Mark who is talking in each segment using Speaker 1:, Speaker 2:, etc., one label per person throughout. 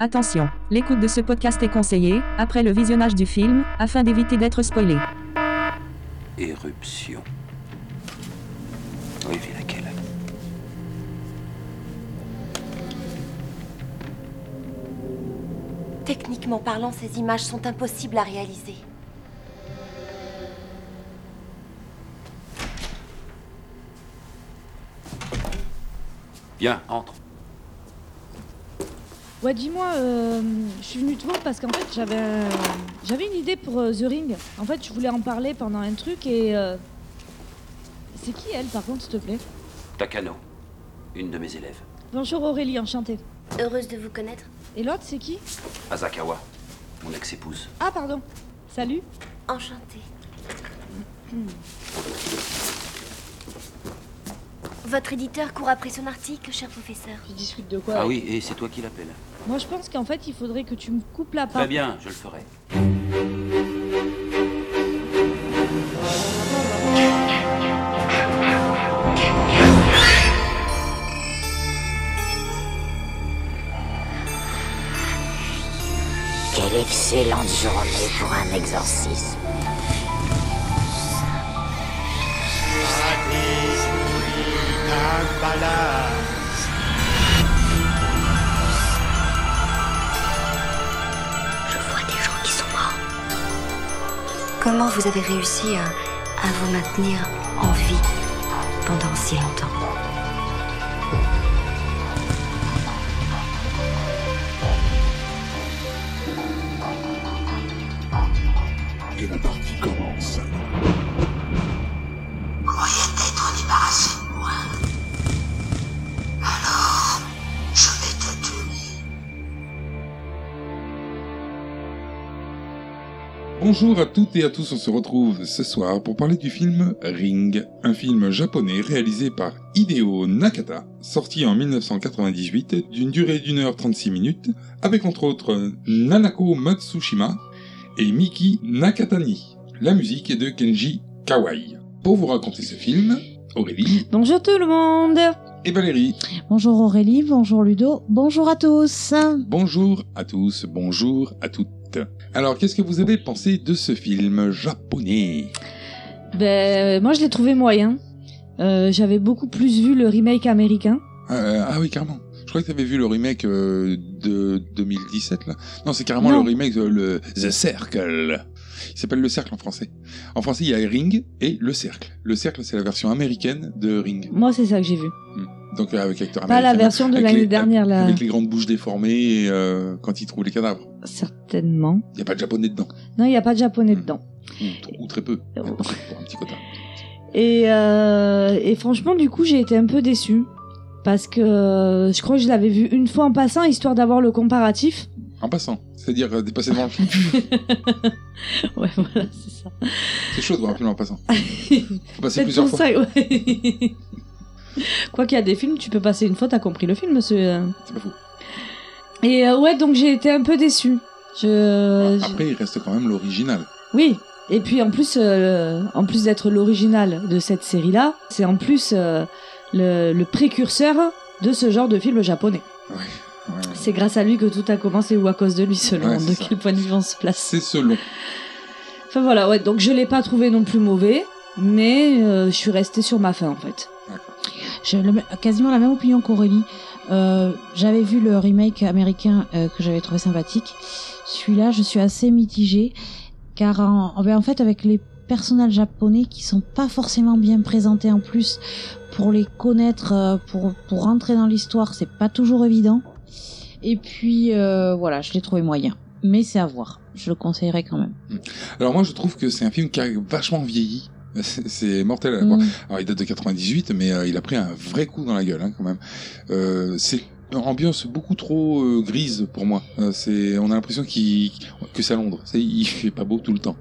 Speaker 1: Attention, l'écoute de ce podcast est conseillée, après le visionnage du film, afin d'éviter d'être spoilé.
Speaker 2: Éruption. Oui, viens laquelle
Speaker 3: Techniquement parlant, ces images sont impossibles à réaliser.
Speaker 2: Viens, entre.
Speaker 4: Ouais, dis-moi, euh, je suis venue te voir parce qu'en fait, j'avais euh, j'avais une idée pour euh, The Ring. En fait, je voulais en parler pendant un truc et. euh, C'est qui elle, par contre, s'il te plaît
Speaker 2: Takano, une de mes élèves.
Speaker 4: Bonjour Aurélie, enchantée.
Speaker 3: Heureuse de vous connaître.
Speaker 4: Et l'autre, c'est qui
Speaker 2: Asakawa, mon ex-épouse.
Speaker 4: Ah, pardon. Salut.
Speaker 3: Enchantée. Votre éditeur court après son article, cher professeur.
Speaker 4: Tu discutes de quoi
Speaker 2: Ah
Speaker 4: avec-
Speaker 2: oui, et c'est toi qui l'appelles.
Speaker 4: Moi, je pense qu'en fait, il faudrait que tu me coupes la
Speaker 2: Très
Speaker 4: parole.
Speaker 2: bien, je le ferai.
Speaker 5: Quelle excellente journée pour un exorcisme.
Speaker 3: Je vois des gens qui sont morts. Comment vous avez réussi à, à vous maintenir en vie pendant si longtemps
Speaker 6: et la partie commence. Bonjour à toutes et à tous, on se retrouve ce soir pour parler du film Ring, un film japonais réalisé par Hideo Nakata, sorti en 1998 d'une durée d'une heure 36 minutes, avec entre autres Nanako Matsushima, et Miki Nakatani. La musique est de Kenji Kawai. Pour vous raconter ce film, Aurélie
Speaker 7: Bonjour tout le monde
Speaker 6: et Valérie.
Speaker 7: Bonjour Aurélie, bonjour Ludo, bonjour à tous
Speaker 6: Bonjour à tous, bonjour à toutes. Alors, qu'est-ce que vous avez pensé de ce film japonais
Speaker 4: Ben, moi, je l'ai trouvé moyen. Euh, j'avais beaucoup plus vu le remake américain.
Speaker 6: Euh, Ah oui, carrément. Je crois que tu avais vu le remake euh, de 2017, là. Non, c'est carrément
Speaker 4: Non.
Speaker 6: le remake de le... The Circle. Il s'appelle Le Cercle en français. En français, il y a Ring et Le Cercle. Le Cercle, c'est la version américaine de Ring.
Speaker 4: Moi, c'est ça que j'ai vu.
Speaker 6: Donc, euh, avec l'acteur
Speaker 4: Pas
Speaker 6: américain.
Speaker 4: la version euh, de
Speaker 6: Avec
Speaker 4: l'année
Speaker 6: les-
Speaker 4: dernière, là.
Speaker 6: Avec les grandes bouches déformées et, euh, quand ils trouvent les cadavres.
Speaker 4: Certainement.
Speaker 6: Il n'y a pas de japonais dedans.
Speaker 4: Non, il n'y a pas de japonais
Speaker 6: Hmm.
Speaker 4: dedans.
Speaker 6: Ou, tr- ou très peu.
Speaker 4: Oh.
Speaker 6: Pour un petit quota.
Speaker 4: Et, euh, et franchement, du coup, j'ai été un peu déçue. Parce que euh, je crois que je l'avais vu une fois en passant, histoire d'avoir le comparatif.
Speaker 6: En passant. C'est-à-dire euh, dépasser devant le film.
Speaker 4: Ouais, voilà, c'est ça.
Speaker 6: C'est chaud de voir un film en passant. Faut passer
Speaker 4: C'est
Speaker 6: plusieurs
Speaker 4: pour
Speaker 6: fois.
Speaker 4: ça. ouais. Quoi qu'il y a des films, tu peux passer une fois, t'as compris le film, monsieur.
Speaker 6: C'est pas fou.
Speaker 4: Et euh, ouais, donc j'ai été un peu déçue. Je, je-
Speaker 6: Après, il reste quand même l'original.
Speaker 4: Oui. Et puis en plus, euh, en plus d'être l'original de cette série-là, c'est en plus euh, le, le précurseur de ce genre de film japonais.
Speaker 6: Ouais. Ouais.
Speaker 4: C'est grâce à lui que tout a commencé ou à cause de lui selon
Speaker 6: Ouais, c'est
Speaker 4: de
Speaker 6: ça.
Speaker 4: quel point de vue on se place.
Speaker 6: C'est selon.
Speaker 4: Enfin voilà, ouais, donc je l'ai pas trouvé non plus mauvais, mais euh, je suis restée sur ma faim en fait.
Speaker 7: J'ai le- quasiment la même opinion qu'Aurélie. Euh, j'avais vu le remake américain euh, que j'avais trouvé sympathique. Celui-là, je suis assez mitigée, car en, en- ben, en fait, avec les personnages japonais qui sont pas forcément bien présentés en plus, pour les connaître, euh, pour, pour rentrer dans l'histoire, c'est pas toujours évident. Et puis, euh, voilà, je l'ai trouvé moyen. Mais c'est à voir. Je le conseillerais quand même.
Speaker 6: Alors moi, je trouve que c'est un film qui a vachement vieilli. C'est c'est mortel à la fois.
Speaker 7: Mm.
Speaker 6: Alors, il date de 98, mais euh, il a pris un vrai coup dans la gueule, hein, quand même. Euh, c'est une ambiance beaucoup trop euh, grise pour moi. Euh, c'est, on a l'impression qu'il, que c'est à Londres. C'est, il fait pas beau tout le temps.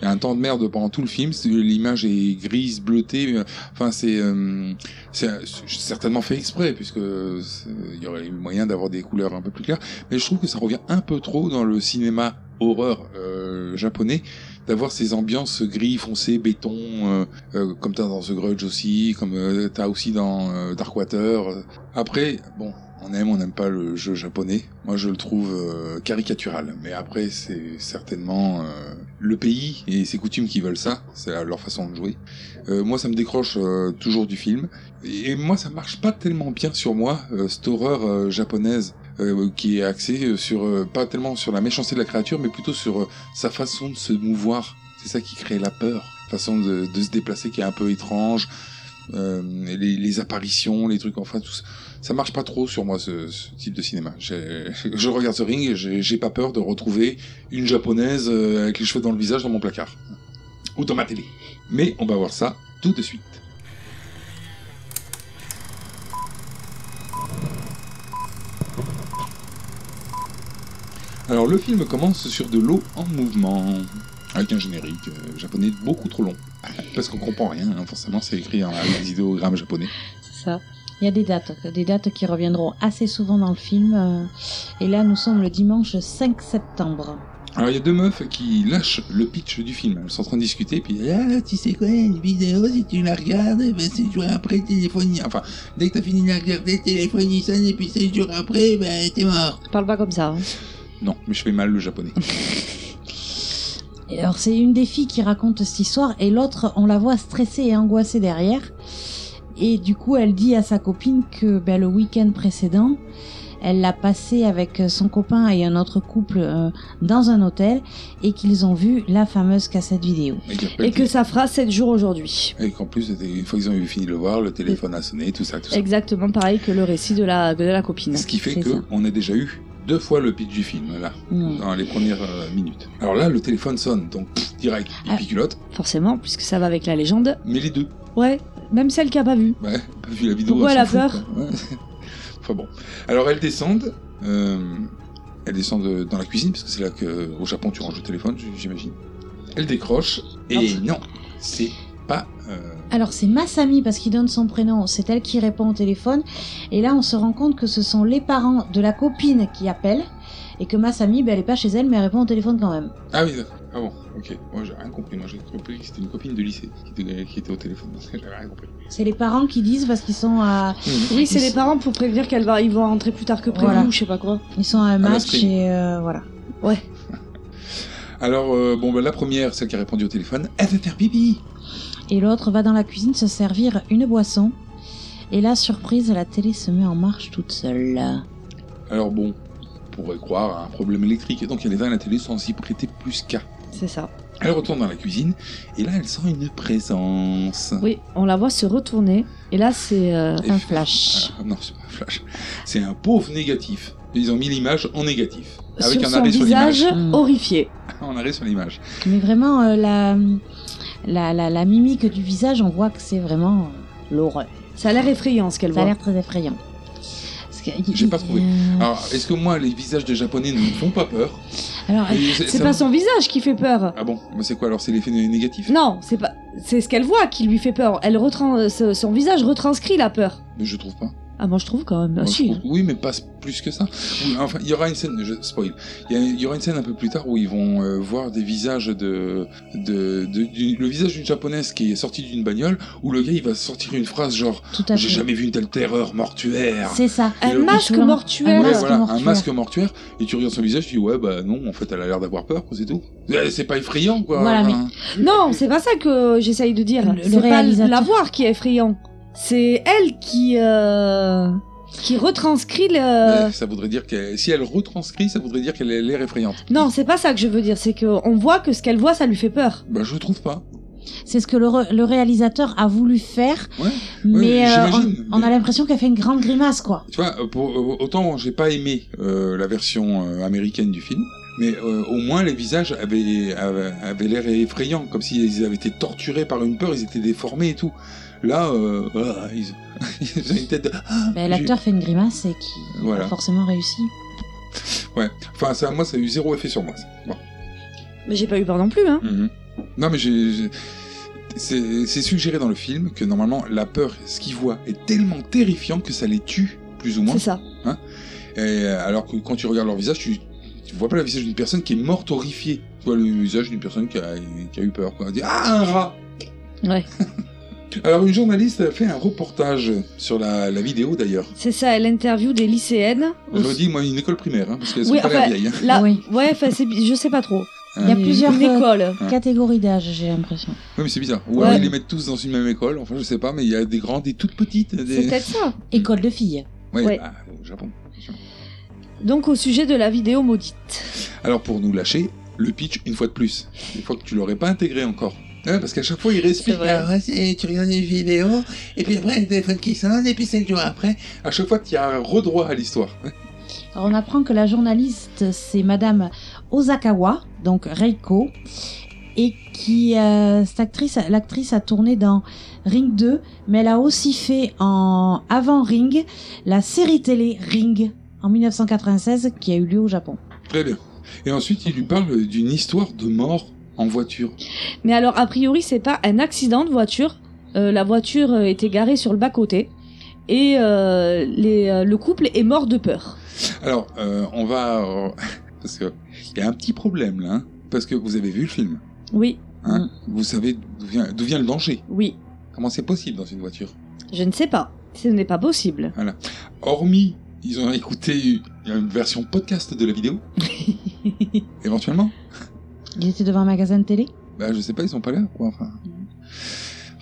Speaker 6: Il y a un temps de merde pendant tout le film. c'est- L'image est grise, bleutée. euh, Enfin, c'est, euh, c'est euh, c'est certainement fait exprès, puisque c'est- il y aurait eu moyen d'avoir des couleurs un peu plus claires. Mais je trouve que ça revient un peu trop dans le cinéma horreur euh, japonais d'avoir ces ambiances gris foncé béton euh, euh, comme t'as dans The Grudge aussi, comme euh, t'as aussi dans euh, Darkwater. Après, bon, On aime, on n'aime pas le jeu japonais. Moi, je le trouve euh, caricatural. Mais après, c'est certainement euh, le pays et ses coutumes qui veulent ça. C'est la- leur façon de jouer. Euh, moi, ça me décroche euh, toujours du film. Et moi, ça marche pas tellement bien sur moi, euh, cette horreur euh, japonaise euh, qui est axée sur euh, pas tellement sur la méchanceté de la créature, mais plutôt sur euh, sa façon de se mouvoir. C'est ça qui crée la peur. Façon de, de se déplacer qui est un peu étrange. Euh, les, les apparitions, les trucs, enfin tout ça. Ça marche pas trop sur moi ce, ce type de cinéma. J'ai- Je regarde ce ring et j'ai j'ai pas peur de retrouver une japonaise euh, avec les cheveux dans le visage dans mon placard. Ou dans ma télé. Mais on va voir ça tout de suite. Alors le film commence sur de l'eau en mouvement, avec un générique euh, japonais beaucoup trop long. Parce qu'on comprend rien, hein, forcément c'est écrit en des idéogrammes japonais.
Speaker 7: C'est ça. Il y a des dates, des dates qui reviendront assez souvent dans le film. euh, Et là, nous sommes le dimanche 5 septembre.
Speaker 6: Alors il y a deux meufs qui lâchent le pitch du film. Elles sont en train de discuter, puis ah, tu sais quoi, une vidéo, si tu la regardes, eh ben, c'est jours après téléphonie. Enfin, dès que t'as fini de la regarder, téléphonie sonne, et puis c'est jours après, ben t'es mort.
Speaker 4: Parle pas comme ça. hein.
Speaker 6: Non, mais je fais mal le japonais.
Speaker 7: Et alors, c'est une des filles qui raconte cette histoire et l'autre, on la voit stressée et angoissée derrière. Et du coup, elle dit à sa copine que ben, le week-end précédent, elle l'a passé avec son copain et un autre couple euh, dans un hôtel et qu'ils ont vu la fameuse cassette vidéo.
Speaker 6: Et, qu'après,
Speaker 4: Et que
Speaker 6: t'es-
Speaker 4: ça fera 7 jours aujourd'hui.
Speaker 6: et qu'en plus, c'était- une fois qu'ils ont eu fini de le voir, le téléphone a sonné, tout ça, tout ça.
Speaker 4: Exactement pareil que le récit de la, de la copine.
Speaker 6: Ce qui fait
Speaker 7: c'est ça.
Speaker 6: que on a déjà eu deux fois le pitch du film, là,
Speaker 7: Hmm.
Speaker 6: dans les premières euh, minutes. Alors là, le téléphone sonne, donc pff, direct, il
Speaker 4: Ah.
Speaker 6: piculote,
Speaker 4: Forcément, puisque ça va avec la légende.
Speaker 6: mais les deux.
Speaker 4: Ouais, même celle qui a pas vu.
Speaker 6: Ouais, pas vu la vidéo.
Speaker 4: Pourquoi
Speaker 6: s'en
Speaker 4: elle a
Speaker 6: fout, quoi. Ouais. Enfin bon. Alors elles descendent. Euh, elles descendent euh, dans la cuisine, parce que c'est là que au Japon tu ranges le téléphone, j- j'imagine. Elles décrochent. Et
Speaker 4: Ah.
Speaker 6: non, c'est pas. euh,
Speaker 7: Alors c'est Masami parce qu'il donne son prénom, c'est elle qui répond au téléphone. Et là on se rend compte que ce sont les parents de la copine qui appellent et que Masami, ben, elle est pas chez elle mais elle répond au téléphone quand même.
Speaker 6: Ah oui, d'accord. Ah bon, ok. Moi j'ai rien compris. Moi j'ai compris que c'était une copine de lycée qui était, qui était au téléphone. J'avais rien compris.
Speaker 7: C'est les parents qui disent parce qu'ils sont à,
Speaker 4: Oui, c'est les parents pour prévenir qu'elle va, ils vont rentrer plus tard que prévu
Speaker 7: Voilà.
Speaker 4: ou je sais pas quoi.
Speaker 7: ils sont à un
Speaker 6: la
Speaker 7: match
Speaker 6: screen.
Speaker 7: et euh, voilà.
Speaker 6: Alors, euh, bon, bah, la première, celle qui a répondu au téléphone, elle veut faire pipi.
Speaker 7: Et l'autre va dans la cuisine se servir une boisson. Et là surprise, la télé se met en marche toute seule.
Speaker 6: Alors bon, on pourrait croire à un problème électrique. Et donc elle est à la télé sans s'y prêter plus qu'à.
Speaker 4: C'est ça.
Speaker 6: Elle retourne dans la cuisine et là elle sent une présence.
Speaker 4: Oui, on la voit se retourner. Et là, c'est. euh,
Speaker 6: Et-
Speaker 7: Un flash.
Speaker 6: Ah, non, c'est pas un flash. C'est un pauvre négatif. Ils ont mis l'image en négatif. Avec
Speaker 4: sur
Speaker 6: un
Speaker 4: son
Speaker 6: arrêt sur
Speaker 4: visage
Speaker 6: l'image. Ah,
Speaker 7: Mm.
Speaker 4: horrifié.
Speaker 6: Un arrêt sur l'image.
Speaker 7: Mais vraiment euh, la, la, la, la mimique du visage, on voit que c'est vraiment euh, l'horreur.
Speaker 4: Ça a l'air effrayant ce qu'elle
Speaker 7: Ça a
Speaker 4: voit.
Speaker 7: l'air très effrayant. Parce que-
Speaker 6: J'ai pas trouvé.
Speaker 7: Euh,
Speaker 6: Alors, est-ce que moi, les visages des Japonais ne me font pas peur
Speaker 7: Alors,
Speaker 6: Et
Speaker 4: C'est
Speaker 6: ça-
Speaker 4: pas son visage qui fait peur.
Speaker 6: Ah bon Mais C'est quoi alors C'est l'effet né- négatif
Speaker 4: Non, c'est pas. C'est ce qu'elle voit qui lui fait peur. Elle retran... ce- son visage retranscrit la peur.
Speaker 6: Mais je trouve pas.
Speaker 4: Ah, moi je trouve quand même. Ah,
Speaker 6: Moi, je
Speaker 4: si.
Speaker 6: trouve- Oui, mais pas plus que ça. Oui, Enfin, il y aura une scène, je spoil, il y, a- il y aura une scène un peu plus tard où ils vont euh, voir des visages de, de, de- du- le visage d'une japonaise qui est sortie d'une bagnole, où le gars il va sortir une phrase genre
Speaker 7: tout à
Speaker 6: j'ai
Speaker 7: fait.
Speaker 6: jamais vu une telle terreur mortuaire.
Speaker 7: C'est ça.
Speaker 4: Un
Speaker 6: le-
Speaker 4: masque
Speaker 7: le-
Speaker 4: mortuaire.
Speaker 7: Ouais,
Speaker 6: Ouais,
Speaker 7: masque
Speaker 6: voilà, un
Speaker 7: mortuaire.
Speaker 6: masque mortuaire, et tu regardes son visage, tu dis ouais bah non, en fait elle a l'air d'avoir peur, quoi, c'est tout. Eh, C'est pas effrayant quoi.
Speaker 7: Voilà, mais-
Speaker 6: Enfin,
Speaker 4: Non, c'est pas ça que j'essaye de dire.
Speaker 7: Le- le
Speaker 4: C'est pas
Speaker 7: réalisateur.
Speaker 4: la voir qui est effrayant. C'est elle qui euh, qui retranscrit le.
Speaker 6: euh, Ça voudrait dire que si elle retranscrit, ça voudrait dire qu'elle a l'air effrayante.
Speaker 4: Non, c'est pas ça que je veux dire. C'est que on voit que ce qu'elle voit, ça lui fait peur.
Speaker 6: Bah je trouve pas.
Speaker 7: C'est ce que le, re- le réalisateur a voulu faire,
Speaker 6: Ouais, ouais,
Speaker 7: mais euh,
Speaker 6: j'imagine,
Speaker 7: on, on a
Speaker 6: mais-
Speaker 7: l'impression qu'elle fait une grande grimace, quoi.
Speaker 6: Tu vois, pour, euh, autant j'ai pas aimé euh, la version euh, américaine du film, mais euh, au moins les visages avaient, avaient, avaient l'air effrayants, comme s'ils avaient été torturés par une peur, ils étaient déformés et tout. Là, euh, ah, ils, ils ont une tête de... ah,
Speaker 7: Ben,
Speaker 6: j'ai-
Speaker 7: L'acteur fait une grimace et qui
Speaker 6: Voilà.
Speaker 7: a forcément réussi.
Speaker 6: Ouais, enfin ça, moi ça a eu zéro effet sur moi. ça. Bon.
Speaker 4: Mais j'ai pas eu peur non plus. Hein.
Speaker 6: Mhm. Non mais j'ai... j'ai- C'est c'est suggéré dans le film que normalement la peur, ce qu'ils voient, est tellement terrifiant que ça les tue, plus ou moins.
Speaker 4: C'est ça.
Speaker 6: Et euh, alors que quand tu regardes leur visage, tu, tu vois pas le visage d'une personne qui est morte horrifiée. Tu vois le visage d'une personne qui a, qui a eu peur. Quoi. Elle dit, ah, un rat
Speaker 4: Ouais.
Speaker 6: Alors, une journaliste a fait un reportage sur la, la vidéo d'ailleurs.
Speaker 4: C'est ça, elle interview des lycéennes.
Speaker 6: Elodie, moi, une école primaire, hein, parce qu'elles sont
Speaker 4: Oui,
Speaker 6: pas
Speaker 4: enfin,
Speaker 6: la vieille. hein.
Speaker 4: Là,
Speaker 7: Oui.
Speaker 4: ouais, enfin, c'est bi- je sais pas trop.
Speaker 7: Il y a
Speaker 4: Une-
Speaker 7: plusieurs
Speaker 4: une
Speaker 7: euh,
Speaker 4: école.
Speaker 7: catégories d'âge, j'ai l'impression.
Speaker 6: Ouais, mais c'est bizarre. Ou alors
Speaker 4: Ouais.
Speaker 6: ils les mettent tous dans une même école, enfin, je sais pas, mais il y a des grandes, des toutes petites.
Speaker 4: C'est
Speaker 6: Des...
Speaker 4: peut-être ça.
Speaker 7: École de filles.
Speaker 6: Ouais,
Speaker 4: ouais.
Speaker 6: bah, au Japon.
Speaker 4: Donc au sujet de la vidéo maudite.
Speaker 6: Alors, pour nous lâcher, le pitch une fois de plus. Des fois que tu l'aurais pas intégré encore. Hein, parce qu'à chaque fois, il respire. ah,
Speaker 4: vrai.
Speaker 6: tu regardes une vidéo, et puis après, le téléphone qui sonne, et puis c'est le jour après. À chaque fois, tu as un redroit à l'histoire.
Speaker 7: Alors, on apprend que la journaliste, c'est Madame Ozakawa, donc Reiko, et qui, euh, cette actrice, l'actrice a tourné dans Ring 2, mais elle a aussi fait en avant Ring la série télé Ring en 1996 qui a eu lieu au Japon.
Speaker 6: Très bien. Et ensuite, il lui parle d'une histoire de mort en voiture.
Speaker 4: Mais alors, a priori, c'est pas un accident de voiture. Euh, la voiture euh, était garée sur le bas-côté. Et euh, les, euh, le couple est mort de peur.
Speaker 6: Alors, euh, on va. euh, parce que il y a un petit problème là. hein. parce que vous avez vu le film.
Speaker 4: Oui,
Speaker 6: Hein Vous savez d'où vient, d'où vient le danger.
Speaker 4: oui.
Speaker 6: Comment c'est possible dans une voiture
Speaker 4: Je ne sais pas. Ce n'est pas possible.
Speaker 6: Hormis, ils ont écouté une version podcast de la vidéo. Éventuellement.
Speaker 7: Il était devant un magasin de télé
Speaker 6: Bah, je sais pas, ils sont pas là, quoi. Enfin,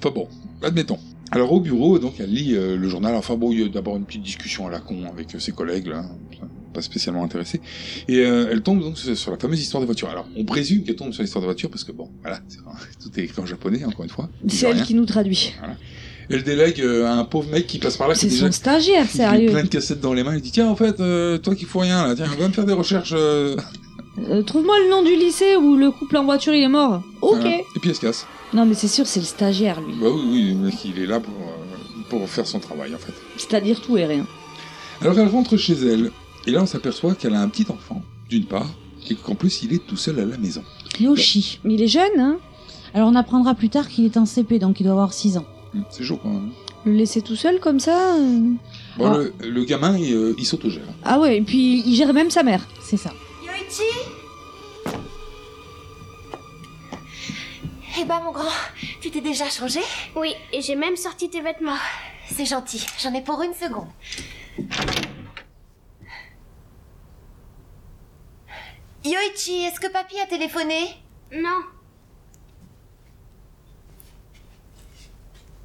Speaker 6: Enfin bon, admettons. Alors au bureau, donc elle lit euh, le journal. Enfin bon, il y a d'abord une petite discussion à la con avec euh, ses collègues là, pas spécialement intéressés. Et euh, elle tombe donc sur sur la fameuse histoire des voitures. Alors on présume qu'elle tombe sur l'histoire des voitures parce que bon, voilà, c'est- tout est écrit en japonais encore une fois. Il dit
Speaker 4: C'est elle
Speaker 6: rien.
Speaker 4: qui nous traduit.
Speaker 6: Elle délègue euh, à un pauvre mec qui passe par là qui
Speaker 4: C'est
Speaker 6: est Ah, déjà
Speaker 4: son stagiaire,
Speaker 6: qui lui plein
Speaker 4: sérieux.
Speaker 6: de cassettes dans les mains. Il dit tiens en fait, euh, toi qui fous rien là, tiens va me faire des recherches. euh.
Speaker 4: Euh, Trouve-moi le nom du lycée où le couple en voiture il est mort. Ok.
Speaker 6: Voilà. Et puis elle se casse.
Speaker 4: Non, mais c'est sûr, c'est le stagiaire, lui.
Speaker 6: Bah oui, oui, le mec, il est là pour, euh, pour faire son travail, en fait.
Speaker 4: C'est-à-dire tout et rien.
Speaker 6: Alors elle rentre chez elle, et là on s'aperçoit qu'elle a un petit enfant, d'une part, et qu'en plus il est tout seul à la maison.
Speaker 7: Yoshi.
Speaker 4: Mais il est jeune, hein
Speaker 7: Alors on apprendra plus tard qu'il est en CP, donc il doit avoir 6 ans.
Speaker 6: Hum, C'est chaud quand même.
Speaker 4: Le laisser tout seul comme ça euh.
Speaker 6: Bon,
Speaker 7: Ah.
Speaker 6: le, le gamin, il, euh, il s'autogère.
Speaker 4: Ah ouais, et puis il gère même sa mère.
Speaker 7: C'est ça.
Speaker 5: Yoichi
Speaker 3: Eh ben, mon grand, tu t'es déjà changé Oh,
Speaker 5: Oui, et j'ai même sorti tes vêtements.
Speaker 3: C'est gentil, j'en ai pour une seconde. Yoichi, est-ce que papy a téléphoné
Speaker 5: Non.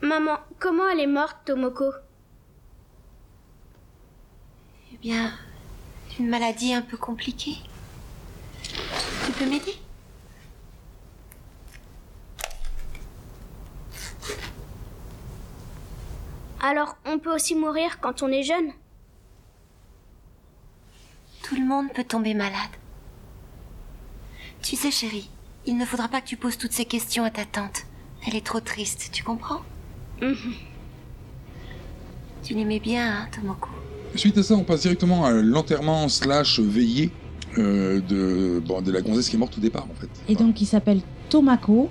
Speaker 5: Maman, comment elle est morte, Tomoko
Speaker 3: Eh bien, une maladie un peu compliquée. Tu peux m'aider
Speaker 5: Alors, on peut aussi mourir quand on est jeune
Speaker 3: Tout le monde peut tomber malade. Tu sais, chérie, il ne faudra pas que tu poses toutes ces questions à ta tante. Elle est trop triste, tu comprends
Speaker 5: Mhm.
Speaker 3: Tu l'aimais bien, hein, Tomoko
Speaker 6: Suite à ça, on passe directement à l'enterrement slash veillée euh, de, bon, de la gonzesse qui est morte au départ, en fait.
Speaker 7: Et donc il s'appelle Tomako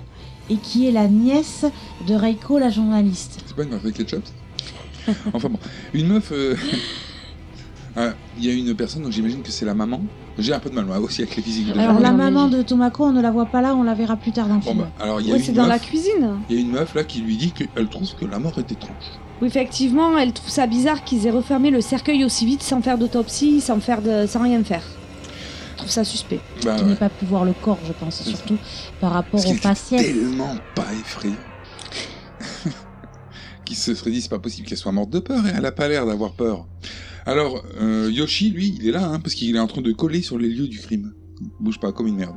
Speaker 7: et qui est la nièce de Reiko la journaliste.
Speaker 6: C'est pas une meuf avec ketchup ça Enfin bon, une meuf. euh, ah, Il y a une personne, donc j'imagine que c'est la maman. J'ai un peu de mal, moi aussi, avec les physiques. de
Speaker 7: Alors
Speaker 6: genre.
Speaker 7: la
Speaker 4: J'en ai
Speaker 7: maman de Tomako, on ne la voit pas là, on la verra plus tard dans le
Speaker 6: Bon
Speaker 7: film.
Speaker 6: bah, alors il y a
Speaker 4: Ouais,
Speaker 6: une
Speaker 4: c'est dans la
Speaker 6: meuf-
Speaker 4: cuisine.
Speaker 6: Il y a une meuf là qui lui dit qu'elle trouve que la mort est étrange.
Speaker 4: Oui, effectivement, elle trouve ça bizarre qu'ils aient refermé le cercueil aussi vite sans faire d'autopsie, sans, faire de... sans rien faire. Je trouve ça suspect.
Speaker 6: Bah,
Speaker 7: Qui
Speaker 6: ouais.
Speaker 7: n'ai pas pu voir le corps, je pense,
Speaker 6: C'est ça.
Speaker 7: surtout par rapport
Speaker 6: Parce
Speaker 7: aux
Speaker 6: qu'il était
Speaker 7: faciès.
Speaker 6: tellement pas effrayant. qui se serait dit c'est pas possible qu'elle soit morte de peur et elle a pas l'air d'avoir peur. Alors euh, Yoshi lui il est là hein, parce qu'il est en train de coller sur les lieux du crime. Il bouge pas comme une merde.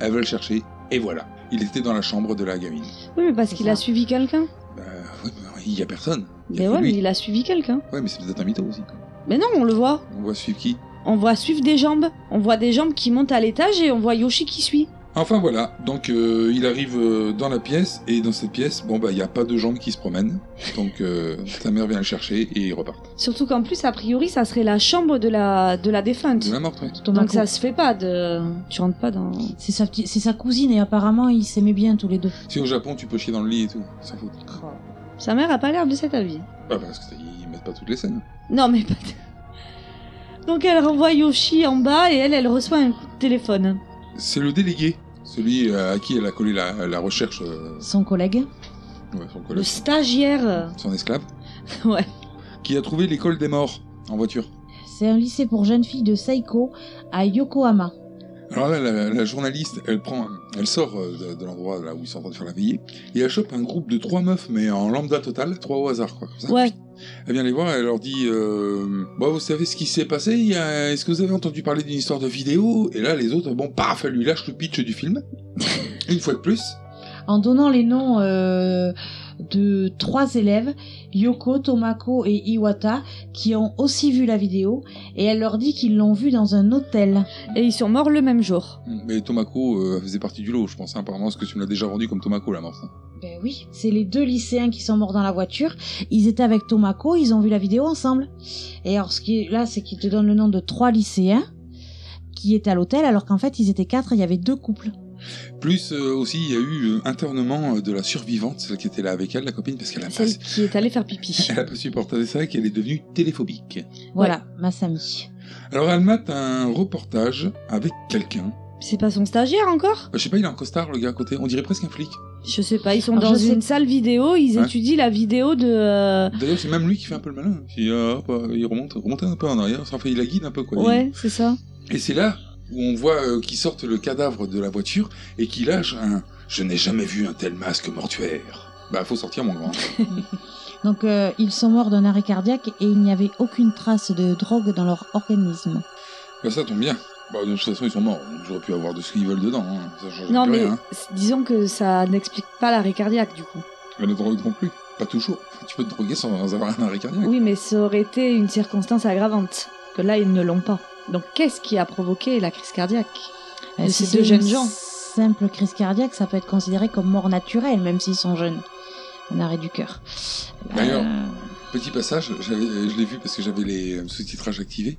Speaker 6: Elle va le chercher et voilà. Il était dans la chambre de la gamine.
Speaker 4: Oui, mais parce
Speaker 7: C'est
Speaker 4: qu'il
Speaker 7: ça.
Speaker 4: a suivi quelqu'un.
Speaker 6: Bah, ouais, mais il y a personne. Il y
Speaker 4: Mais
Speaker 6: a que
Speaker 4: ouais,
Speaker 6: lui.
Speaker 4: mais il a suivi quelqu'un.
Speaker 6: Ouais, mais c'est peut-être un mytho aussi.
Speaker 4: Mais non, on le voit.
Speaker 6: On voit suivre qui
Speaker 4: On voit suivre des jambes. On voit des jambes qui montent à l'étage et on voit Yoshi qui suit.
Speaker 6: Enfin voilà, donc euh, il arrive euh, dans la pièce et dans cette pièce, bon bah il n'y a pas de jambes qui se promènent, donc euh, sa mère vient le chercher et il repart.
Speaker 4: Surtout qu'en plus, a priori, ça serait la chambre de la, de la défunte.
Speaker 6: De la morte, ouais.
Speaker 7: Tomako.
Speaker 4: Donc ça se fait pas de. Tu rentres pas dans.
Speaker 7: C'est sa, petite- c'est sa cousine et apparemment ils s'aimaient bien tous les deux.
Speaker 6: Si au Japon tu peux chier dans le lit et tout, sans faute.
Speaker 4: Sa mère a pas l'air de cet avis.
Speaker 6: Bah parce qu'ils mettent pas toutes les scènes.
Speaker 4: Non, mais pas. Donc elle renvoie Yoshi en bas et elle, elle reçoit un coup de téléphone.
Speaker 6: C'est le délégué, celui euh, à qui elle a collé la, la recherche. euh,
Speaker 7: Son collègue,
Speaker 6: Ouais, son
Speaker 8: Le
Speaker 6: coloc,
Speaker 8: stagiaire. euh,
Speaker 6: son esclave.
Speaker 8: Ouais.
Speaker 6: Qui a trouvé l'école des morts en voiture.
Speaker 7: C'est un lycée pour jeunes filles de Seiko à Yokohama.
Speaker 6: Alors là, la, la journaliste, elle prend, elle sort euh, de, de l'endroit là où ils sont en train de faire la veillée, et elle chope un groupe de trois meufs, mais en lambda total, trois au hasard, quoi. comme ça.
Speaker 8: Ouais.
Speaker 6: Elle vient les Eh voir, elle leur dit, euh, bon, vous savez ce qui s'est passé Il y a- Est-ce que vous avez entendu parler d'une histoire de vidéo Et là, les autres, bon, paf, elle lui lâche le pitch du film, une fois de plus.
Speaker 7: En donnant les noms euh, de trois élèves, Yoko, Tomako et Iwata, qui ont aussi vu la vidéo, et elle leur dit qu'ils l'ont vue dans un hôtel.
Speaker 4: Et ils sont morts le même jour.
Speaker 6: Mais Tomako euh, faisait partie du lot, je pense, hein, apparemment, parce que tu me l'as déjà vendu comme Tomako, la hein. morte.
Speaker 7: Ben oui, c'est les deux lycéens qui sont morts dans la voiture. Ils étaient avec Tomako, ils ont vu la vidéo ensemble. Et alors, ce qui est là, c'est qu'ils te donnent le nom de trois lycéens qui étaient à l'hôtel, alors qu'en fait, ils étaient quatre, il y avait deux couples.
Speaker 6: Plus euh, aussi, il y a eu euh, internement euh, de la survivante, celle qui était là avec elle, la copine, parce qu'elle a, pas,
Speaker 4: Celle qui est allée faire pipi.
Speaker 6: elle a pas supporté ça et qu'elle est devenue téléphobique.
Speaker 7: Voilà, Masami.
Speaker 6: Alors elle mate un reportage avec quelqu'un.
Speaker 4: C'est pas son stagiaire encore
Speaker 6: Euh, Je sais pas, il est en costard le gars à côté. On dirait presque un flic.
Speaker 4: Je sais pas, ils sont
Speaker 7: Alors,
Speaker 4: dans
Speaker 7: je
Speaker 4: une salle vidéo, ils
Speaker 6: Ouais.
Speaker 4: étudient la vidéo de... euh,
Speaker 6: D'ailleurs, c'est même lui qui fait un peu le malin. Il, dit, ah, hop, ah, il remonte, remontez un peu en arrière. Enfin, il la guide un peu quoi.
Speaker 4: Ouais, c'est ça.
Speaker 6: Et c'est là où on voit euh, qu'ils sortent le cadavre de la voiture et qu'il lâche un. Je n'ai jamais vu un tel masque mortuaire. Bah, faut sortir mon grand.
Speaker 7: Donc, euh, ils sont morts d'un arrêt cardiaque et il n'y avait aucune trace de drogue dans leur organisme.
Speaker 6: bah, ça tombe bien. Bah, de toute façon, ils sont morts. donc J'aurais pu avoir de ce qu'ils veulent dedans. hein. Ça change
Speaker 4: Non,
Speaker 6: plus
Speaker 4: mais
Speaker 6: rien. hein.
Speaker 4: c- disons que ça n'explique pas l'arrêt cardiaque, du coup.
Speaker 6: Mais la drogue non plus. Pas toujours. Tu peux te droguer sans avoir un arrêt cardiaque.
Speaker 4: Oui, mais ça aurait été une circonstance aggravante, que là, ils ne l'ont pas. Donc, qu'est-ce qui a provoqué la crise cardiaque
Speaker 7: Euh,
Speaker 4: De
Speaker 7: si
Speaker 4: ces deux
Speaker 7: c'est
Speaker 4: jeunes
Speaker 7: une
Speaker 4: gens.
Speaker 7: Simple crise cardiaque, ça peut être considéré comme mort naturelle, même s'ils sont jeunes. Un arrêt du cœur.
Speaker 6: D'ailleurs,
Speaker 7: Euh,
Speaker 6: Petit passage, j'avais- euh, je l'ai vu parce que j'avais les euh, sous-titrages activés.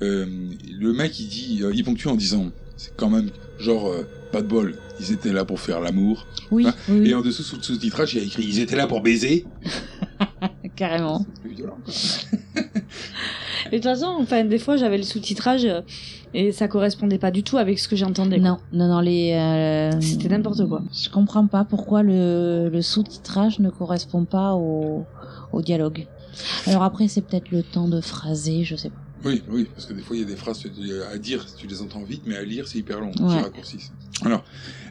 Speaker 6: Euh, le mec, il dit, euh, il ponctue en disant, c'est quand même genre euh, pas de bol. Ils étaient là pour faire l'amour.
Speaker 7: oui,
Speaker 6: Ah,
Speaker 7: oui, oui,
Speaker 6: Et en dessous sous le sous-titrage, il y a écrit, ils étaient là pour baiser.
Speaker 7: carrément.
Speaker 6: C'est plus violent. quoi.
Speaker 4: Mais de toute façon, enfin, des fois, j'avais le sous-titrage euh, et ça correspondait pas du tout avec ce que j'entendais.
Speaker 7: Non, non, non, les. euh,
Speaker 4: C'était n'importe quoi.
Speaker 7: Je comprends pas pourquoi le, le sous-titrage ne correspond pas au, au dialogue. Alors après, c'est peut-être le temps de phraser, je sais pas.
Speaker 6: Oui, oui, parce que des fois, il y a des phrases tu- tu- à dire, tu les entends vite, mais à lire, c'est hyper long.
Speaker 7: Ouais.
Speaker 6: Tu raccourcis. Alors,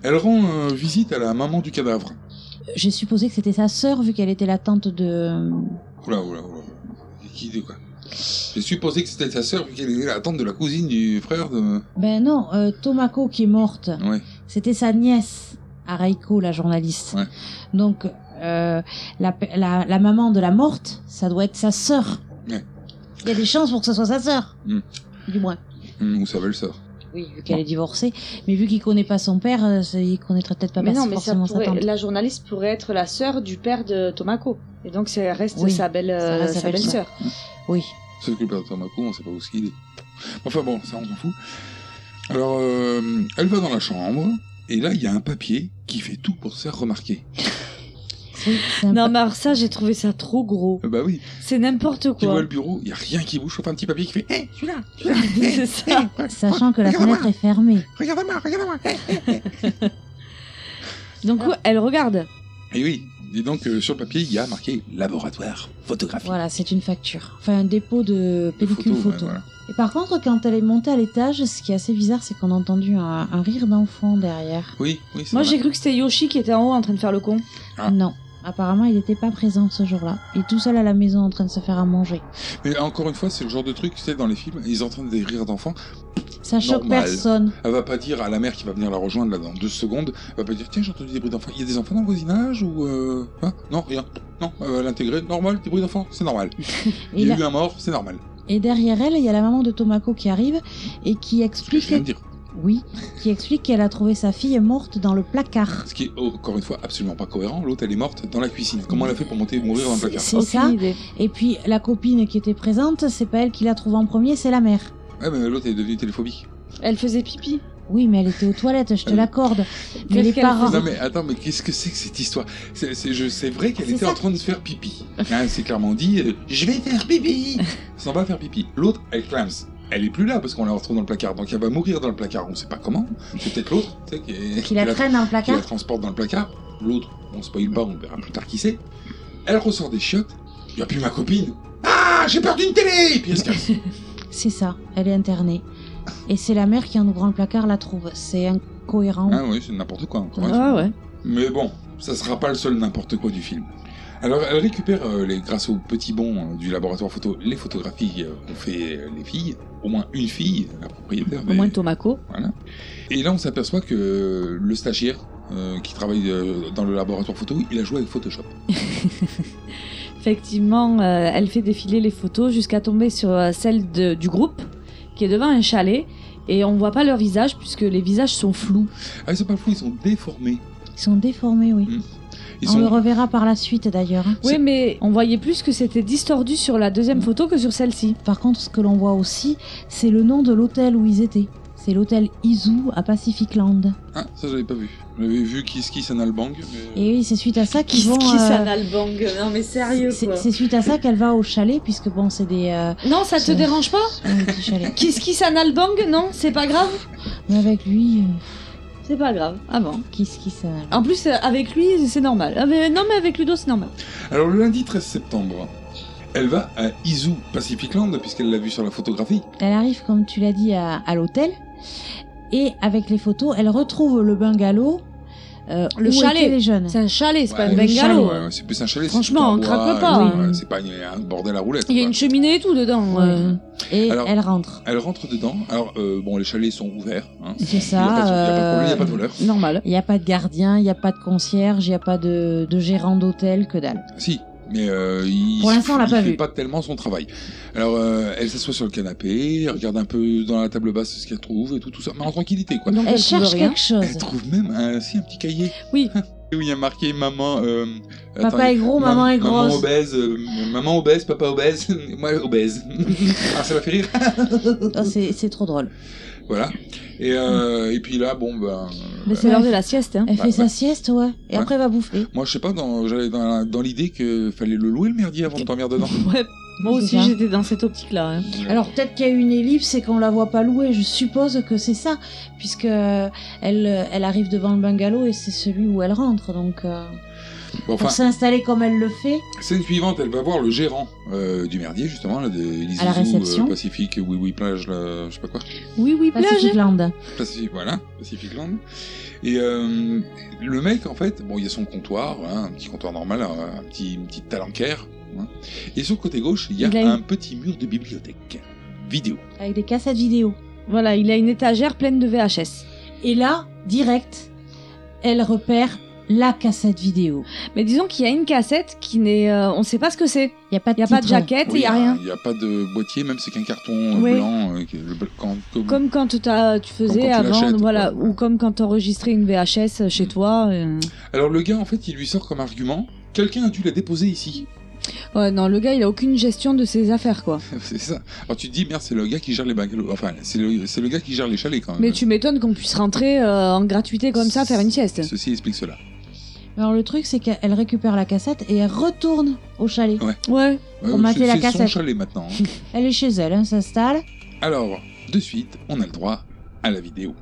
Speaker 6: elle rend euh, visite à la maman du cadavre.
Speaker 7: J'ai supposé que c'était sa sœur, vu qu'elle était la tante de.
Speaker 6: Oula, oula, oula. Qui dit quoi J'ai supposé que c'était sa sœur, vu qu'elle était la tante de la cousine du frère de.
Speaker 7: Ben non, euh, Tomako qui est morte.
Speaker 6: Ouais.
Speaker 7: C'était sa nièce, Araiko, la journaliste.
Speaker 6: Ouais.
Speaker 7: Donc, euh, la, pe- la, la maman de la morte, ça doit être sa sœur.
Speaker 6: Ouais.
Speaker 7: Il y a des chances pour que ce soit sa sœur.
Speaker 6: Mm.
Speaker 7: Du moins.
Speaker 6: Hum, ou sa belle-sœur.
Speaker 7: Oui, vu qu'elle est divorcée. Mais vu qu'il connaît pas son père, euh, c'est- il connaîtrait peut-être pas
Speaker 4: Mais non, mais ça
Speaker 7: forcément sa
Speaker 4: pourrait-
Speaker 7: tante.
Speaker 4: la journaliste pourrait être la sœur du père de Tomako. Et donc, ça reste
Speaker 7: Oui,
Speaker 4: sa belle,
Speaker 7: ça
Speaker 4: euh,
Speaker 7: reste
Speaker 4: sa
Speaker 7: sa belle
Speaker 4: belle-sœur.
Speaker 7: Oui.
Speaker 6: Sauf que le père de Tomako, on sait pas où ce qu'il est. Enfin bon, ça on s'en fout. Alors, euh, elle va dans la chambre, et là il y a un papier qui fait tout pour se faire remarquer.
Speaker 7: Oui, c'est un
Speaker 4: Non,
Speaker 7: peu-
Speaker 4: mais alors ça, j'ai trouvé ça trop gros.
Speaker 6: Euh, bah oui,
Speaker 4: C'est n'importe
Speaker 6: tu vois
Speaker 4: quoi.
Speaker 6: le bureau, il y a rien qui bouge, sauf un petit papier qui fait Eh, Hé, celui-là,
Speaker 4: C'est ça.
Speaker 7: Sachant que la fenêtre est fermée.
Speaker 6: regardez-moi, regardez-moi hé.
Speaker 4: Donc, ouais, elle regarde.
Speaker 6: eh. Et oui, dis donc, euh, sur le papier, il y a marqué laboratoire photographie.
Speaker 7: Voilà, c'est une facture. Enfin, un dépôt de
Speaker 6: Des
Speaker 7: pellicule
Speaker 6: photos,
Speaker 7: photo.
Speaker 6: ouais, voilà.
Speaker 7: Et par contre, quand elle est montée à l'étage, ce qui est assez bizarre, c'est qu'on a entendu un, un rire d'enfant derrière.
Speaker 6: Oui, oui, c'est
Speaker 4: Moi,
Speaker 6: vrai.
Speaker 4: j'ai cru que c'était Yoshi qui était en haut en train de faire le con.
Speaker 6: Ah.
Speaker 7: Non. Apparemment, il n'était pas présent ce jour-là. Il est tout seul à la maison en train de se faire à manger.
Speaker 6: Mais encore une fois, c'est le genre de truc, tu sais, dans les films, ils entendent des rires d'enfants.
Speaker 7: Ça choque
Speaker 6: Normal.
Speaker 7: personne.
Speaker 6: Elle va pas dire à la mère qui va venir la rejoindre là dans deux secondes, elle va pas dire tiens j'ai entendu des bruits d'enfants, il y a des enfants dans le voisinage ou euh... hein Non, rien. Non, elle va l'intégrer, normal, des bruits d'enfants, c'est normal.
Speaker 7: Et,
Speaker 6: Il y a
Speaker 7: là-
Speaker 6: eu un mort, c'est normal.
Speaker 7: et derrière elle, il y a la maman de Tomako qui arrive et qui
Speaker 6: Ce que je viens de
Speaker 7: explique,
Speaker 6: dire.
Speaker 7: oui, qui explique qu'elle a trouvé sa fille morte dans le placard.
Speaker 6: Ce qui est oh, encore une fois absolument pas cohérent, l'autre elle est morte dans la cuisine. Comment elle a fait pour monter mourir dans le placard
Speaker 7: C'est ça.
Speaker 4: idée.
Speaker 7: Et puis la copine qui était présente, c'est pas elle qui l'a trouvée en premier, c'est la mère.
Speaker 6: Ouais mais l'autre elle est devenue téléphobique.
Speaker 4: Elle faisait pipi.
Speaker 7: Oui, mais elle était aux toilettes, je te
Speaker 6: Euh,
Speaker 7: l'accorde. Mais les
Speaker 4: qu'elle
Speaker 7: parents.
Speaker 6: Non mais attends, mais qu'est-ce que c'est que cette histoire C'est c'est- je- c'est vrai qu'elle
Speaker 7: C'est
Speaker 6: était
Speaker 7: ça.
Speaker 6: en train de se faire pipi. Hein, c'est clairement dit, euh, je vais faire pipi Elle s'en va faire pipi. L'autre, elle clams. Elle est plus là parce qu'on la retrouve dans le placard, donc elle va mourir dans le placard. On sait pas comment. C'est peut-être l'autre, tu sais, qui, est-
Speaker 7: Qui la
Speaker 6: qui
Speaker 7: traîne dans le
Speaker 6: qui la
Speaker 7: placard
Speaker 6: transporte dans le placard. l'autre, on spoil pas, on verra plus tard qui c'est. Elle ressort des chiottes, il y a plus ma copine. Ah, j'ai peur d'une télé Et puis elle se casse.
Speaker 7: C'est ça, elle est internée. Et c'est la mère qui, en ouvrant le placard, la trouve. C'est incohérent.
Speaker 6: Ah oui, c'est n'importe quoi, encore une fois.
Speaker 4: Ah ouais.
Speaker 6: Mais bon, ça sera pas le seul n'importe quoi du film. Alors, elle récupère, euh, les, grâce aux petits bons euh, du laboratoire photo, les photographies euh, qu'ont fait euh, les filles. Au moins une fille, la propriétaire.
Speaker 4: Au
Speaker 6: des-
Speaker 4: moins Tomako.
Speaker 6: Voilà. Et là, on s'aperçoit que euh, le stagiaire euh, qui travaille euh, dans le laboratoire photo, il a joué avec Photoshop.
Speaker 4: Effectivement, euh, elle fait défiler les photos jusqu'à tomber sur euh, celle de- du groupe qui est devant un chalet et on voit pas leur visage puisque les visages sont flous.
Speaker 6: Ah, ils sont pas fous, ils sont déformés.
Speaker 7: Ils sont déformés, oui.
Speaker 6: Ils
Speaker 7: on
Speaker 6: sont...
Speaker 7: le reverra par la suite, d'ailleurs. hein.
Speaker 4: Oui, mais Mm. on voyait plus que c'était distordu sur la deuxième photo que sur celle-ci.
Speaker 7: Par contre, ce que l'on voit aussi, c'est le nom de l'hôtel où ils étaient. C'est l'hôtel Izu à Pacific Land.
Speaker 6: Ah, ça, j'avais pas vu. J'avais vu Kiss Kiss and Albang. Mais... euh.
Speaker 7: Et oui, c'est suite à ça qu'ils vont. euh,
Speaker 4: albang Non mais sérieux
Speaker 7: c'est- c'est suite à ça qu'elle va au chalet, puisque bon, c'est des. euh,
Speaker 4: Non, ça te
Speaker 7: C'est-
Speaker 4: dérange pas
Speaker 7: un petit chalet.
Speaker 4: Kiss Kiss un albang Non, c'est pas grave
Speaker 7: Mais avec lui, euh,
Speaker 4: C'est pas grave. Ah bon.
Speaker 7: qui kiss kiss. euh,
Speaker 4: En plus, euh, avec lui, c'est normal. Ah, mais- non mais avec Ludo, c'est normal.
Speaker 6: Alors, le lundi 13 septembre, elle va à Izu Pacific Land, puisqu'elle l'a vu sur la photographie.
Speaker 7: Elle arrive, comme tu l'as dit, à, à l'hôtel. Et avec les photos, elle retrouve le bungalow. euh,
Speaker 4: Le
Speaker 7: où
Speaker 4: chalet.
Speaker 7: étaient les jeunes.
Speaker 4: C'est un chalet, c'est pas un
Speaker 6: Ouais,
Speaker 4: bungalow.
Speaker 6: ouais, ouais, c'est plus un chalet. c'est
Speaker 4: Franchement,
Speaker 6: tout en
Speaker 4: on craque pas,
Speaker 6: bois, et tout,
Speaker 4: hein.
Speaker 6: ouais, C'est pas une- un bordel à roulette.
Speaker 4: Il y a une cheminée et tout dedans. euh.
Speaker 7: Et
Speaker 6: Alors-
Speaker 7: elle rentre.
Speaker 6: Elle rentre dedans. Alors, euh, bon, les chalets sont ouverts. Hein.
Speaker 7: C'est
Speaker 6: Il n'y a, pas de- y
Speaker 7: ça.
Speaker 6: a pas de problème, il n'y a pas de
Speaker 7: euh,
Speaker 6: voleur.
Speaker 4: Normal.
Speaker 7: Il n'y a pas de gardien, il n'y a pas de concierge, il n'y a pas de, de gérant d'hôtel, que dalle.
Speaker 6: Si, mais euh, il,
Speaker 7: Pour l'instant, on l'a
Speaker 6: il
Speaker 7: pas
Speaker 6: fait
Speaker 7: vu.
Speaker 6: pas tellement son travail. Alors, euh, elle s'assoit sur le canapé, elle regarde un peu dans la table basse ce qu'elle trouve et tout, tout ça. Mais en tranquillité, quoi.
Speaker 4: Donc
Speaker 7: Elle,
Speaker 4: elle trouve
Speaker 7: cherche
Speaker 4: rien.
Speaker 7: quelque chose.
Speaker 6: Elle trouve même un, si, un petit cahier.
Speaker 4: Oui.
Speaker 6: où il y a marqué maman. euh,
Speaker 7: Papa
Speaker 6: attends,
Speaker 7: est gros,
Speaker 6: mam-
Speaker 7: maman est grosse.
Speaker 6: Maman obèse, euh, maman obèse, papa obèse, moi obèse. ah, ça m'a fait rire.
Speaker 7: Oh, c'est c'est trop drôle.
Speaker 6: Voilà. Et, euh, et puis là, bon, ben.
Speaker 4: Mais c'est l'heure de la sieste. Hein.
Speaker 7: Elle
Speaker 6: Bah,
Speaker 7: fait sa
Speaker 6: ouais.
Speaker 7: sieste, ouais. Et
Speaker 6: Ouais.
Speaker 7: après, elle va bouffer.
Speaker 6: Moi, je sais pas, dans, j'avais dans, la- dans l'idée que fallait le louer le merdier avant de dormir dedans.
Speaker 4: Ouais, moi
Speaker 7: C'est
Speaker 4: aussi
Speaker 7: ça.
Speaker 4: j'étais dans cette optique-là. hein.
Speaker 6: Mm.
Speaker 7: Alors peut-être qu'il y a une ellipse et qu'on la voit pas louer. Je suppose que c'est ça, puisque euh, elle, euh, elle arrive devant le bungalow et c'est celui où elle rentre. Donc euh,
Speaker 6: Bon, enfin,
Speaker 7: pour s'installer comme elle le fait,
Speaker 6: Scène suivante, elle va voir le gérant euh, du merdier, justement, là, de Elizou,
Speaker 7: À la réception.
Speaker 6: euh, Pacifique, oui, oui, plage, là, je sais pas quoi.
Speaker 4: Oui, oui, plage.
Speaker 7: Pacific Land.
Speaker 6: Pacifique, voilà, Pacific Land. Et euh, le mec, en fait, bon, il y a son comptoir, voilà, un petit comptoir normal, un un petit, une petite talanquaire. hein. Et sur le côté gauche, il y a,
Speaker 4: Il a
Speaker 6: un petit mur de bibliothèque. Vidéo.
Speaker 7: avec des cassettes vidéo.
Speaker 4: Voilà, il a une étagère pleine de VHS.
Speaker 7: Et là, direct, elle repère la cassette vidéo.
Speaker 4: Mais disons qu'il y a une cassette qui n'est, euh, on sait pas ce que c'est.
Speaker 7: Il y a pas de,
Speaker 4: Il y a pas de
Speaker 7: titre.
Speaker 4: jaquette, il
Speaker 6: Oui,
Speaker 4: y a rien.
Speaker 6: Il n'y a pas de boîtier, même c'est qu'un carton euh,
Speaker 4: Oui.
Speaker 6: blanc. euh, qui est le bl- quand- comme-
Speaker 4: Comme quand t'as- tu
Speaker 6: Comme quand
Speaker 4: faisais
Speaker 6: tu
Speaker 4: avant,
Speaker 6: l'achètes,
Speaker 4: voilà,
Speaker 6: quoi.
Speaker 4: ou comme quand t'enregistrais une VHS chez toi. euh.
Speaker 6: Alors le gars, en fait, il lui sort comme argument quelqu'un a dû la déposer ici.
Speaker 4: Ouais, non, le gars, il a aucune gestion de ses affaires, quoi.
Speaker 6: C'est ça. Alors tu te dis, merde, c'est le gars qui gère les bungalows. Enfin, c'est le, c'est le gars qui gère les chalets quand même.
Speaker 4: Mais tu m'étonnes qu'on puisse rentrer euh, en gratuité comme ça, faire une sieste.
Speaker 6: Ceci explique cela.
Speaker 7: Alors le truc, c'est qu'elle récupère la cassette et elle retourne au chalet.
Speaker 6: Ouais.
Speaker 4: Ouais.
Speaker 6: Ouais,
Speaker 7: Pour
Speaker 6: Euh,
Speaker 7: mater
Speaker 6: c'est-
Speaker 7: la
Speaker 6: c'est son
Speaker 7: cassette.
Speaker 6: chalet maintenant. hein.
Speaker 7: Elle est chez elle, elle s'installe.
Speaker 6: Alors, de suite, on a le droit à la vidéo.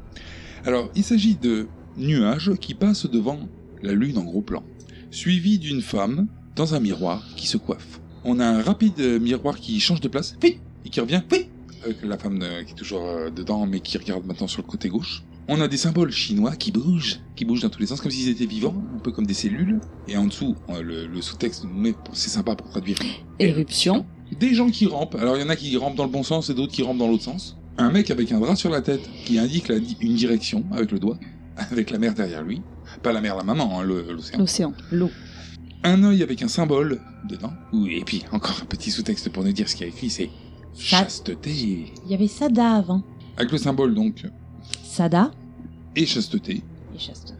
Speaker 6: Alors, il s'agit de nuages qui passent devant la lune en gros plan, suivi d'une femme dans un miroir qui se coiffe. On a un rapide euh, miroir qui change de place, oui, et qui revient, oui, avec la femme euh, qui est toujours euh, dedans, mais qui regarde maintenant sur le côté gauche. On a des symboles chinois qui bougent, qui bougent dans tous les sens, comme s'ils étaient vivants, un peu comme des cellules. Et en dessous, euh, le, le sous-texte nous met, c'est sympa pour traduire,
Speaker 4: Éruption.
Speaker 6: des gens qui rampent. Alors, il y en a qui rampent dans le bon sens et d'autres qui rampent dans l'autre sens. Un mec avec un drap sur la tête qui indique la di- une direction avec le doigt, avec la mer derrière lui. Pas la mer, la maman, hein, le- l'océan.
Speaker 4: L'océan. L'eau.
Speaker 6: Un œil avec un symbole dedans. Oui, Et puis, encore un petit sous-texte pour nous dire ce qu'il y a écrit, c'est chasteté.
Speaker 7: Il y avait Sada avant.
Speaker 6: Avec le symbole, donc,
Speaker 7: Sada
Speaker 6: et chasteté.
Speaker 7: et chasteté.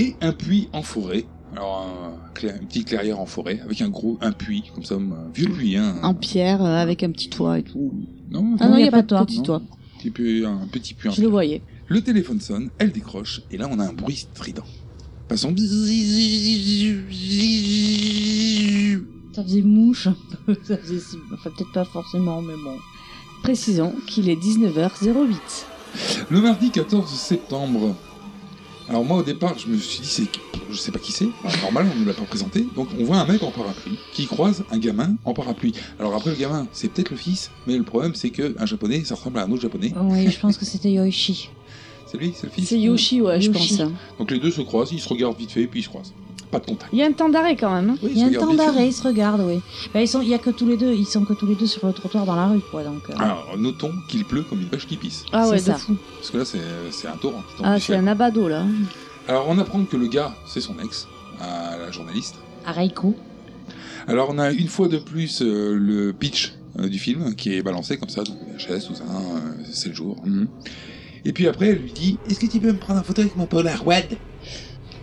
Speaker 6: Et un puits en forêt. Alors, un, cla- une petite clairière en forêt, avec un gros, un puits, comme ça, un vieux puits, hein.
Speaker 4: En pierre, euh, avec un petit toit et tout.
Speaker 6: Non,
Speaker 4: Ah
Speaker 7: Non,
Speaker 4: non,
Speaker 7: y
Speaker 4: il
Speaker 7: a
Speaker 4: n'y a
Speaker 7: pas
Speaker 4: pas
Speaker 7: de
Speaker 4: de
Speaker 7: toit.
Speaker 4: petit toit.
Speaker 6: un petit puits, un petit puits en
Speaker 4: Je le voyais.
Speaker 6: Le téléphone sonne, elle décroche, et là on a un bruit strident. Passons. Voilà,
Speaker 7: Ça faisait mouche un peu. Ça faisait... si- Enfin, peut-être pas forcément, mais bon.
Speaker 4: Précisons qu'il est 19h08.
Speaker 6: le mardi 14 septembre. Alors moi au départ, je me suis dit, c'est, je sais pas qui c'est. Alors, normal, on ne l'a pas présenté. Donc on voit un mec en parapluie qui croise un gamin en parapluie. Alors après le gamin, c'est peut-être le fils, mais le problème c'est que un japonais, ça ressemble à un autre japonais.
Speaker 7: Oui, je pense que c'était Yoichi.
Speaker 6: C'est lui, c'est le fils.
Speaker 4: C'est Yoshi, ouais,
Speaker 7: Yoshi.
Speaker 4: je pense.
Speaker 6: Donc les deux se croisent, ils se regardent vite fait, puis ils se croisent. Pas de contact.
Speaker 4: Il y a un temps d'arrêt quand même. hein.
Speaker 6: Oui, ils
Speaker 7: Il y a
Speaker 6: se regardent
Speaker 7: un temps
Speaker 6: vite fait.
Speaker 7: d'arrêt, ils se regardent, oui. Ben, ils sont, il y a que tous les deux, ils sont que tous les deux sur le trottoir dans la rue, quoi. Donc, euh,
Speaker 6: Alors notons qu'il pleut comme une vache qui pisse.
Speaker 4: Ah
Speaker 7: C'est
Speaker 4: ouais,
Speaker 7: ça.
Speaker 4: de fou.
Speaker 6: Parce que là, c'est, c'est un torrent. qui tombe
Speaker 4: Ah,
Speaker 6: du
Speaker 4: c'est
Speaker 6: ciel.
Speaker 4: un abado là.
Speaker 6: Alors on apprend que le gars, c'est son ex, à la journaliste.
Speaker 7: à Reiko.
Speaker 6: Alors on a une fois de plus euh, le pitch euh, du film qui est balancé comme ça, donc VHS, tout ça, hein, euh, c'est le jour. Mhm. Et puis après, elle lui dit Est-ce que tu peux me prendre un photo avec mon Polaroid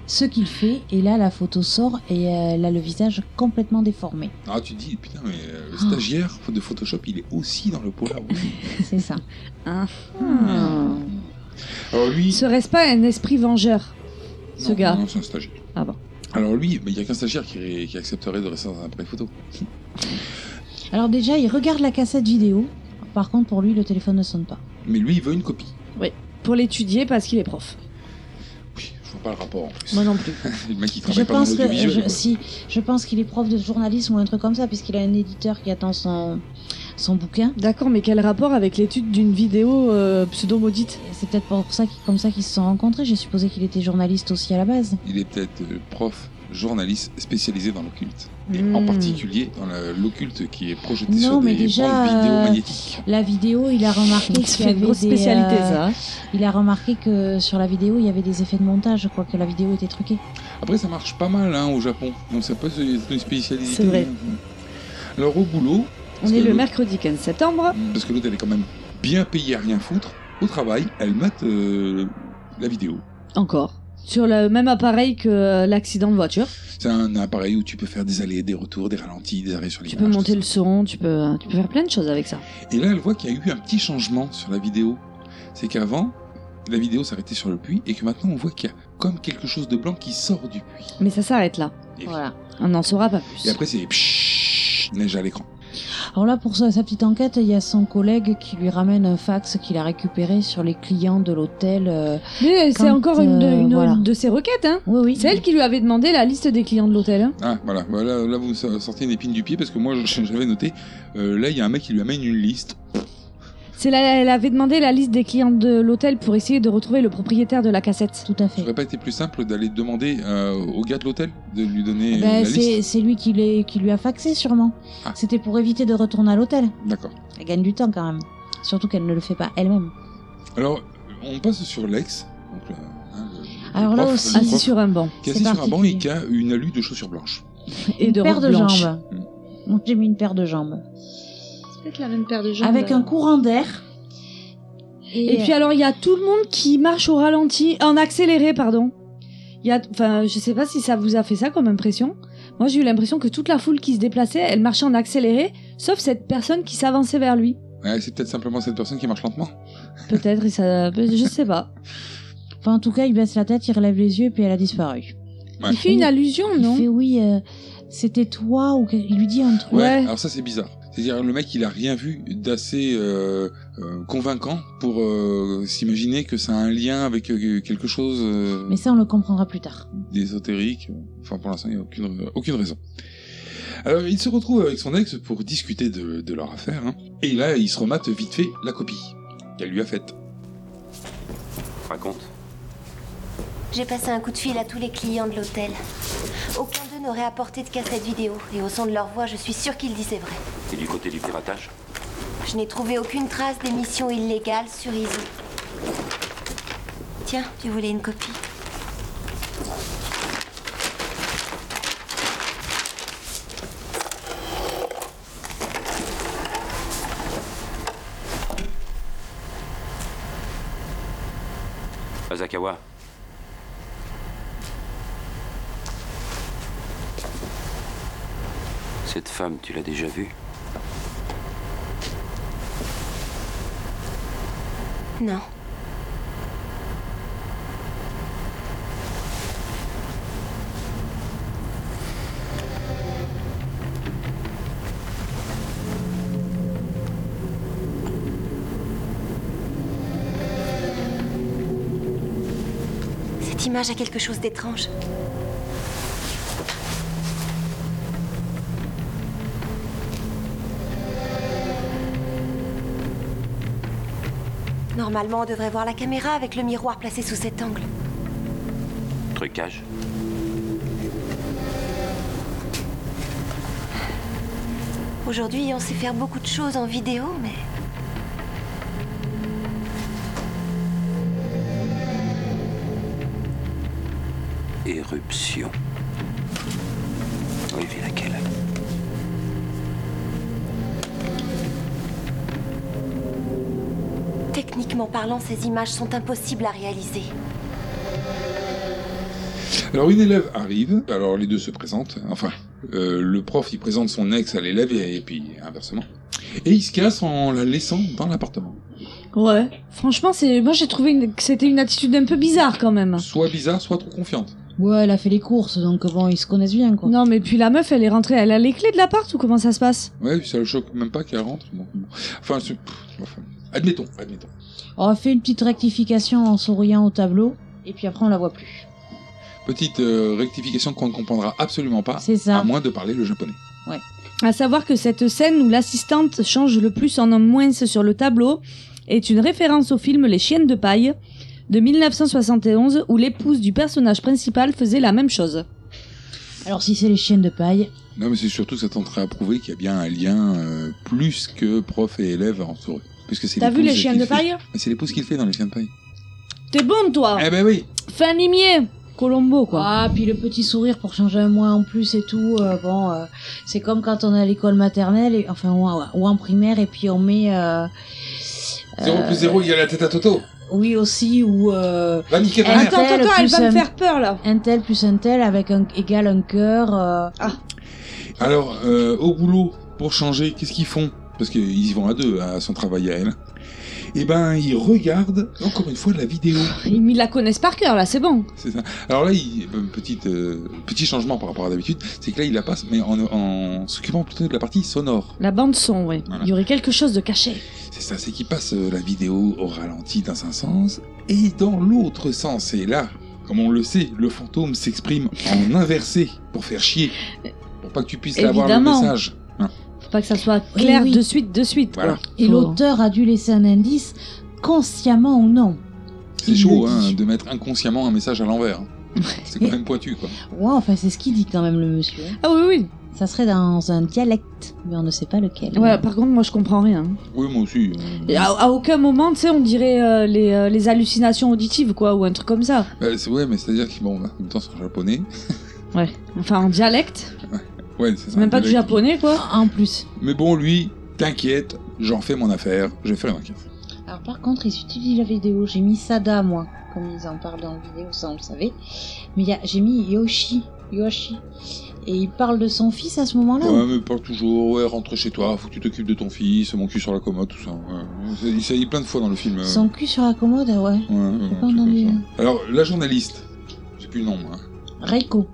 Speaker 7: Ce qu'il fait, et là, la photo sort, et euh, elle a le visage complètement déformé.
Speaker 6: Alors Ah, tu te dis Putain, mais euh,
Speaker 4: Ah.
Speaker 6: le stagiaire de Photoshop, il est aussi dans le Polaroid.
Speaker 7: C'est ça. Hmm.
Speaker 6: Alors lui.
Speaker 4: Il se reste pas un esprit vengeur, ce
Speaker 6: Non,
Speaker 4: gars.
Speaker 6: Non, c'est un stagiaire.
Speaker 4: Ah bon.
Speaker 6: Alors lui, mais il n'y a qu'un stagiaire qui, ré- qui accepterait de rester dans un appareil photo.
Speaker 7: Alors, déjà, il regarde la cassette vidéo. Par contre, pour lui, le téléphone ne sonne pas.
Speaker 6: Mais lui, il veut une copie.
Speaker 4: Pour l'étudier parce qu'il est prof.
Speaker 6: Oui, je vois pas le rapport en plus.
Speaker 4: Moi non plus.
Speaker 6: le mec, il
Speaker 7: Je
Speaker 6: travaille pas dans
Speaker 7: pense que
Speaker 6: l'audiovisuel.
Speaker 7: je,
Speaker 6: quoi.
Speaker 7: si, je pense qu'il est prof de journalisme ou un truc comme ça, puisqu'il a un éditeur qui attend son, son bouquin.
Speaker 4: D'accord, mais quel rapport avec l'étude d'une vidéo euh, pseudo-maudite
Speaker 7: Et C'est peut-être pour ça qu'ils- comme ça qu'ils se sont rencontrés. J'ai supposé qu'il était journaliste aussi à la base.
Speaker 6: Il est peut-être euh, prof, journaliste spécialisé dans l'occulte. Et
Speaker 4: Hmm.
Speaker 6: en particulier dans la- l'occulte qui est projetée
Speaker 7: Non,
Speaker 6: sur
Speaker 7: mais
Speaker 6: des
Speaker 7: déjà,
Speaker 6: bandes vidéo
Speaker 7: euh,
Speaker 6: magnétiques.
Speaker 7: La vidéo, il a remarqué qu'il y
Speaker 4: C'est
Speaker 7: avait
Speaker 4: une grosse
Speaker 7: des,
Speaker 4: spécialité
Speaker 7: euh,
Speaker 4: ça. hein.
Speaker 7: Il a remarqué que sur la vidéo, il y avait des effets de montage, quoi, que la vidéo était truquée.
Speaker 6: Après, ça marche pas mal hein, au Japon. Donc, ça peut être une spécialité. Hmm.
Speaker 4: C'est vrai.
Speaker 6: Alors, au boulot,
Speaker 4: On
Speaker 6: Parce
Speaker 4: est
Speaker 6: que
Speaker 4: le
Speaker 6: l'autre- Hmm,
Speaker 4: mercredi 15 septembre.
Speaker 6: parce que l'autre, elle est quand même bien payée à rien foutre, au travail, elle mate euh, la vidéo.
Speaker 4: Encore. Sur le même appareil que euh, l'accident de voiture.
Speaker 6: C'est un appareil où tu peux faire des allées, des retours, des ralentis, des arrêts sur les
Speaker 4: Tu peux
Speaker 7: Ah,
Speaker 4: monter le son, tu peux, tu peux faire plein de choses avec ça.
Speaker 6: Et là, elle voit qu'il y a eu un petit changement sur la vidéo. C'est qu'avant, la vidéo s'arrêtait sur le puits et que maintenant, on voit qu'il y a comme quelque chose de blanc qui sort du puits.
Speaker 4: Mais ça s'arrête là.
Speaker 6: Et,
Speaker 7: Voilà.
Speaker 4: On n'en saura pas
Speaker 6: et
Speaker 4: plus.
Speaker 6: après, c'est pshhh, neige à l'écran.
Speaker 7: Alors là, pour sa, sa petite enquête, il y a son collègue qui lui ramène un fax qu'il a récupéré sur les clients de l'hôtel. euh,
Speaker 4: Mais c'est
Speaker 7: Quand,
Speaker 4: encore une, de-
Speaker 7: euh,
Speaker 4: une
Speaker 7: voilà.
Speaker 4: de ses requêtes, hein
Speaker 7: Oui, oui.
Speaker 4: C'est elle qui lui avait demandé la liste des clients de l'hôtel. hein.
Speaker 6: Ah, voilà. voilà là, vous sortez une épine du pied parce que moi, je- j'avais noté. euh, là, il y a un mec qui lui amène une liste.
Speaker 4: C'est la, elle avait demandé la liste des clients de l'hôtel pour essayer de retrouver le propriétaire de la cassette.
Speaker 7: Tout
Speaker 6: Ça
Speaker 7: à fait.
Speaker 6: aurait pas été plus simple d'aller demander euh, au gars de l'hôtel de lui donner
Speaker 7: Ben,
Speaker 6: la
Speaker 7: c'est
Speaker 6: liste
Speaker 7: c'est lui qui, l'est- qui lui a faxé, sûrement.
Speaker 6: Ah.
Speaker 7: C'était pour éviter de retourner à l'hôtel.
Speaker 6: D'accord.
Speaker 7: Elle gagne du temps, quand même. Surtout qu'elle ne le fait pas elle-même.
Speaker 6: Alors, on passe sur l'ex. donc, euh, hein, le- le
Speaker 7: Alors là
Speaker 6: prof,
Speaker 7: aussi-
Speaker 6: le
Speaker 4: Assis
Speaker 6: prof
Speaker 4: sur un banc
Speaker 6: qui est
Speaker 7: c'est
Speaker 6: assis sur un banc et
Speaker 7: particulier.
Speaker 6: qui a une alu de chaussures blanches.
Speaker 4: et
Speaker 7: une
Speaker 4: de
Speaker 7: paire
Speaker 4: robe
Speaker 7: de
Speaker 4: blanche.
Speaker 7: jambes. Moi, J'ai mis une paire de jambes.
Speaker 5: C'est peut-être la même paire de jambes.
Speaker 7: Avec un courant d'air.
Speaker 4: euh. Et puis alors il y a tout le monde qui marche au ralenti, en accéléré pardon. Il y a, enfin je sais pas si ça vous a fait ça comme impression. Moi j'ai eu l'impression que toute la foule qui se déplaçait, elle marchait en accéléré, sauf cette personne qui s'avançait vers lui.
Speaker 6: Ouais, c'est peut-être simplement cette personne qui marche lentement.
Speaker 4: Peut-être et ça, je sais pas.
Speaker 7: Enfin, en tout cas, il baisse la tête, il relève les yeux, et puis elle a disparu.
Speaker 6: Ouais.
Speaker 4: Il fait une allusion non
Speaker 7: Il fait oui, euh, c'était toi ou que- il lui dit un truc.
Speaker 6: Ouais.
Speaker 4: Ouais.
Speaker 6: Alors ça c'est bizarre. C'est-à-dire le mec il a rien vu d'assez euh, euh, convaincant pour euh, s'imaginer que ça a un lien avec euh, quelque chose euh,
Speaker 7: Mais ça, on le comprendra plus tard.
Speaker 6: d'ésotérique. Enfin pour l'instant il n'y a aucune, aucune raison. Alors il se retrouve avec son ex pour discuter de, de leur affaire. hein. Et là il se remate vite fait la copie qu'elle lui a faite.
Speaker 2: Raconte.
Speaker 3: J'ai passé un coup de fil à tous les clients de l'hôtel. Aucun d'eux n'aurait apporté de cassette vidéo, et au son de leur voix, je suis sûre qu'ils disaient vrai.
Speaker 2: Et du côté du piratage
Speaker 3: Je n'ai trouvé aucune trace d'émission illégale sur Iso. Tiens, tu voulais une copie
Speaker 2: Azakawa, cette femme, tu l'as déjà vue
Speaker 3: Non. C'est image a quelque chose d'étrange. Normalement, on devrait voir la caméra avec le miroir placé sous cet angle.
Speaker 2: Trucage.
Speaker 3: Aujourd'hui, on sait faire beaucoup de choses en vidéo, mais...
Speaker 2: Éruption. Oui, c'est laquelle
Speaker 3: Techniquement parlant, ces images sont impossibles à réaliser.
Speaker 6: Alors une élève arrive, alors les deux se présentent, enfin, euh, le prof il présente son ex à l'élève et, et puis inversement. Et il se casse en la laissant dans l'appartement.
Speaker 4: Ouais. Franchement, c'est moi j'ai trouvé une- que c'était une attitude un peu bizarre quand même.
Speaker 6: Soit bizarre, soit trop confiante.
Speaker 7: Ouais, elle a fait les courses, donc bon, ils se connaissent bien, quoi.
Speaker 4: Non, mais puis la meuf, elle est rentrée, elle a les clés de l'appart ou comment ça se passe
Speaker 6: Ouais, puis ça le choque même pas qu'elle rentre. donc bon. Enfin, c'est- pff, enfin, admettons, admettons.
Speaker 7: On fait une petite rectification en souriant au tableau, et puis après, on la voit plus.
Speaker 6: Petite euh, rectification qu'on ne comprendra absolument pas,
Speaker 7: C'est ça.
Speaker 4: Ah,
Speaker 6: à moins de parler le japonais.
Speaker 4: À savoir que cette scène où l'assistante change le plus en homme moins sur le tableau est une référence au film Les chiennes de paille de 1971 où l'épouse du personnage principal faisait la même chose.
Speaker 7: Alors, si c'est les chiennes de paille,
Speaker 6: Non, mais c'est surtout que ça tenterait à prouver qu'il y a bien un lien euh, plus que prof et élève entre eux. Puisque c'est
Speaker 4: T'as vu
Speaker 6: l'épouse
Speaker 4: Les
Speaker 6: qui
Speaker 4: chiennes de
Speaker 6: le fait.
Speaker 4: paille
Speaker 6: Mais C'est l'épouse qu'il fait dans les chiens de paille.
Speaker 4: T'es bonne toi
Speaker 6: Eh ben oui
Speaker 4: Fin limier Colombo quoi.
Speaker 7: Ah, puis le petit sourire pour changer un mois en plus et tout. euh, bon, euh, c'est comme quand on est à l'école maternelle, et, enfin, ou, en- ou en primaire, et puis on met. euh,
Speaker 6: 0 plus 0 il y a la tête à Toto
Speaker 7: oui, aussi, ou. euh,
Speaker 6: Va niquer ta
Speaker 7: Elle-
Speaker 6: mère
Speaker 4: Attends, attends, attends, elle
Speaker 7: plus
Speaker 4: va me
Speaker 7: un-
Speaker 4: faire peur là.
Speaker 7: un tel plus un tel avec un égal un cœur. euh,
Speaker 6: Alors, euh, au boulot, pour changer, qu'est-ce qu'ils font Parce qu'ils y vont à deux, à son travail à elle. Eh ben, ils regardent, encore une fois, de la vidéo.
Speaker 4: Ils la connaissent par cœur là, c'est bon.
Speaker 6: C'est ça. Alors là, il, euh, petite, euh, petit changement par rapport à d'habitude, c'est que là, il la passe, mais en, en s'occupant plutôt de la partie sonore.
Speaker 4: La bande son, ouais.
Speaker 6: Voilà.
Speaker 4: Il y aurait quelque chose de caché.
Speaker 6: C'est ça, c'est qu'il passe euh, la vidéo au ralenti dans un sens et dans l'autre sens. Et là, comme on le sait, le fantôme s'exprime en inversé pour faire chier, pour pas que tu puisses l'avoir le
Speaker 4: Évidemment.
Speaker 6: message.
Speaker 4: Faut pas que ça soit
Speaker 7: Oui,
Speaker 4: clair
Speaker 7: oui.
Speaker 4: de suite, de suite. quoi.
Speaker 6: Voilà.
Speaker 7: et
Speaker 4: Faut-
Speaker 7: l'auteur a dû laisser un indice, consciemment ou non.
Speaker 6: C'est
Speaker 7: Il
Speaker 6: chaud
Speaker 7: le
Speaker 6: hein,
Speaker 7: dit.
Speaker 6: de mettre inconsciemment un message à l'envers. C'est quand même pointu quoi.
Speaker 7: Ouais, enfin, c'est ce qu'il dit quand même, le monsieur. hein.
Speaker 4: Ah oui, oui.
Speaker 7: Ça serait dans un dialecte, mais on ne sait pas lequel.
Speaker 4: Ouais, par contre, moi je comprends rien.
Speaker 6: Oui moi aussi. euh,
Speaker 4: Et à, à aucun moment, tu sais, on dirait euh, les, euh, les hallucinations auditives, quoi, ou un truc comme ça.
Speaker 6: bah, c'est ouais mais c'est à dire que bon bah, en même temps c'est en japonais.
Speaker 4: Enfin, en dialecte.
Speaker 6: Ouais c'est ça.
Speaker 4: Même pas du
Speaker 6: Dialecte.
Speaker 4: japonais, quoi.
Speaker 7: En plus.
Speaker 6: Mais bon lui, t'inquiète, j'en fais mon affaire, j'ai fait l'enquête.
Speaker 7: Alors par contre, ils utilisent la vidéo. J'ai mis Sada, moi, comme ils en parlent dans la vidéo, ça on le savait. Mais il y a- j'ai mis Yoshi, Yoshi. Et il parle de son fils à ce moment-là.
Speaker 4: Ah.
Speaker 6: Ouais mais parle toujours, ouais rentre chez toi, faut que tu t'occupes de ton fils, mon cul sur la commode, tout ça. ouais. C'est- Il s'est dit plein de fois dans le film. euh,
Speaker 7: Son cul sur la commode, ah ouais.
Speaker 6: ouais, ouais, un
Speaker 7: pas
Speaker 6: truc comme
Speaker 7: entendu,
Speaker 6: ça.
Speaker 7: hein.
Speaker 6: Alors la journaliste, j'ai plus le nom. hein.
Speaker 7: Reiko.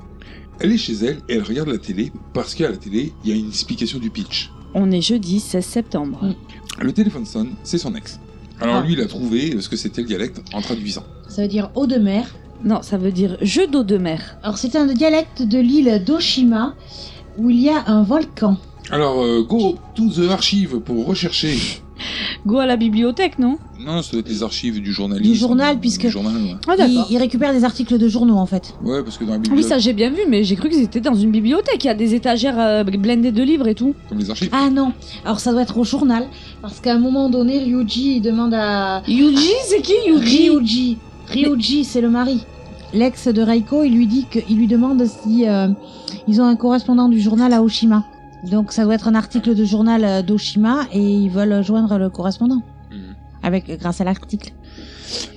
Speaker 6: Elle est chez elle et elle regarde la télé parce qu'à la télé il y a une explication du pitch.
Speaker 4: On est jeudi 16 septembre.
Speaker 7: Mm.
Speaker 6: Le téléphone sonne, c'est son ex. Alors
Speaker 7: Ah.
Speaker 6: lui, il a trouvé euh, ce que c'était le dialecte en traduisant.
Speaker 7: Ça veut dire eau de mer.
Speaker 4: Non, ça veut dire jeu d'eau de mer.
Speaker 7: Alors c'est un dialecte de l'île d'Oshima où il y a un volcan.
Speaker 6: Alors, euh, go to the archive pour rechercher.
Speaker 4: Go à la bibliothèque, non
Speaker 6: Non, ça doit être les archives du journalisme.
Speaker 7: Du journal, puisque-
Speaker 6: Du journal, ouais.
Speaker 4: Ah,
Speaker 7: il,
Speaker 4: d'accord.
Speaker 7: il récupère des articles de journaux en fait.
Speaker 6: Ouais, parce que dans la
Speaker 4: Oui,
Speaker 6: bibliothèque,
Speaker 4: ça j'ai bien vu, mais j'ai cru qu'ils étaient dans une bibliothèque. Il y a des étagères euh, blindées de livres et tout.
Speaker 6: comme les archives.
Speaker 7: Ah non, alors ça doit être au journal parce qu'à un moment donné, Ryuji il demande à
Speaker 4: Yuji, c'est qui Yuji
Speaker 7: Ryuji. Ryuji, c'est le mari. L'ex de Reiko, il lui dit que, il lui demande si euh, ils ont un correspondant du journal à Oshima. Donc ça doit être un article de journal euh, d'Oshima et ils veulent joindre le correspondant
Speaker 6: Mhm.
Speaker 7: avec euh, grâce à l'article.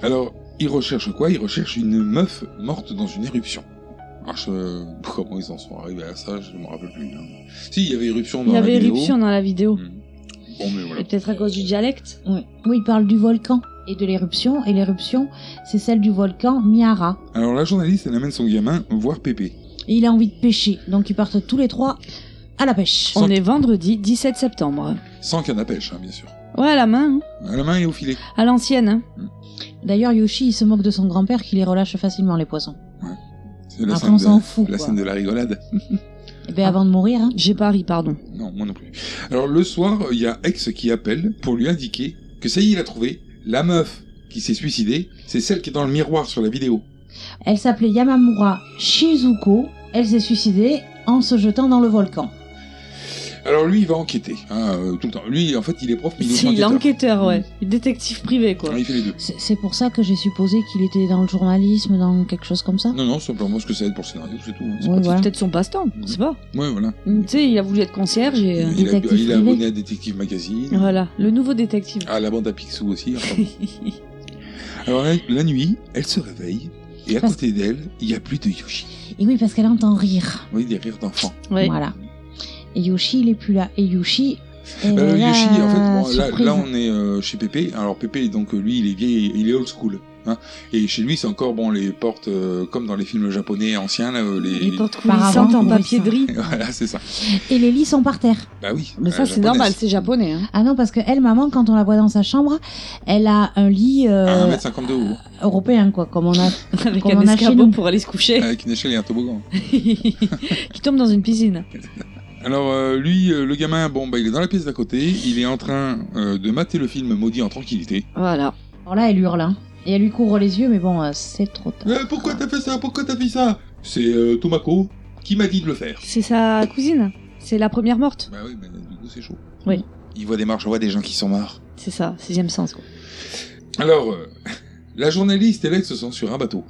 Speaker 6: Alors, il recherche quoi Il recherche une meuf morte dans une éruption. Alors, je- comment ils en sont arrivés à ça Je me rappelle plus. hein. Si, il y avait éruption
Speaker 4: Il
Speaker 6: dans
Speaker 4: y
Speaker 6: la
Speaker 4: avait
Speaker 6: vidéo.
Speaker 4: éruption dans la vidéo.
Speaker 6: Mhm. Bon, mais voilà.
Speaker 4: Et peut-être à cause du dialecte.
Speaker 7: Oui. oui, il parle du volcan et de l'éruption et l'éruption, c'est celle du volcan Miara.
Speaker 6: Alors, la journaliste, elle amène son gamin voir Pépé.
Speaker 7: Et il a envie de pêcher, donc ils partent tous les trois à la pêche.
Speaker 4: On est vendredi 17 septembre.
Speaker 6: Sans canne à pêche, hein, bien sûr.
Speaker 4: Ouais, à la main, hein.
Speaker 6: À la main et au filet.
Speaker 4: à l'ancienne. hein.
Speaker 7: D'ailleurs, Yoshi, il se moque de son grand-père qui les relâche facilement, les poissons.
Speaker 6: C'est la,
Speaker 7: Après,
Speaker 6: scène
Speaker 7: on
Speaker 6: de-
Speaker 7: s'en fout,
Speaker 6: la
Speaker 7: quoi.
Speaker 6: scène de la rigolade.
Speaker 7: Et
Speaker 4: Ah.
Speaker 7: ben, avant de mourir, hein.
Speaker 4: J'ai pas ri, pardon.
Speaker 6: Non, moi non plus. Alors le soir, il y a Ex qui appelle pour lui indiquer que ça y est, il a trouvé la meuf qui s'est suicidée, c'est celle qui est dans le miroir sur la vidéo.
Speaker 7: elle s'appelait Yamamura Shizuko. Elle s'est suicidée en se jetant dans le volcan.
Speaker 6: Alors lui, il va enquêter hein, euh, tout le temps. Lui, en fait, il est prof, mais il est
Speaker 4: C'est
Speaker 6: enquêteur.
Speaker 4: l'enquêteur, ouais. Détective privé, quoi.
Speaker 6: Mm. Ouais, il fait les deux.
Speaker 7: C'est c'est pour ça que j'ai supposé qu'il était dans le journalisme, dans quelque chose comme ça.
Speaker 6: Non, non, simplement ce que ça aide pour le scénario, c'est tout. C'est
Speaker 7: Ouais,
Speaker 6: pas-
Speaker 7: voilà.
Speaker 4: Peut-être son passe-temps, on sait pas. Mm,
Speaker 6: Ouais, voilà.
Speaker 4: Tu sais, il a voulu être concierge et. euh,
Speaker 6: il, a,
Speaker 7: détective
Speaker 6: il a
Speaker 7: privé.
Speaker 6: abonné à Détective Magazine,
Speaker 4: Voilà, le nouveau détective.
Speaker 6: à la bande à Picsou aussi. enfin bon. Alors la, la nuit, elle se réveille, et à
Speaker 7: Parce-
Speaker 6: côté d'elle, il n'y a plus de Yoshi.
Speaker 7: Et oui, parce qu'elle entend rire.
Speaker 6: Vous voyez, des rires d'enfant.
Speaker 4: Ouais.
Speaker 7: Voilà. Et Yoshi, il est plus là. Et Yoshi. elle
Speaker 6: Euh,
Speaker 7: est là,
Speaker 6: Yoshi, en fait, bon, là,
Speaker 7: surprise.
Speaker 6: là, on est euh, chez Pépé. Alors Pépé, donc euh, lui, il est vieil, il est old school. Hein. Et chez lui, c'est encore bon les portes euh, comme dans les films japonais anciens. Là, euh, les...
Speaker 4: Les portes
Speaker 7: Par
Speaker 4: coulissantes
Speaker 7: avant,
Speaker 4: en
Speaker 7: oui,
Speaker 4: papier
Speaker 7: ça.
Speaker 4: de riz.
Speaker 6: voilà, c'est ça.
Speaker 7: Et les lits sont par terre.
Speaker 6: Bah oui.
Speaker 4: Mais
Speaker 6: à la
Speaker 4: ça, c'est
Speaker 6: japonaise.
Speaker 4: normal, c'est japonais. Hein.
Speaker 7: Ah non, parce que elle, maman, quand on la voit dans sa chambre, elle a un lit euh,
Speaker 6: À 1m52 haut, hein,
Speaker 7: européen, quoi, comme on a.
Speaker 4: Avec
Speaker 7: Comme
Speaker 4: un
Speaker 7: on a chez
Speaker 4: escabeau
Speaker 7: nous.
Speaker 4: pour aller se coucher.
Speaker 6: avec une échelle et un toboggan.
Speaker 4: qui tombe dans une piscine.
Speaker 6: Alors euh, lui, euh, le gamin, bon, bah, il est dans la pièce d'à côté. Il est en train euh, de mater le film maudit en tranquillité.
Speaker 4: Voilà.
Speaker 7: Alors là, elle hurle. hein. Et elle lui couvre les yeux, mais bon, euh, c'est trop tard.
Speaker 6: Euh, pourquoi t'as fait ça Pourquoi t'as fait ça C'est euh, Tomako qui m'a dit de le faire.
Speaker 4: C'est sa cousine. C'est la première morte.
Speaker 6: Bah oui, mais du coup, c'est chaud.
Speaker 4: Oui.
Speaker 6: Il voit des marches, on voit des gens qui sont morts.
Speaker 4: C'est ça, sixième sens. Quoi.
Speaker 6: Alors, euh, la journaliste et l'ex sont sur un bateau.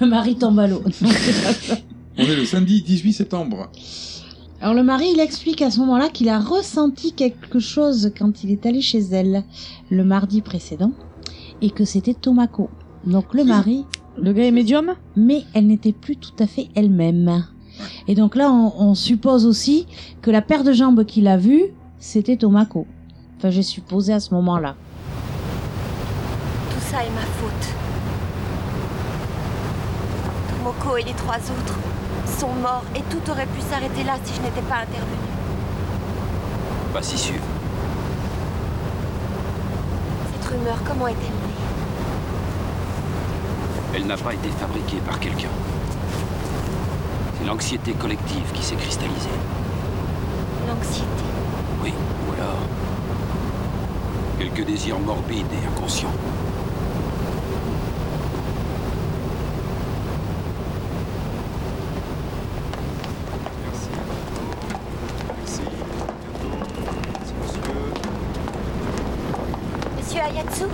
Speaker 7: Le mari tombe à l'eau. Non, c'est pas ça.
Speaker 6: On est le samedi 18 septembre.
Speaker 7: Alors le mari, il explique à ce moment-là qu'il a ressenti quelque chose quand il est allé chez elle le mardi précédent et que c'était Tomako. Donc le mari,
Speaker 4: Le gars est médium
Speaker 7: mais elle n'était plus tout à fait elle-même. Et donc là, on, on suppose aussi que la paire de jambes qu'il a vue, c'était Tomako. Enfin, j'ai supposé à ce moment-là.
Speaker 5: Tout ça est ma faute. Tomoko et les trois autres sont morts et tout aurait pu s'arrêter là si je n'étais pas intervenue.
Speaker 2: Pas si sûr.
Speaker 5: Cette rumeur, comment est-elle née
Speaker 2: Elle n'a pas été fabriquée par quelqu'un. C'est l'anxiété collective qui s'est cristallisée.
Speaker 5: L'anxiété.
Speaker 2: Oui, ou alors. Quelques désirs morbides et inconscients.
Speaker 5: Monsieur Ayatsu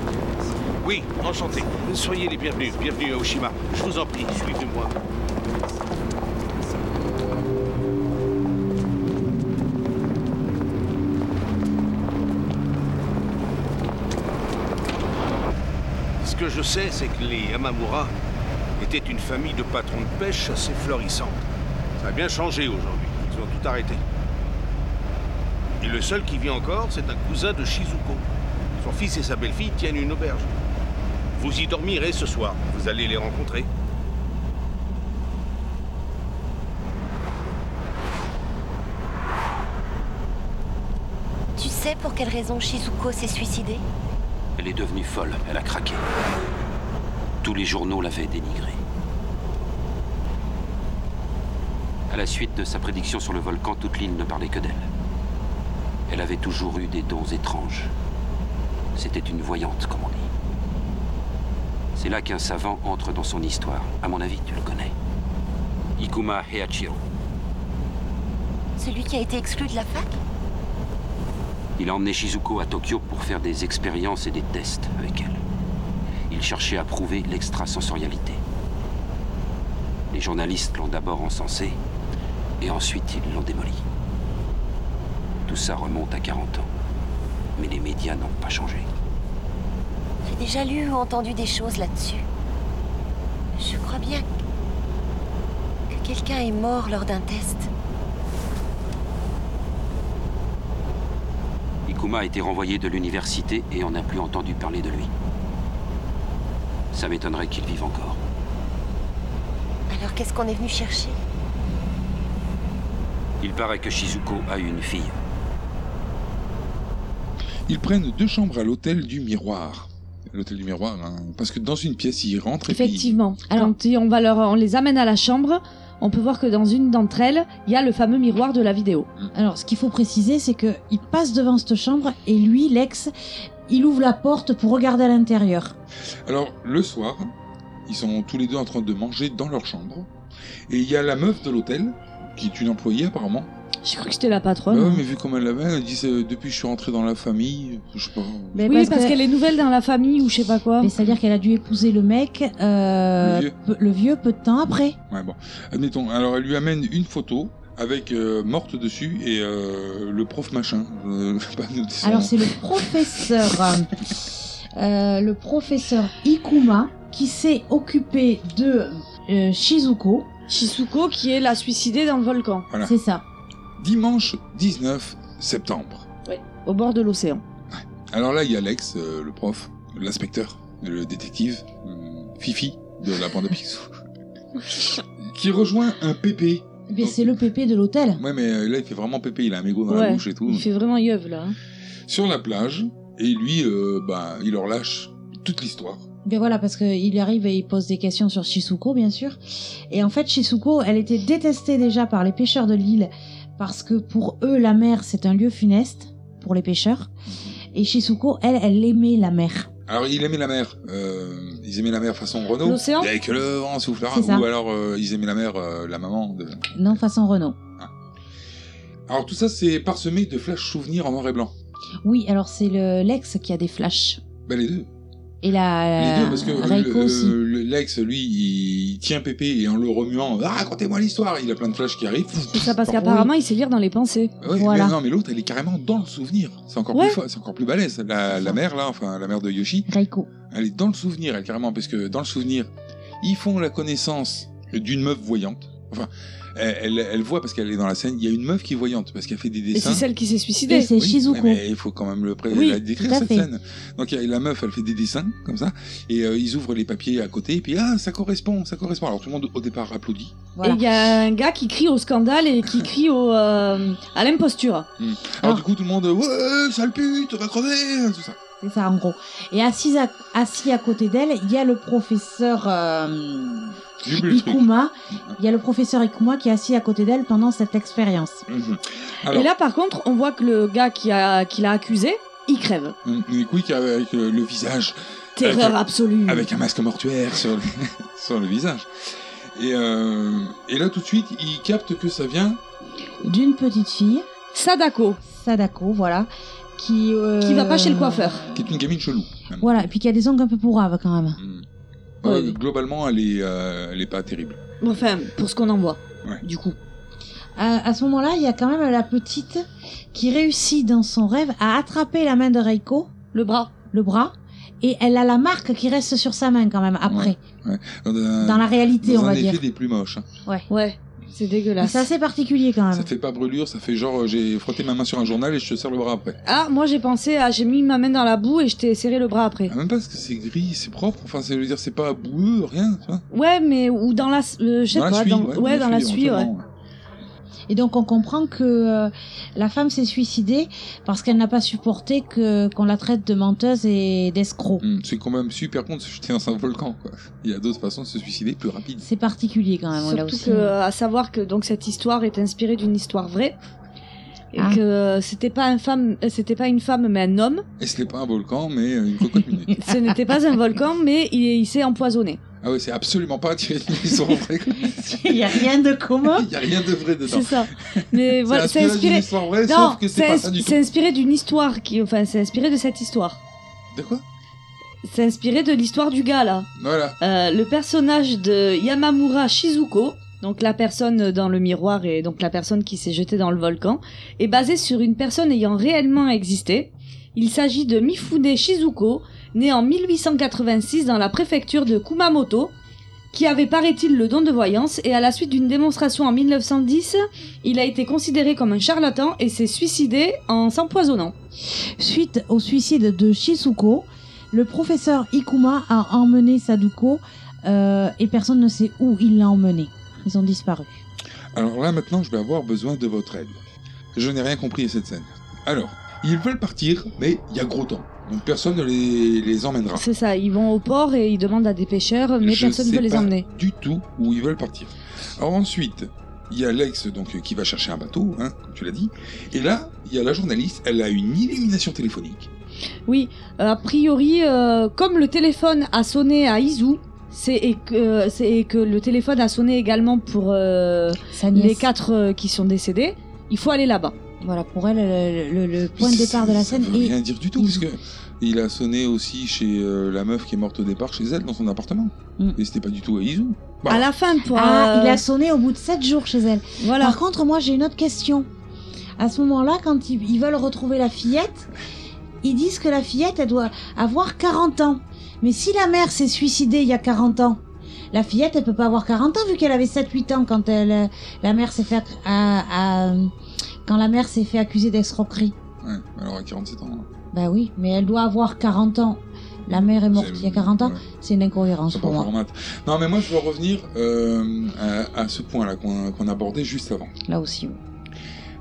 Speaker 9: Oui, enchanté. Soyez les bienvenus. Bienvenue à Oshima. Je vous en prie, suivez-moi. Ce que je sais, c'est que les Yamamura étaient une famille de patrons de pêche assez florissante. Ça a bien changé aujourd'hui. Ils ont tout arrêté. Et le seul qui vit encore, c'est un cousin de Shizuko. Son fils et sa belle-fille tiennent une auberge. Vous y dormirez ce soir. Vous allez les rencontrer.
Speaker 5: Tu sais pour quelle raison Shizuko s'est suicidée
Speaker 2: Elle est devenue folle, elle a craqué. Tous les journaux l'avaient dénigrée. À la suite de sa prédiction sur le volcan, toute l'île ne parlait que d'elle. Elle avait toujours eu des dons étranges. C'était une voyante, comme on dit. C'est là qu'un savant entre dans son histoire. À mon avis, tu le connais. Ikuma Heiachiro.
Speaker 5: Celui qui a été exclu de la fac
Speaker 2: Il a emmené Shizuko à Tokyo pour faire des expériences et des tests avec elle. Il cherchait à prouver l'extrasensorialité. Les journalistes l'ont d'abord encensé, et ensuite ils l'ont démoli. Tout ça remonte à 40 ans. Mais les médias n'ont pas changé.
Speaker 5: J'ai déjà lu ou entendu des choses là-dessus. Je crois bien que- que quelqu'un est mort lors d'un test.
Speaker 2: Ikuma a été renvoyé de l'université et on n'a plus entendu parler de lui. Ça m'étonnerait qu'il vive encore.
Speaker 5: Alors qu'est-ce qu'on est venu chercher
Speaker 2: Il paraît que Shizuko a eu une fille.
Speaker 6: Ils prennent deux chambres à l'hôtel du miroir. l'hôtel du miroir. hein. Parce que dans une pièce, ils rentrent et puis
Speaker 4: Effectivement. Alors, quand on, va leur, on les amène à la chambre. On peut voir que dans une d'entre elles, il y a le fameux miroir de la vidéo.
Speaker 7: Alors, ce qu'il faut préciser, c'est que il passe devant cette chambre et lui, l'ex, il ouvre la porte pour regarder à l'intérieur.
Speaker 6: Alors, le soir, ils sont tous les deux en train de manger dans leur chambre. Et il y a la meuf de l'hôtel, qui est une employée apparemment.
Speaker 4: J'ai cru que c'était la
Speaker 6: Bah
Speaker 4: patronne.
Speaker 6: ouais, mais vu comment elle l'avait, elle dit euh, depuis que je suis rentrée dans la famille, je sais pas.
Speaker 7: Mais
Speaker 4: oui, parce, qu'elle est nouvelle dans la famille ou je sais pas quoi.
Speaker 7: Mais c'est-à-dire qu'elle a dû épouser le mec, euh,
Speaker 6: Le vieux.
Speaker 7: peu- le vieux, peu de temps après.
Speaker 6: Ouais, bon. Admettons, alors elle lui amène une photo avec euh, morte dessus et euh, le prof machin. Euh, je vais pas noter son
Speaker 7: Alors
Speaker 6: nom.
Speaker 7: c'est le professeur, euh, le professeur Ikuma, qui s'est occupé de euh, Shizuko.
Speaker 4: Shizuko qui est la suicidée dans le volcan,
Speaker 6: Voilà.
Speaker 7: C'est ça.
Speaker 6: Dimanche 19 septembre.
Speaker 4: au bord de l'océan.
Speaker 6: Alors là, il y a Alex, euh, le prof, l'inspecteur, le détective, euh, Fifi de la bande à Picsou, qui rejoint un pépé.
Speaker 7: Eh bien, c'est le pépé de l'hôtel.
Speaker 6: Ouais, mais euh, là, il fait vraiment pépé, il a un mégot dans la
Speaker 4: Ouais,
Speaker 6: bouche et tout.
Speaker 4: Il fait vraiment yeuve là. hein.
Speaker 6: Sur la plage, et lui, euh, bah, il leur lâche toute l'histoire.
Speaker 7: Ben voilà, parce qu'il arrive et il pose des questions sur Shizuko, bien sûr. Et en fait, Shizuko, elle était détestée déjà par les pêcheurs de l'île, parce que pour eux, la mer, c'est un lieu funeste pour les pêcheurs. Et Shizuko, elle, elle aimait la mer.
Speaker 6: Alors, il aimait la mer. Euh, ils aimaient la mer façon Renault.
Speaker 4: L'océan
Speaker 6: Dès que le vent soufflera.
Speaker 7: C'est ça.
Speaker 6: Ou alors, euh, ils aimaient la mer, euh, la maman. De...
Speaker 7: Non, façon Renault.
Speaker 6: Alors, tout ça, c'est parsemé de flash souvenirs en noir et blanc.
Speaker 7: Oui, alors c'est le Lex qui a des flashs.
Speaker 6: Bah, les deux.
Speaker 7: Et la
Speaker 6: les deux, parce que euh,
Speaker 7: Reiko
Speaker 6: le-
Speaker 7: aussi.
Speaker 6: le- l'ex, lui, il tient Pépé et en le remuant, ah, racontez-moi l'histoire. Il a plein de flashs qui arrivent. Ah
Speaker 4: Tout ça parce qu'apparemment, il sait lire dans les pensées.
Speaker 6: Ouais,
Speaker 7: Voilà.
Speaker 6: mais non, mais l'autre, elle est carrément dans le souvenir. C'est encore
Speaker 4: Ouais.
Speaker 6: plus, fa- c'est encore plus balèze. La, la mère, là, enfin, la mère de Yoshi,
Speaker 7: Reiko.
Speaker 6: elle est dans le souvenir, elle carrément, parce que dans le souvenir, ils font la connaissance d'une meuf voyante. Enfin, elle, elle, elle voit parce qu'elle est dans la scène. Il y a une meuf qui est voyante parce qu'elle fait des
Speaker 4: Et
Speaker 6: dessins.
Speaker 4: c'est celle qui s'est
Speaker 7: Et
Speaker 4: suicidée.
Speaker 7: c'est
Speaker 6: Oui,
Speaker 7: Shizuko.
Speaker 6: Mais il faut quand même le pré-
Speaker 7: Oui,
Speaker 6: la décrire
Speaker 7: tout à
Speaker 6: cette
Speaker 7: fait.
Speaker 6: scène. Donc il y a la meuf, elle fait des dessins comme ça, et euh, ils ouvrent les papiers à côté, et puis ah ça correspond, ça correspond. Alors tout le monde au départ applaudit.
Speaker 4: Et
Speaker 7: Voilà.
Speaker 4: il y a un gars qui crie au scandale et qui crie au, euh, à l'imposture.
Speaker 6: Alors
Speaker 7: Ah.
Speaker 6: du coup tout le monde ouais sale pute, va crever, tout ça.
Speaker 7: C'est ça, en gros. Et assis à, assis à côté d'elle, il y a le professeur euh,
Speaker 6: Double le truc.
Speaker 7: Ikuma. Il y a le professeur Ikuma qui est assis à côté d'elle pendant cette expérience.
Speaker 6: Mhm. Alors,
Speaker 4: Et là, par contre, on voit que le gars qui l'a qui l'a accusé, il crève.
Speaker 6: mm, du coup, il y a avec euh, le visage,
Speaker 4: Terreur
Speaker 6: Avec-
Speaker 7: Mm.
Speaker 4: absolue.
Speaker 6: avec un masque mortuaire sur le, sur le visage. Et, euh, et là tout de suite, il capte que ça vient.
Speaker 7: D'une petite fille,
Speaker 4: Sadako.
Speaker 7: Sadako, voilà, qui... euh,
Speaker 4: Qui va pas chez le coiffeur.
Speaker 6: qui est une gamine chelou. même.
Speaker 7: Voilà, et puis qui a des ongles un peu pourraves quand même.
Speaker 6: Mm. Euh,
Speaker 4: Ouais.
Speaker 6: Globalement, elle est, euh, elle est pas terrible.
Speaker 4: Enfin, pour ce qu'on en voit.
Speaker 6: Ouais.
Speaker 4: Du coup.
Speaker 7: À, à ce moment-là, il y a quand même la petite qui réussit dans son rêve à attraper la main de Reiko,
Speaker 4: Le bras.
Speaker 7: le bras, et elle a la marque qui reste sur sa main quand même après, dans la réalité,
Speaker 6: Dans
Speaker 7: on
Speaker 6: un
Speaker 7: va
Speaker 6: effet
Speaker 7: dire.
Speaker 6: des plus moches. hein.
Speaker 4: Ouais. C'est
Speaker 7: Mais
Speaker 4: dégueulasse.
Speaker 7: C'est assez particulier quand
Speaker 4: Ah,
Speaker 7: même.
Speaker 6: Ça fait pas brûlure, ça fait genre euh, j'ai frotté ma main sur un journal et je te serre le bras après.
Speaker 4: Ah, moi j'ai pensé à j'ai mis ma main dans la boue et je t'ai serré le bras après.
Speaker 6: Ah, même pas parce que c'est gris, c'est propre, enfin c'est- je veux dire c'est pas boueux, rien. Tu vois.
Speaker 4: Ouais, mais ou dans la. euh, je sais
Speaker 6: Dans la
Speaker 4: pas.
Speaker 6: suie,
Speaker 4: dans,
Speaker 6: ouais,
Speaker 4: ouais, dans la suie, ouais.
Speaker 6: éventuellement,
Speaker 7: Et donc on comprend que euh, la femme s'est suicidée parce qu'elle n'a pas supporté que qu'on la traite de menteuse et d'escroc.
Speaker 6: Hum, c'est quand même super con de se jeter dans un volcan. Quoi. Il y a d'autres façons de se suicider plus rapides.
Speaker 7: C'est particulier quand même là
Speaker 4: Surtout
Speaker 7: aussi.
Speaker 4: que, euh, à savoir que donc cette histoire est inspirée d'une histoire vraie. Et
Speaker 7: Ah.
Speaker 4: que euh, c'était pas un femme, euh, c'était pas une femme mais un homme.
Speaker 6: Et ce n'est pas un volcan, mais euh, une cocotte minute.
Speaker 4: Ce n'était pas un volcan mais il, il s'est empoisonné.
Speaker 6: ah ouais, c'est absolument pas tiré d'une histoire vraie. quoi.
Speaker 7: Il n'y a rien de commun.
Speaker 6: Il y a rien de vrai dedans.
Speaker 4: C'est ça. Mais voilà,
Speaker 6: c'est
Speaker 4: c'est
Speaker 6: inspiré
Speaker 4: inspiré.
Speaker 6: d'une histoire vraie,
Speaker 4: Non,
Speaker 6: sauf que c'est
Speaker 4: c'est
Speaker 6: pas
Speaker 4: ins-
Speaker 6: ça du
Speaker 4: c'est
Speaker 6: tout.
Speaker 4: inspiré d'une histoire qui, enfin, c'est inspiré de cette histoire.
Speaker 6: De quoi
Speaker 4: C'est inspiré de l'histoire du gars là.
Speaker 6: Voilà.
Speaker 4: Euh, le personnage de Yamamura Shizuko, donc la personne dans le miroir et donc la personne qui s'est jetée dans le volcan, est basé sur une personne ayant réellement existé. Il s'agit de Mifune Shizuko, née en 1886 dans la préfecture de Kumamoto, qui avait paraît-il le don de voyance et à la suite d'une démonstration en 1910, il a été considéré comme un charlatan et s'est suicidé en s'empoisonnant.
Speaker 7: Suite au suicide de Shizuko, le professeur Ikuma a emmené Saduko euh, et personne ne sait où il l'a emmené. Ils ont disparu.
Speaker 6: Alors là, maintenant, je vais avoir besoin de votre aide. Je n'ai rien compris à cette scène. Alors, ils veulent partir, mais il y a gros temps. Donc personne ne les, les emmènera.
Speaker 4: C'est ça, ils vont au port et ils demandent à des pêcheurs, mais
Speaker 6: Je
Speaker 4: personne ne
Speaker 6: sais
Speaker 4: veut les
Speaker 6: pas
Speaker 4: emmener.
Speaker 6: Du tout où ils veulent partir. Alors ensuite, il y a Lex donc, euh, qui va chercher un bateau, hein, comme tu l'as dit. Et là, il y a la journaliste, elle a une illumination téléphonique.
Speaker 4: Euh, a priori, euh, comme le téléphone a sonné à Izu, c'est et que, euh, c'est- et que le téléphone a sonné également pour euh,
Speaker 7: Sa nièce.
Speaker 4: les quatre euh, qui sont décédés, il faut aller là-bas.
Speaker 7: Voilà, pour elle, le, le- le point de
Speaker 6: Ça-
Speaker 7: départ de la
Speaker 6: ça
Speaker 7: scène
Speaker 6: veut
Speaker 7: est
Speaker 6: rien dire du tout,
Speaker 7: Ils-
Speaker 6: parce que il a sonné aussi chez euh, la meuf qui est morte au départ chez elle, dans son appartement.
Speaker 7: Mm.
Speaker 6: Et c'était pas du tout à Izu.
Speaker 4: À la fin, pour.
Speaker 7: Ah,
Speaker 4: euh,
Speaker 7: il a sonné au bout de 7 jours chez elle.
Speaker 4: Voilà.
Speaker 7: Par contre, moi, j'ai une autre question. À ce moment-là, quand ils, ils veulent retrouver la fillette, ils disent que la fillette, elle doit avoir 40 ans. Mais si la mère s'est suicidée il y a 40 ans, la fillette, elle peut pas avoir 40 ans vu qu'elle avait 7-8 ans quand elle, euh, la mère s'est fait, acc- à- à- quand la mère s'est fait accuser d'escroquerie.
Speaker 6: Ouais, hein, alors à 47 ans. hein.
Speaker 7: Bah oui, mais elle doit avoir 40 ans. La mère est morte
Speaker 6: C'est-
Speaker 7: il y a 40 ans.
Speaker 6: ouais.
Speaker 7: C'est une incohérence
Speaker 6: Ça
Speaker 7: pour
Speaker 6: part
Speaker 7: moi.
Speaker 6: en maths. Non, mais moi je veux revenir euh, à, à ce point-là qu'on qu'on abordait juste avant.
Speaker 7: Là aussi. oui.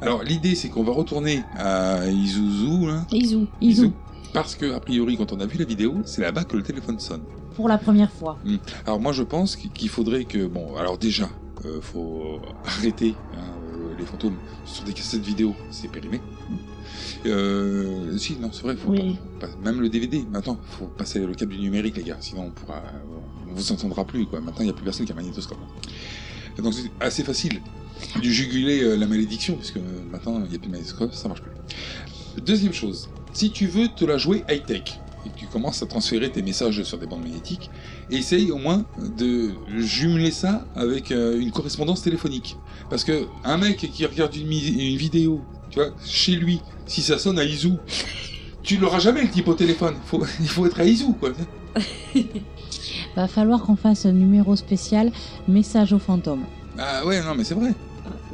Speaker 6: Alors l'idée c'est qu'on va retourner à Izuzu, là.
Speaker 4: Izu.
Speaker 7: Izu,
Speaker 6: Izu. Parce que, a priori, quand on a vu la vidéo, c'est là-bas que le téléphone sonne.
Speaker 7: pour la première fois.
Speaker 6: Alors moi je pense qu- qu'il faudrait que... Bon, alors déjà, euh, faut arrêter hein, euh, les fantômes. Ce sont des cassettes vidéo, c'est périmé. Euh, si, non, c'est vrai, faut
Speaker 7: Oui.
Speaker 6: pas- pas- même le DVD, maintenant, faut passer le cap du numérique, les gars, sinon on pourra... on vous entendra plus, quoi. Maintenant, il n'y a plus personne qui a un magnétoscope. hein. Donc c'est assez facile de juguler euh, la malédiction, puisque euh, maintenant, il n'y a plus de magnétoscope, ça marche plus. Deuxième chose, si tu veux te la jouer high-tech, et que tu commences à transférer tes messages sur des bandes magnétiques, essaye au moins de jumeler ça avec euh, une correspondance téléphonique. Parce que un mec qui regarde une, mi- une vidéo, tu vois, chez lui, si ça sonne à Izu, tu l'auras jamais le type au téléphone. Faut- il faut être à Izu, quoi.
Speaker 7: Va falloir qu'on fasse un numéro spécial message aux fantômes.
Speaker 6: Ah ouais, non, mais c'est vrai.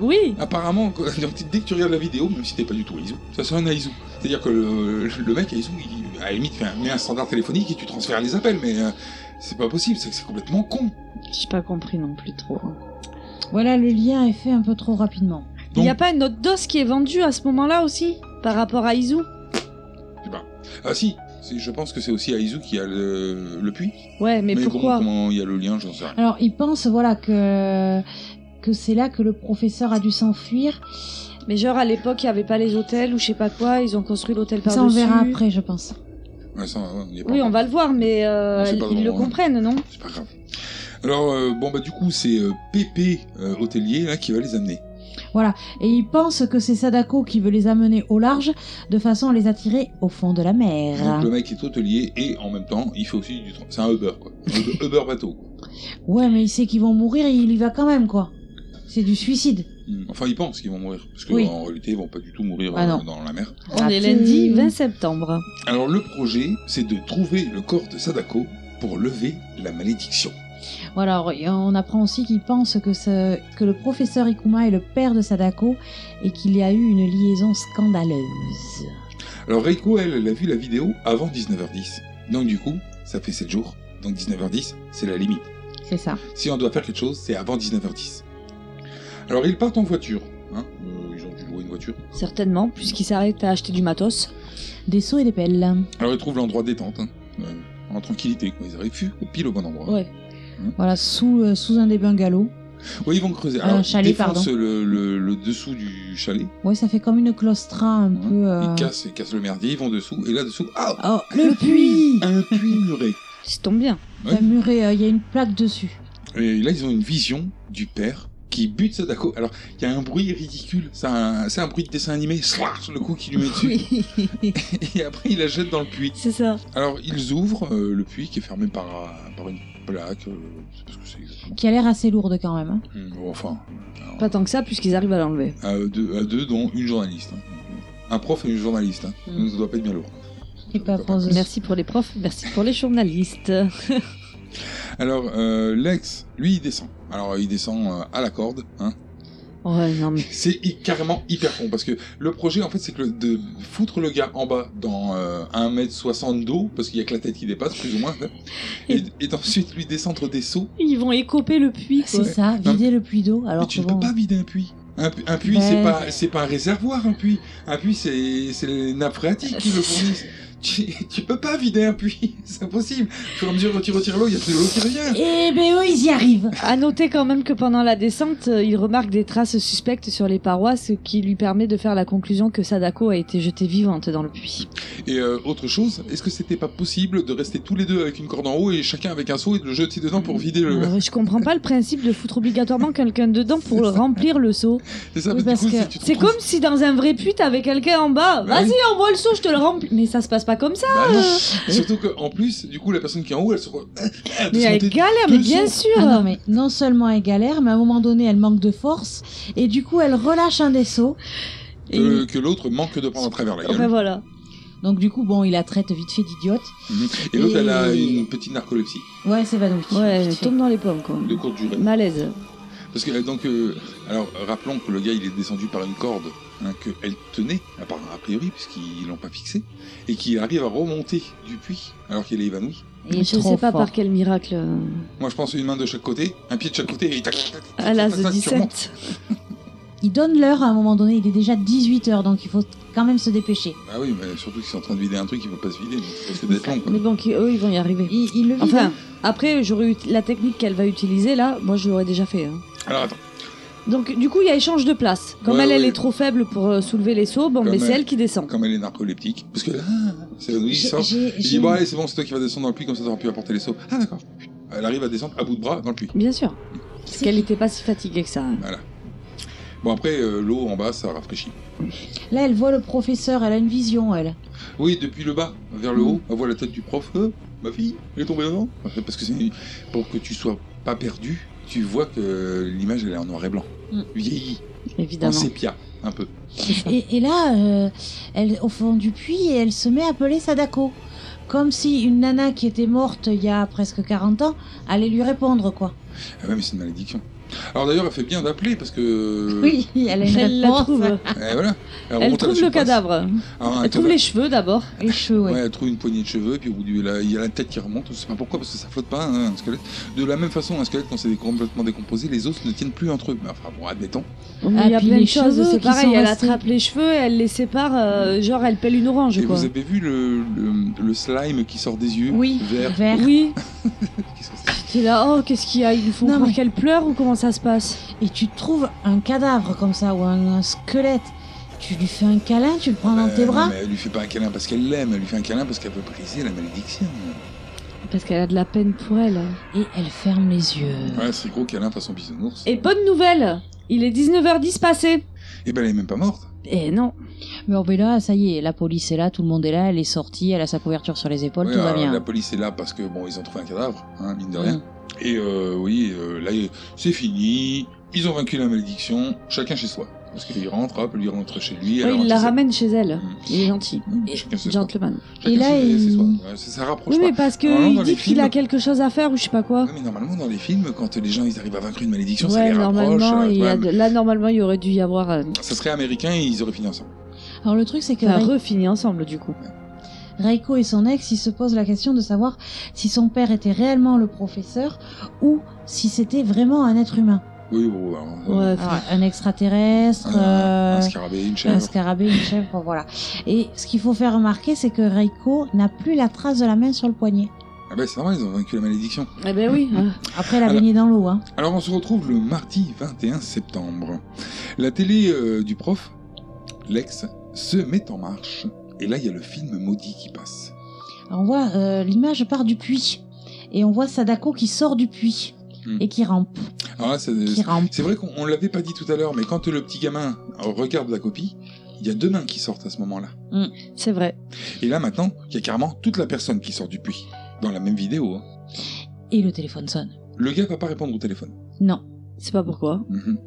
Speaker 4: Oui.
Speaker 6: Apparemment, quoi, donc, dès que tu regardes la vidéo, même si t'es pas du tout à Izu, ça sonne à Izu. C'est-à-dire que le, le mec à Izu, il, à la limite, fait un, met un standard téléphonique et tu transfères les appels, mais euh, c'est pas possible, c'est c'est complètement con.
Speaker 4: J'ai pas compris non plus trop.
Speaker 7: Voilà, le lien est fait un peu trop rapidement.
Speaker 4: Il
Speaker 6: Donc,
Speaker 4: n'y a pas une autre dose qui est vendue à ce moment-là aussi Par rapport à Izu
Speaker 6: ah si, c'est- je pense que c'est aussi à Izu qu'il y a le, le puits.
Speaker 4: Ouais, mais,
Speaker 6: bon,
Speaker 4: pourquoi
Speaker 6: comment il y a le lien, j'en sais rien.
Speaker 7: Alors, ils pensent, voilà, que, que c'est là que le professeur a dû s'enfuir.
Speaker 4: Mais genre à l'époque, il n'y avait pas les hôtels ou je sais pas quoi, ils ont construit l'hôtel
Speaker 7: Ça, on
Speaker 4: par-dessus.
Speaker 7: verra après, je pense.
Speaker 6: Ouais, ça, ouais, on y est pas
Speaker 4: Oui,
Speaker 6: encore.
Speaker 4: on va le voir, mais euh,
Speaker 6: Non, c'est pas
Speaker 4: ils
Speaker 6: drôle,
Speaker 4: le
Speaker 6: hein.
Speaker 4: comprennent, non
Speaker 6: C'est pas grave. Alors, euh, bon, bah, du coup, c'est euh, Pépé, euh, hôtelier, là, qui va les amener.
Speaker 7: Et ils pensent que c'est Sadako qui veut les amener au large, de façon à les attirer au fond de la mer.
Speaker 6: Donc, le mec est hôtelier et en même temps, il fait aussi du. tra- C'est un Uber, quoi. Un Uber- Uber bateau, quoi.
Speaker 7: Ouais, mais il sait qu'ils vont mourir et il y va quand même, quoi. C'est du suicide.
Speaker 6: Mm. Enfin, ils pensent qu'ils vont mourir. Parce qu'en
Speaker 7: Hmm. Oui.
Speaker 6: réalité, ils vont pas du tout mourir
Speaker 7: Ah,
Speaker 6: euh,
Speaker 7: non.
Speaker 6: dans la mer.
Speaker 4: On est lundi 20 septembre.
Speaker 6: Alors, le projet, c'est de trouver le corps de Sadako pour lever la malédiction.
Speaker 7: Voilà, alors, et on apprend aussi qu'il pense que, ce- que le professeur Ikuma est le père de Sadako et qu'il y a eu une liaison scandaleuse.
Speaker 6: Alors, Reiko, elle, elle a vu la vidéo avant 19h10. Donc, du coup, ça fait 7 jours. Donc, 19h10, c'est la limite.
Speaker 7: C'est ça.
Speaker 6: Si on doit faire quelque chose, c'est avant 19h10. Alors ils partent en voiture. Hein Euh, ils ont dû louer une voiture.
Speaker 4: Certainement, puisqu'il s'arrête à acheter du matos.
Speaker 7: Des sauts et des pelles.
Speaker 6: Alors ils trouvent l'endroit détente. hein. Euh, en tranquillité, quoi. Ils arrivent pfu, pile au bon endroit.
Speaker 7: Ouais. Voilà, sous, euh, sous un des bungalows.
Speaker 6: Oui, ils vont creuser.
Speaker 7: Euh,
Speaker 6: Alors,
Speaker 7: chalet,
Speaker 6: ils défoncent
Speaker 7: pardon.
Speaker 6: Le, le- le dessous du chalet.
Speaker 7: Ouais, ça fait comme une clostra un
Speaker 6: hein.
Speaker 7: peu. euh,
Speaker 6: Ils, cassent, ils cassent le merdier, ils vont dessous. Et là-dessous, ah
Speaker 7: Oh, le puits
Speaker 6: Un puits muré.
Speaker 4: Ça tombe bien.
Speaker 6: Ouais.
Speaker 7: Enfin, muré, euh, il y a une plaque dessus.
Speaker 6: Et là, ils ont une vision du père qui bute Sadako. Alors, il y a un bruit ridicule. C'est un, c'est un bruit de dessin animé. Slash, le coup qui lui met dessus. Et après, il la jette dans le puits.
Speaker 4: C'est ça.
Speaker 6: Alors, ils ouvrent euh, le puits qui est fermé par, un- par une plaque. euh, je sais pas ce que c'est exactement.
Speaker 7: Qui a l'air assez lourde quand même. hein.
Speaker 6: Hum, bon, enfin,
Speaker 4: Pas tant que ça, puisqu'ils arrivent à l'enlever.
Speaker 6: à deux, à deux, dont une journaliste. hein. Un prof et une journaliste. hein.
Speaker 7: Mm.
Speaker 6: Donc, ça doit pas être bien lourd.
Speaker 7: Et pas pour eux.
Speaker 4: Merci pour les profs, merci pour les journalistes.
Speaker 6: Alors, euh, Lex, lui, il descend. Alors, il descend euh, à la corde. hein.
Speaker 4: Oh, Ouais, non, mais
Speaker 6: C'est hy- carrément hyper con. Parce que le projet, en fait, c'est que le- de foutre le gars en bas dans euh, 1m60 d'eau, parce qu'il y a que la tête qui dépasse, plus ou moins. hein. Et, et ensuite, lui descendre des seaux.
Speaker 4: ils vont écoper le puits,
Speaker 7: C'est
Speaker 4: quoi.
Speaker 7: ça, vider le puits d'eau. Alors
Speaker 6: Mais tu
Speaker 7: que
Speaker 6: ne peux
Speaker 7: bon,
Speaker 6: pas vider un puits. Un, pu- un puits,
Speaker 7: Ben-
Speaker 6: c'est pas, c'est pas un réservoir, un puits. Un puits, c'est, c'est les nappes phréatiques qui le fournissent. tu, tu peux pas vider un puits, c'est impossible. Au fur et à mesure que tu retires l'eau, il y a de l'eau qui revient.
Speaker 7: Eh ben eux, ils y arrivent.
Speaker 4: À noter quand même que pendant la descente, euh, il remarque des traces suspectes sur les parois, ce qui lui permet de faire la conclusion que Sadako a été jetée vivante dans le puits.
Speaker 6: Et euh, autre chose, est-ce que c'était pas possible de rester tous les deux avec une corde en haut et chacun avec un seau et de le jeter dedans pour vider le.
Speaker 4: Alors, Ah je comprends pas le principe de foutre obligatoirement quelqu'un dedans pour
Speaker 6: C'est ça.
Speaker 4: remplir le seau.
Speaker 6: C'est ça,
Speaker 7: Oui,
Speaker 6: parce que du
Speaker 7: parce
Speaker 6: coup,
Speaker 7: que
Speaker 6: si tu te
Speaker 4: C'est
Speaker 6: retrouves-
Speaker 4: comme si dans un vrai puits t'avais quelqu'un en bas.
Speaker 6: Bah oui.
Speaker 4: Vas-y, envoie le seau, je te le remplis. Mais ça se passe pas comme ça.
Speaker 6: Bah non. Surtout qu'en plus, du coup, la personne qui est en haut, elle se. re- elle
Speaker 4: Mais
Speaker 6: se
Speaker 4: elle
Speaker 6: sentait-
Speaker 4: galère, mais
Speaker 6: deux
Speaker 4: bien sûr.
Speaker 7: Ah non, mais non seulement elle galère, mais à un moment donné, elle manque de force. Et du coup, elle relâche un des seaux. Et
Speaker 6: euh, que, que l'autre manque de prendre à travers la gueule.
Speaker 4: Enfin, voilà.
Speaker 7: Donc du coup, bon, il la traite vite fait d'idiote.
Speaker 6: Mhm. Et l'autre, elle a
Speaker 7: Et-
Speaker 6: une petite narcolepsie
Speaker 7: Ouais, elle s'évanouit.
Speaker 4: Ouais,
Speaker 7: Vite
Speaker 4: elle
Speaker 7: fait.
Speaker 4: tombe dans les pommes, quoi.
Speaker 6: de courte durée.
Speaker 4: Malaise.
Speaker 6: Parce que, euh, donc, euh, alors, rappelons que le gars, il est descendu par une corde hein, qu'elle tenait, à part- a priori, puisqu'ils l'ont pas fixé, et qui arrive à remonter du puits alors qu'il est évanoui.
Speaker 7: Il est
Speaker 4: je
Speaker 7: trop
Speaker 4: sais pas
Speaker 7: fort.
Speaker 4: par quel miracle. euh,
Speaker 6: Moi, je pense une main de chaque côté, un pied de chaque côté, et tac, tac, tac,
Speaker 4: À l'as
Speaker 6: tac,
Speaker 4: de
Speaker 6: tac, tu remontes.
Speaker 4: 17.
Speaker 7: Il donne l'heure à un moment donné, il est déjà 18h, donc il faut quand même se dépêcher.
Speaker 6: Ah oui, mais surtout qu'ils sont en train de vider un truc, ils ne pas se vider, donc c'est risque d'être long. Quoi.
Speaker 4: Mais bon, qui- eux, ils vont y arriver.
Speaker 7: Il, il le hein. vide.
Speaker 4: Enfin, après, j'aurais eu la technique qu'elle va utiliser là. Moi, je l'aurais déjà fait. hein.
Speaker 6: Alors attends,
Speaker 4: Donc, du coup, il y a échange de place. Comme
Speaker 6: Ouais,
Speaker 4: elle, elle
Speaker 6: ouais.
Speaker 4: est trop faible pour euh, soulever les seaux, bon,
Speaker 6: Comme
Speaker 4: mais c'est
Speaker 6: elle.
Speaker 4: elle qui descend.
Speaker 6: comme elle est narcoleptique, parce que là, c'est évanoui, il
Speaker 7: J'ai-
Speaker 6: sort,
Speaker 7: j'ai-
Speaker 6: il
Speaker 7: j'ai-
Speaker 6: dit, bon, allez, c'est bon, c'est toi qui vas descendre dans le puits, comme ça, t'auras pu apporter les seaux. Ah d'accord. Elle arrive à descendre à bout de bras dans le puits.
Speaker 4: Bien sûr. Parce qu'elle n'était pas si fatiguée que ça. hein.
Speaker 6: Bon, après, euh, l'eau en bas, ça rafraîchit.
Speaker 7: Là, elle voit le professeur, elle a une vision, elle.
Speaker 6: Oui, depuis le bas, vers le
Speaker 4: Mm.
Speaker 6: haut, Ah, on voit la tête du prof. Euh, ma fille, elle est tombée dedans. Parce que c'est pour que tu sois pas perdu, tu vois que l'image elle est en noir et blanc,
Speaker 7: Mm.
Speaker 6: vieillie, en
Speaker 4: Évidemment.
Speaker 6: sépia, un peu.
Speaker 7: Et, et là, euh, elle au fond du puits, et elle se met à appeler Sadako. Comme si une nana qui était morte il y a presque 40 ans allait lui répondre, quoi.
Speaker 6: Ah ouais, mais c'est une malédiction. Alors d'ailleurs, elle fait bien d'appeler parce que.
Speaker 7: Oui, elle a une
Speaker 4: Elle la
Speaker 7: réponse.
Speaker 4: trouve.
Speaker 6: Eh, voilà.
Speaker 4: Elle
Speaker 6: remonte à la
Speaker 4: trouve le
Speaker 6: surface.
Speaker 4: cadavre.
Speaker 6: Ah, un
Speaker 4: Elle trouve
Speaker 6: cadavre.
Speaker 4: les cheveux d'abord.
Speaker 7: Les cheveux, ouais.
Speaker 6: Ouais, elle trouve une poignée de cheveux, puis au bout du, là, il y a la tête qui remonte, je sais pas pourquoi, parce que ça flotte pas, hein, un squelette. De la même façon, un squelette, quand c'est complètement décomposé, les os ne tiennent plus entre eux. Mais Enfin bon, admettons.
Speaker 4: Mais il y a
Speaker 7: Ah, puis
Speaker 4: plein
Speaker 7: les
Speaker 4: de euh, choses.
Speaker 7: cheveux
Speaker 4: C'est
Speaker 7: qui sont
Speaker 4: pareil. Elle
Speaker 7: restés.
Speaker 4: attrape les cheveux, elle les sépare. euh, genre, elle pèle une orange,
Speaker 6: Et
Speaker 4: quoi.
Speaker 6: vous avez vu le, le- le slime qui sort des yeux
Speaker 7: Oui,
Speaker 6: Vert.
Speaker 7: vert.
Speaker 4: Oui.
Speaker 6: Qu'est-ce que c'est
Speaker 4: T'es là, oh, qu'est-ce qu'il y a Ils nous font
Speaker 7: Non,
Speaker 4: croire
Speaker 7: mais-
Speaker 4: qu'elle pleure ou comment ça se passe
Speaker 7: Et tu trouves un cadavre comme ça, ou un, un squelette. Tu lui fais un câlin, tu le prends dans
Speaker 6: Euh,
Speaker 7: tes bras.
Speaker 6: non, mais elle lui fait pas un câlin parce qu'elle l'aime, elle lui fait un câlin parce qu'elle veut briser la malédiction.
Speaker 4: Parce qu'elle a de la peine pour elle.
Speaker 7: Et elle ferme les yeux.
Speaker 6: Ouais, c'est gros câlin façon bisounours.
Speaker 4: Et bonne nouvelle Il est 19h10 passé.
Speaker 6: Et ben elle est même pas morte.
Speaker 4: Eh non.
Speaker 7: Mais on là, ça y est, la police est là, tout le monde est là, elle est sortie, elle a sa couverture sur les épaules,
Speaker 6: Ouais,
Speaker 7: tout va
Speaker 6: alors,
Speaker 7: bien.
Speaker 6: euh, La police est là parce que bon, ils ont trouvé un cadavre, hein, mine de
Speaker 7: Mm.
Speaker 6: rien. Et euh, oui, euh, là c'est fini. Ils ont vaincu la malédiction. Chacun chez soi. Parce qu'il rentre, hop, lui rentre chez lui. elle
Speaker 4: Ouais, il
Speaker 6: rentre
Speaker 4: la
Speaker 6: chez elle.
Speaker 4: ramène chez elle.
Speaker 6: Mm.
Speaker 4: Il est gentil.
Speaker 6: Mm,
Speaker 4: Et-
Speaker 6: Chacun chez soi.
Speaker 4: Gentleman.
Speaker 6: Chacun
Speaker 7: Et là,
Speaker 6: chez-
Speaker 7: il-
Speaker 6: chez soi. Ouais, ça, ça rapproche
Speaker 4: Oui,
Speaker 6: pas.
Speaker 4: mais parce
Speaker 6: Normalement,
Speaker 4: qu'il
Speaker 6: dans
Speaker 4: dit
Speaker 6: les
Speaker 4: qu'il
Speaker 6: films-
Speaker 4: a quelque chose à faire ou je sais pas quoi.
Speaker 6: Ouais, mais normalement dans les films, quand les gens ils arrivent à vaincre une malédiction, ça
Speaker 4: Ouais,
Speaker 6: les rapproche.
Speaker 4: normalement,
Speaker 6: euh,
Speaker 4: il
Speaker 6: tu
Speaker 4: y
Speaker 6: vois,
Speaker 4: a de- là, normalement, il y aurait dû y avoir. euh,
Speaker 6: Ça serait américain et ils auraient fini ensemble.
Speaker 7: Alors le truc, c'est que
Speaker 4: Enfin,
Speaker 7: Rei-
Speaker 4: refini ensemble, du coup.
Speaker 7: Reiko et son ex, ils se posent la question de savoir si son père était réellement le professeur ou si c'était vraiment un être humain.
Speaker 6: Oui, bon, alors,
Speaker 4: Ouais,
Speaker 6: euh,
Speaker 7: Alors, un extraterrestre,
Speaker 6: un, un
Speaker 7: euh,
Speaker 6: scarabée, une
Speaker 7: un
Speaker 6: chèvre.
Speaker 7: scarabée, une chèvre, voilà. Et ce qu'il faut faire remarquer, c'est que Reiko n'a plus la trace de la main sur le poignet.
Speaker 6: Ah bah c'est vrai, ils ont vaincu la malédiction.
Speaker 4: Eh ben oui. hein.
Speaker 7: Après, elle a
Speaker 6: Alors-
Speaker 7: baigné dans l'eau, hein.
Speaker 6: Alors on se retrouve le mardi 21 septembre. La télé euh, du prof, l'ex, se met en marche. Et là, il y a le film maudit qui passe.
Speaker 7: Alors, on voit euh, l'image part du puits et on voit Sadako qui sort du puits
Speaker 6: Hmm.
Speaker 7: et qui rampe,
Speaker 6: Alors là, ça-
Speaker 7: qui rampe.
Speaker 6: c'est vrai qu'on on l'avait pas dit tout à l'heure, mais quand le petit gamin regarde la copie, il y a deux mains qui sortent à ce moment-là.
Speaker 4: C'est vrai.
Speaker 6: Et là maintenant, il y a carrément toute la personne qui sort du puits. Dans la même vidéo. hein.
Speaker 7: Et le téléphone sonne.
Speaker 6: Le gars va pas répondre au téléphone.
Speaker 7: Non.
Speaker 4: C'est pas pourquoi.
Speaker 6: Mhm.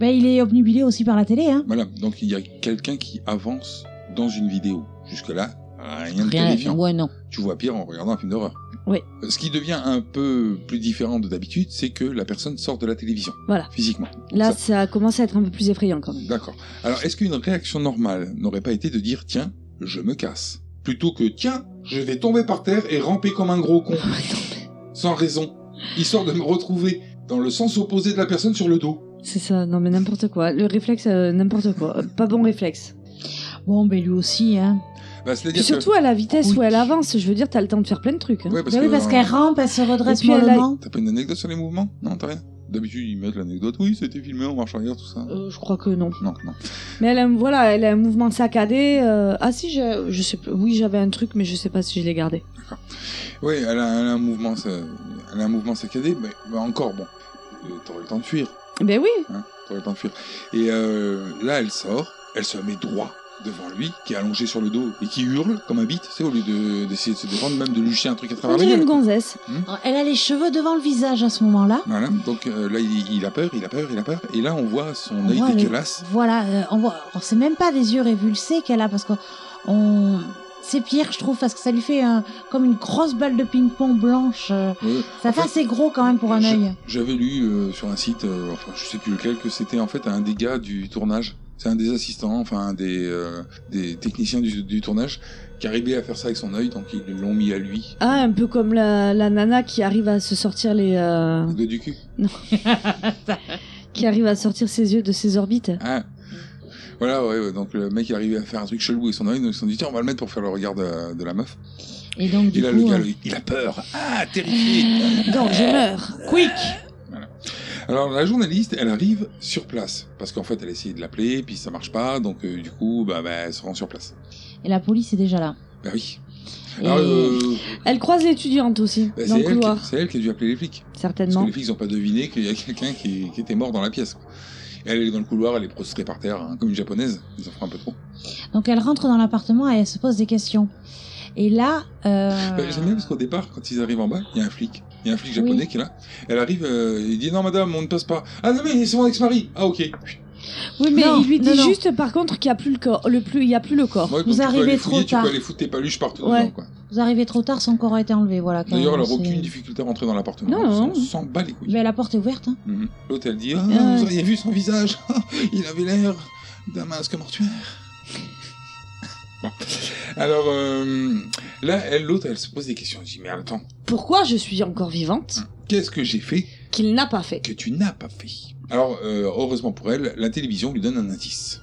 Speaker 7: Ben, il est obnubilé aussi par la télé, hein.
Speaker 6: Voilà, donc il y a quelqu'un qui avance dans une vidéo. Jusque-là, rien de
Speaker 7: Rien.
Speaker 6: terrifiant.
Speaker 7: Ouais, non.
Speaker 6: tu vois pire en regardant un film d'horreur.
Speaker 4: Oui.
Speaker 6: Ce qui devient un peu plus différent de d'habitude, c'est que la personne sort de la télévision.
Speaker 4: Voilà.
Speaker 6: Physiquement.
Speaker 4: Là,
Speaker 6: Ça-
Speaker 4: ça commence à être un peu plus effrayant quand même.
Speaker 6: D'accord. Alors, est-ce qu'une réaction normale n'aurait pas été de dire tiens, je me casse Plutôt que tiens, je vais tomber par terre et ramper comme un gros con. sans raison. Histoire de me retrouver dans le sens opposé de la personne sur le dos.
Speaker 4: C'est ça, non mais n'importe quoi. Le réflexe, euh, n'importe quoi. Euh, Pas bon réflexe.
Speaker 7: Bon, ben lui aussi, hein.
Speaker 6: Bah, c'est-à-dire
Speaker 4: Puis surtout à la vitesse où elle avance, je veux dire, t'as le temps de faire plein de trucs.
Speaker 6: que...
Speaker 4: hein.
Speaker 6: Ouais, parce
Speaker 7: Ben oui,
Speaker 6: que,
Speaker 7: parce
Speaker 6: euh,
Speaker 7: qu'elle rampe, elle se redresse
Speaker 4: Et puis elle a-
Speaker 7: mollement.
Speaker 6: T'as pas une anecdote sur les mouvements Non, t'as rien. D'habitude, ils mettent l'anecdote. Oui, c'était filmé en marche arrière, tout ça.
Speaker 4: Euh, je crois que non.
Speaker 6: Non, non.
Speaker 4: Mais elle a, un- voilà, elle a un mouvement saccadé. euh, Ah si, j'ai- je sais plus. Oui, j'avais un truc, mais je sais pas si je l'ai gardé.
Speaker 6: Oui, elle a, elle a un mouvement, ça- elle a un mouvement saccadé, mais mais encore bon. Euh, T'aurais le temps de fuir,
Speaker 4: Ben oui.
Speaker 6: hein, T'aurais le temps de fuir. Et euh, là, elle sort, elle se met droit devant lui, qui est allongé sur le dos et qui hurle comme un bite, c'est au lieu de- d'essayer de, se défendre, même de lucher un truc à
Speaker 4: On
Speaker 6: travers la
Speaker 4: dirait
Speaker 6: gueule.
Speaker 4: une gonzesse.
Speaker 7: Elle a les cheveux devant le visage à ce moment-là.
Speaker 6: Voilà, donc euh, là, il, il a peur, il a peur, il a peur, et là, on voit son
Speaker 7: On
Speaker 6: œil
Speaker 7: voit le-
Speaker 6: dégueulasse.
Speaker 7: Voilà, euh, on voit, on sait même pas des yeux révulsés qu'elle a parce que on... c'est pire, je trouve, parce que ça lui fait un- comme une grosse balle de ping-pong blanche. euh,
Speaker 6: Ouais.
Speaker 7: Ça
Speaker 6: En
Speaker 7: fait
Speaker 6: fait,
Speaker 7: assez gros quand même pour un
Speaker 6: Je-
Speaker 7: œil.
Speaker 6: J'avais lu euh, sur un site, euh, enfin je sais plus lequel, que c'était en fait un des gars du tournage. C'est un des assistants, enfin un des, euh, des techniciens du, du tournage qui arrivait à faire ça avec son œil, donc ils l'ont mis à lui.
Speaker 4: Ah, un peu comme la, la nana qui arrive à se sortir les, euh,
Speaker 7: Ah.
Speaker 6: Le doigt du cul.
Speaker 4: qui arrive à sortir ses yeux de ses orbites.
Speaker 6: Ah. Voilà, ouais, ouais, donc le mec est arrivé à faire un truc chelou avec son œil, donc ils se sont dit tiens on va le mettre pour faire le regard de, de la meuf.
Speaker 7: Et donc,
Speaker 6: Et
Speaker 7: du
Speaker 6: là le
Speaker 7: coup,
Speaker 6: gars,
Speaker 7: euh,
Speaker 6: lui, il a peur. Ah, terrifié.
Speaker 4: Donc je meurs. Quick.
Speaker 6: Alors la journaliste, elle arrive sur place parce qu'en fait elle essaie de l'appeler, puis ça marche pas, donc euh, du coup bah, bah, elle se rend sur place.
Speaker 7: et la police est déjà là.
Speaker 6: Bah oui.
Speaker 7: Et-
Speaker 6: Alors, euh,
Speaker 4: Elle croise l'étudiante aussi
Speaker 6: Bah,
Speaker 4: dans
Speaker 6: c'est
Speaker 4: le
Speaker 6: elle, qui-
Speaker 4: couloir,
Speaker 6: c'est elle qui a dû appeler les flics. Parce que
Speaker 4: certainement.
Speaker 6: les flics n'ont pas deviné qu'il y a quelqu'un qui, qui était mort dans la pièce. quoi. Et elle est dans le couloir, elle est prostrée par terre, hein, comme une japonaise. Ça fera un peu trop.
Speaker 7: Donc elle rentre dans l'appartement et elle se pose des questions. Et là, euh...
Speaker 6: Bah, J'aime bien parce qu'au départ, quand ils arrivent en bas, il y a un flic. Il y a un flic japonais qui est là. Elle arrive, euh, il dit Non, madame, on ne passe pas. Ah non, mais c'est mon ex-mari. Ah, ok.
Speaker 4: Oui, mais
Speaker 7: Non,
Speaker 4: il lui dit
Speaker 7: non, non.
Speaker 4: juste par contre qu'il n'y a plus le corps, le plus, il y a plus le corps.
Speaker 6: Ouais, donc
Speaker 7: Vous
Speaker 6: tu peux
Speaker 7: arrivez
Speaker 6: aller
Speaker 7: trop
Speaker 6: fouiller,
Speaker 7: tard.
Speaker 6: Tu peux aller foutre tes paluches partout
Speaker 4: Ouais.
Speaker 6: dedans, quoi.
Speaker 7: vous arrivez trop tard, son corps a été enlevé. Voilà. quand
Speaker 6: D'ailleurs, elle
Speaker 7: même,
Speaker 6: n'a aucune
Speaker 7: c'est-
Speaker 6: difficulté à rentrer dans l'appartement.
Speaker 4: Non, non.
Speaker 6: On s'en- s'en bat les couilles.
Speaker 7: Mais la porte est ouverte. Hein.
Speaker 6: Mhm. L'autre, elle dit Ah,
Speaker 4: Ah,
Speaker 6: vous
Speaker 4: ouais.
Speaker 6: auriez vu son visage. Il avait l'air d'un masque mortuaire. Bon. Alors, euh, là, elle, l'autre, elle se pose des questions. Elle dit Mais attends,
Speaker 4: Pourquoi je suis encore vivante
Speaker 6: qu'est-ce que j'ai fait
Speaker 4: Qu'il n'a pas fait.
Speaker 6: que tu n'as pas fait Alors, euh, heureusement pour elle, la télévision lui donne un indice.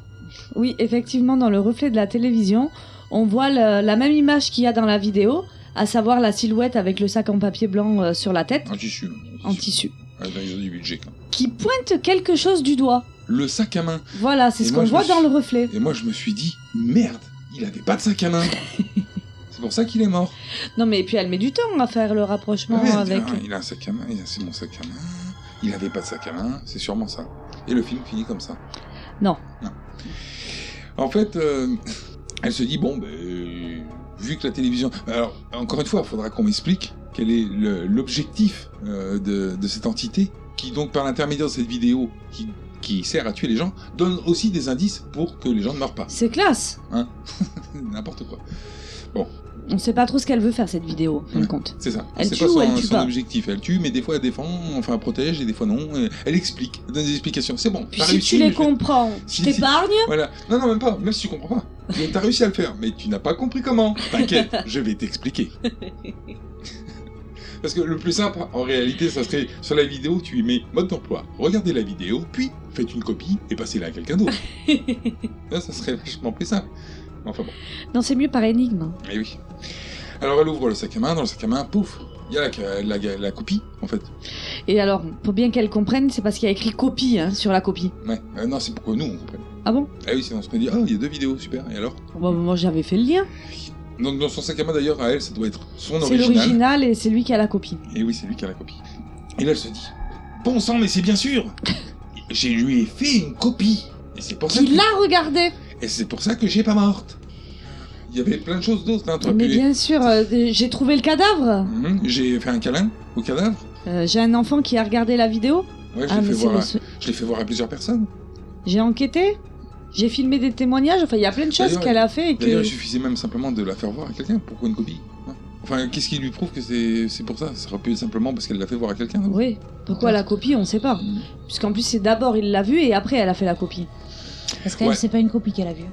Speaker 4: Oui, effectivement, dans le reflet de la télévision, on voit le- la même image qu'il y a dans la vidéo, à savoir la silhouette avec le sac en papier blanc euh, sur la tête,
Speaker 6: Un tissu. hein, un
Speaker 4: en
Speaker 6: tissu.
Speaker 4: tissu,
Speaker 6: Ouais, ben, ils ont du budget. quoi.
Speaker 4: qui pointe quelque chose du doigt.
Speaker 6: Le sac à main.
Speaker 4: Voilà, c'est
Speaker 6: Et
Speaker 4: ce
Speaker 6: moi,
Speaker 4: qu'on
Speaker 6: je
Speaker 4: voit
Speaker 6: me
Speaker 4: dans
Speaker 6: suis-
Speaker 4: le reflet.
Speaker 6: Et moi, je me suis dit Merde, il avait pas de sac à main. C'est pour ça qu'il est mort.
Speaker 4: Non, mais puis elle met du temps à faire le rapprochement
Speaker 6: Ouais, elle dit,
Speaker 4: Oh, avec.
Speaker 6: Ah, il a un sac à main, il a- c'est mon sac à main. Il avait pas de sac à main, c'est sûrement ça. Et le film finit comme ça.
Speaker 4: Non.
Speaker 6: En fait, euh, elle se dit bon, ben, euh, vu que la télévision. Alors, encore une fois, il faudra qu'on m'explique quel est le- l'objectif euh, de, de cette entité qui, donc, par l'intermédiaire de cette vidéo, qui, qui sert à tuer les gens, donne aussi des indices pour que les gens ne meurent pas.
Speaker 4: C'est classe.
Speaker 6: N'importe quoi.
Speaker 4: On sait pas trop ce qu'elle veut faire cette vidéo, en fin de
Speaker 6: Ouais.
Speaker 4: compte.
Speaker 6: C'est ça.
Speaker 4: Elle
Speaker 6: c'est
Speaker 4: tue
Speaker 6: pas
Speaker 4: ou
Speaker 6: son,
Speaker 4: elle tue
Speaker 6: son
Speaker 4: pas
Speaker 6: objectif. Elle tue, mais des fois elle défend, enfin elle protège, et des fois non. Elle- Elle explique, elle donne des explications. C'est bon.
Speaker 4: Puis
Speaker 6: t'as
Speaker 4: si
Speaker 6: réussi,
Speaker 4: tu les
Speaker 6: mais je-
Speaker 4: comprends,
Speaker 6: Si,
Speaker 4: je
Speaker 6: si.
Speaker 4: t'épargne.
Speaker 6: Voilà. Non, non, même pas. Même si tu comprends pas. Mais t'as réussi à le faire. Mais tu n'as pas compris comment. T'inquiète, je vais t'expliquer. Parce que le plus simple, en réalité, ça serait sur la vidéo, tu y mets mode d'emploi. Regardez la vidéo, puis faites une copie et passez-la à quelqu'un d'autre. Là, ça serait vachement plus simple. Enfin bon.
Speaker 4: Non, c'est mieux par énigme.
Speaker 6: Eh oui. Alors elle ouvre le sac à main, dans le sac à main, pouf, il y a la, la, la copie, en fait.
Speaker 4: Et alors, pour bien qu'elle comprenne, c'est parce qu'il y a écrit copie hein, sur la copie.
Speaker 6: Ouais. Euh, non, c'est pour que nous, on comprenne.
Speaker 4: Ah bon
Speaker 6: Ah oui, sinon on se dit, ah, il y a deux vidéos, super, et alors
Speaker 4: Bon, bah, Moi, j'avais fait le lien.
Speaker 6: Donc dans son sac à main, d'ailleurs, à elle, ça doit être son
Speaker 4: C'est
Speaker 6: original.
Speaker 4: l'original et c'est lui qui a la copie.
Speaker 6: Et oui, c'est lui qui a la copie. Et là, elle se dit, bon sang, mais c'est bien sûr J'ai lui ai fait une copie Et c'est pour ça
Speaker 4: Qui
Speaker 6: que,
Speaker 4: l'a regardé
Speaker 6: et c'est pour ça que j'ai pas morte Il y avait plein de choses d'autres, hein, t'aurais
Speaker 4: Mais
Speaker 6: pu-
Speaker 4: bien sûr, euh, j'ai trouvé le cadavre.
Speaker 6: Mhm, J'ai fait un câlin au cadavre.
Speaker 4: Euh, j'ai un enfant qui a regardé la vidéo.
Speaker 6: Ouais, je
Speaker 4: Ah,
Speaker 6: l'ai fait
Speaker 4: mais c'est
Speaker 6: voir hein. à-
Speaker 4: le sou-
Speaker 6: je l'ai fait voir à plusieurs personnes.
Speaker 4: J'ai enquêté. J'ai filmé des témoignages. Enfin, il y a plein de choses
Speaker 6: D'ailleurs,
Speaker 4: qu'elle a fait et
Speaker 6: D'ailleurs,
Speaker 4: que.
Speaker 6: il suffisait même simplement de la faire voir à quelqu'un. Pourquoi une copie hein Enfin, qu'est-ce qui lui prouve que c'est c'est pour ça Ça aurait pu être simplement parce qu'elle l'a fait voir à quelqu'un.
Speaker 4: Oui. Pourquoi la copie, on sait pas.
Speaker 6: Mm.
Speaker 4: Puisqu'en plus, c'est d'abord il l'a vu et après elle a fait la copie.
Speaker 7: Parce qu'elle,
Speaker 6: Ouais.
Speaker 7: c'est pas une copie qu'elle a vue.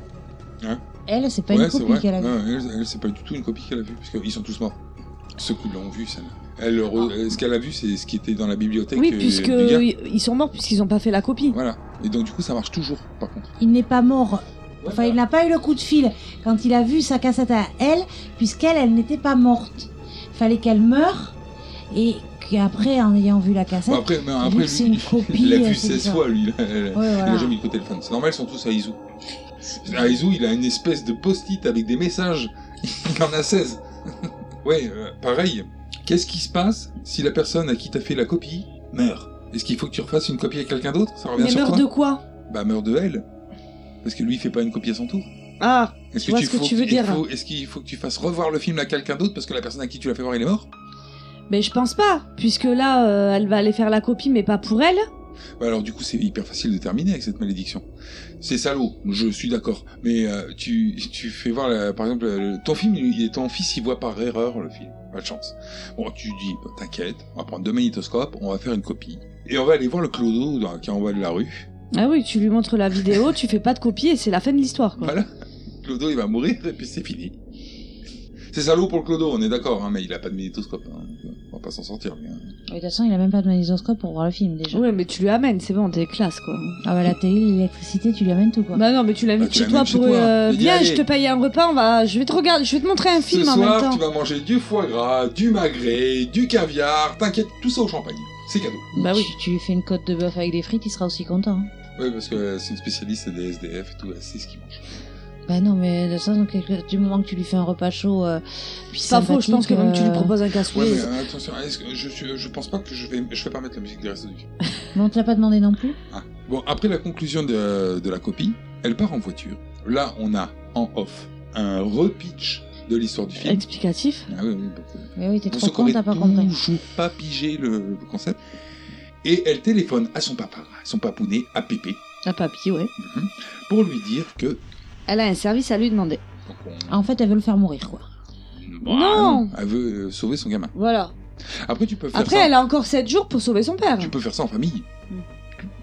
Speaker 6: Hein
Speaker 7: Elle, c'est pas
Speaker 6: Ouais,
Speaker 7: une
Speaker 6: c'est
Speaker 7: copie
Speaker 6: vrai.
Speaker 7: qu'elle a vue.
Speaker 6: Ouais, elle, elle, c'est pas du tout une copie qu'elle a vue, parce qu'ils sont tous morts. Ceux qui l'ont vu, celle-là. Elle, re-
Speaker 7: Ah.
Speaker 6: euh, Ce qu'elle a vu, c'est ce qui était dans la bibliothèque
Speaker 4: Oui,
Speaker 6: euh,
Speaker 4: puisque
Speaker 6: du gars.
Speaker 4: ils sont morts puisqu'ils ont pas fait la copie.
Speaker 6: Voilà. Et donc, du coup, ça marche toujours, par contre.
Speaker 7: Il n'est pas mort Enfin, il n'a pas eu le coup de fil quand il a vu sa cassette à elle, puisqu'elle, elle n'était pas morte. Fallait qu'elle meure et qu'après, en ayant vu la cassette,
Speaker 6: Bon, après, mais
Speaker 7: vu
Speaker 6: après
Speaker 7: que c'est
Speaker 6: lui,
Speaker 7: une copie,
Speaker 6: il l'a vu
Speaker 7: euh,
Speaker 6: 16
Speaker 7: bizarre.
Speaker 6: fois, lui. Il a, il a-
Speaker 7: Ouais,
Speaker 6: il a
Speaker 7: voilà.
Speaker 6: jamais eu le coup de téléphone. C'est normal, ils sont tous à Izu. À Izu, il a une espèce de post-it avec des messages. Il en a 16. ouais, euh, pareil. Qu'est-ce qui se passe si la personne à qui t'as fait la copie meurt Est-ce qu'il faut que tu refasses une copie à quelqu'un d'autre Ça revient
Speaker 4: Mais
Speaker 6: sur
Speaker 4: meurt
Speaker 6: toi
Speaker 4: de quoi
Speaker 6: Bah, meurt de elle. Parce que lui, il fait pas une copie à son tour.
Speaker 4: Ah,
Speaker 6: Est-ce
Speaker 4: Je vois ce que
Speaker 6: faut-
Speaker 4: tu veux
Speaker 6: il
Speaker 4: dire. hein
Speaker 6: faut- Est-ce qu'il faut que tu fasses revoir le film à quelqu'un d'autre parce que la personne à qui tu l'as fait voir, il est mort
Speaker 4: mais je pense pas, puisque là, euh, elle va aller faire la copie, mais pas pour elle.
Speaker 6: Bah alors du coup c'est hyper facile de terminer avec cette malédiction. C'est salaud, je suis d'accord. Mais euh, tu, tu fais voir la- par exemple euh, ton film, il, ton fils il voit par erreur le film, pas de chance. Bon tu dis bah, t'inquiète, on va prendre deux magnétoscopes, on va faire une copie et on va aller voir le clodo dans- qui est en bas de la rue.
Speaker 4: Ah oui, tu lui montres la vidéo, tu fais pas de copie et c'est la fin de l'histoire. quoi.
Speaker 6: Voilà, clodo il va mourir et puis c'est fini. C'est salaud pour le clodo, on est d'accord, hein, mais il a pas de magnétoscope, hein, donc, euh, on va pas s'en sortir. Mais, hein.
Speaker 7: Mais de toute façon, il a même pas de magnétoscope pour voir le film déjà.
Speaker 4: Ouais, mais tu lui amènes, c'est bon, t'es classe quoi.
Speaker 7: Ah bah la télé, l'électricité, tu lui amènes tout quoi.
Speaker 4: Bah non, mais tu l'invites
Speaker 6: Bah, tu
Speaker 4: chez toi
Speaker 6: l'amènes chez
Speaker 4: pour.
Speaker 6: toi.
Speaker 4: euh,
Speaker 6: T'as dit,
Speaker 4: viens, je
Speaker 6: allez.
Speaker 4: te paye un repas, on va, je vais te regarder, je vais te montrer un film
Speaker 6: Ce
Speaker 4: en même
Speaker 6: soir
Speaker 4: temps.
Speaker 6: tu vas manger du foie gras, du magret, du caviar, t'inquiète, tout ça au champagne, c'est cadeau.
Speaker 4: Bah oui.
Speaker 7: Tu, tu lui fais une côte de bœuf avec des frites, il sera aussi content. hein.
Speaker 6: Oui, parce que euh, c'est une spécialiste des SDF et tout, elle sait ce qu'il mange.
Speaker 7: Bah non, mais de toute façon, quelque- du moment que tu lui fais un repas chaud, euh, puis
Speaker 4: C'est pas faux, je pense que même tu lui
Speaker 7: euh,
Speaker 4: proposes un
Speaker 6: Ouais,
Speaker 4: cassoulet.
Speaker 6: mais euh, attention, est-ce que je, suis- je pense pas que je vais, je vais pas mettre la musique des restes du Cœur.
Speaker 7: Mais on te l'a pas demandé non plus.
Speaker 6: Ah. Bon, après la conclusion de, de la copie, elle part en voiture. Là, on a en off un repitch de l'histoire du film.
Speaker 4: Explicatif.
Speaker 6: Ah oui, oui, donc, euh,
Speaker 7: Mais oui, t'es
Speaker 6: pour
Speaker 7: trop
Speaker 6: ceux qui
Speaker 7: con,
Speaker 6: auraient
Speaker 7: t'as pas compris.
Speaker 6: toujours pas pigé le, le concept. Et elle téléphone à son papa, à son papounet, à Pépé,
Speaker 4: La papy, ouais.
Speaker 6: pour lui dire que.
Speaker 4: Elle a un service à lui demander.
Speaker 6: donc, on-
Speaker 7: En fait, elle veut le faire mourir quoi.
Speaker 6: Bah,
Speaker 4: Non
Speaker 6: Elle veut euh, sauver son gamin.
Speaker 4: Voilà.
Speaker 6: Après, tu peux faire
Speaker 4: Après,
Speaker 6: ça.
Speaker 4: elle a encore 7 jours pour sauver son père.
Speaker 6: Tu peux faire ça en famille.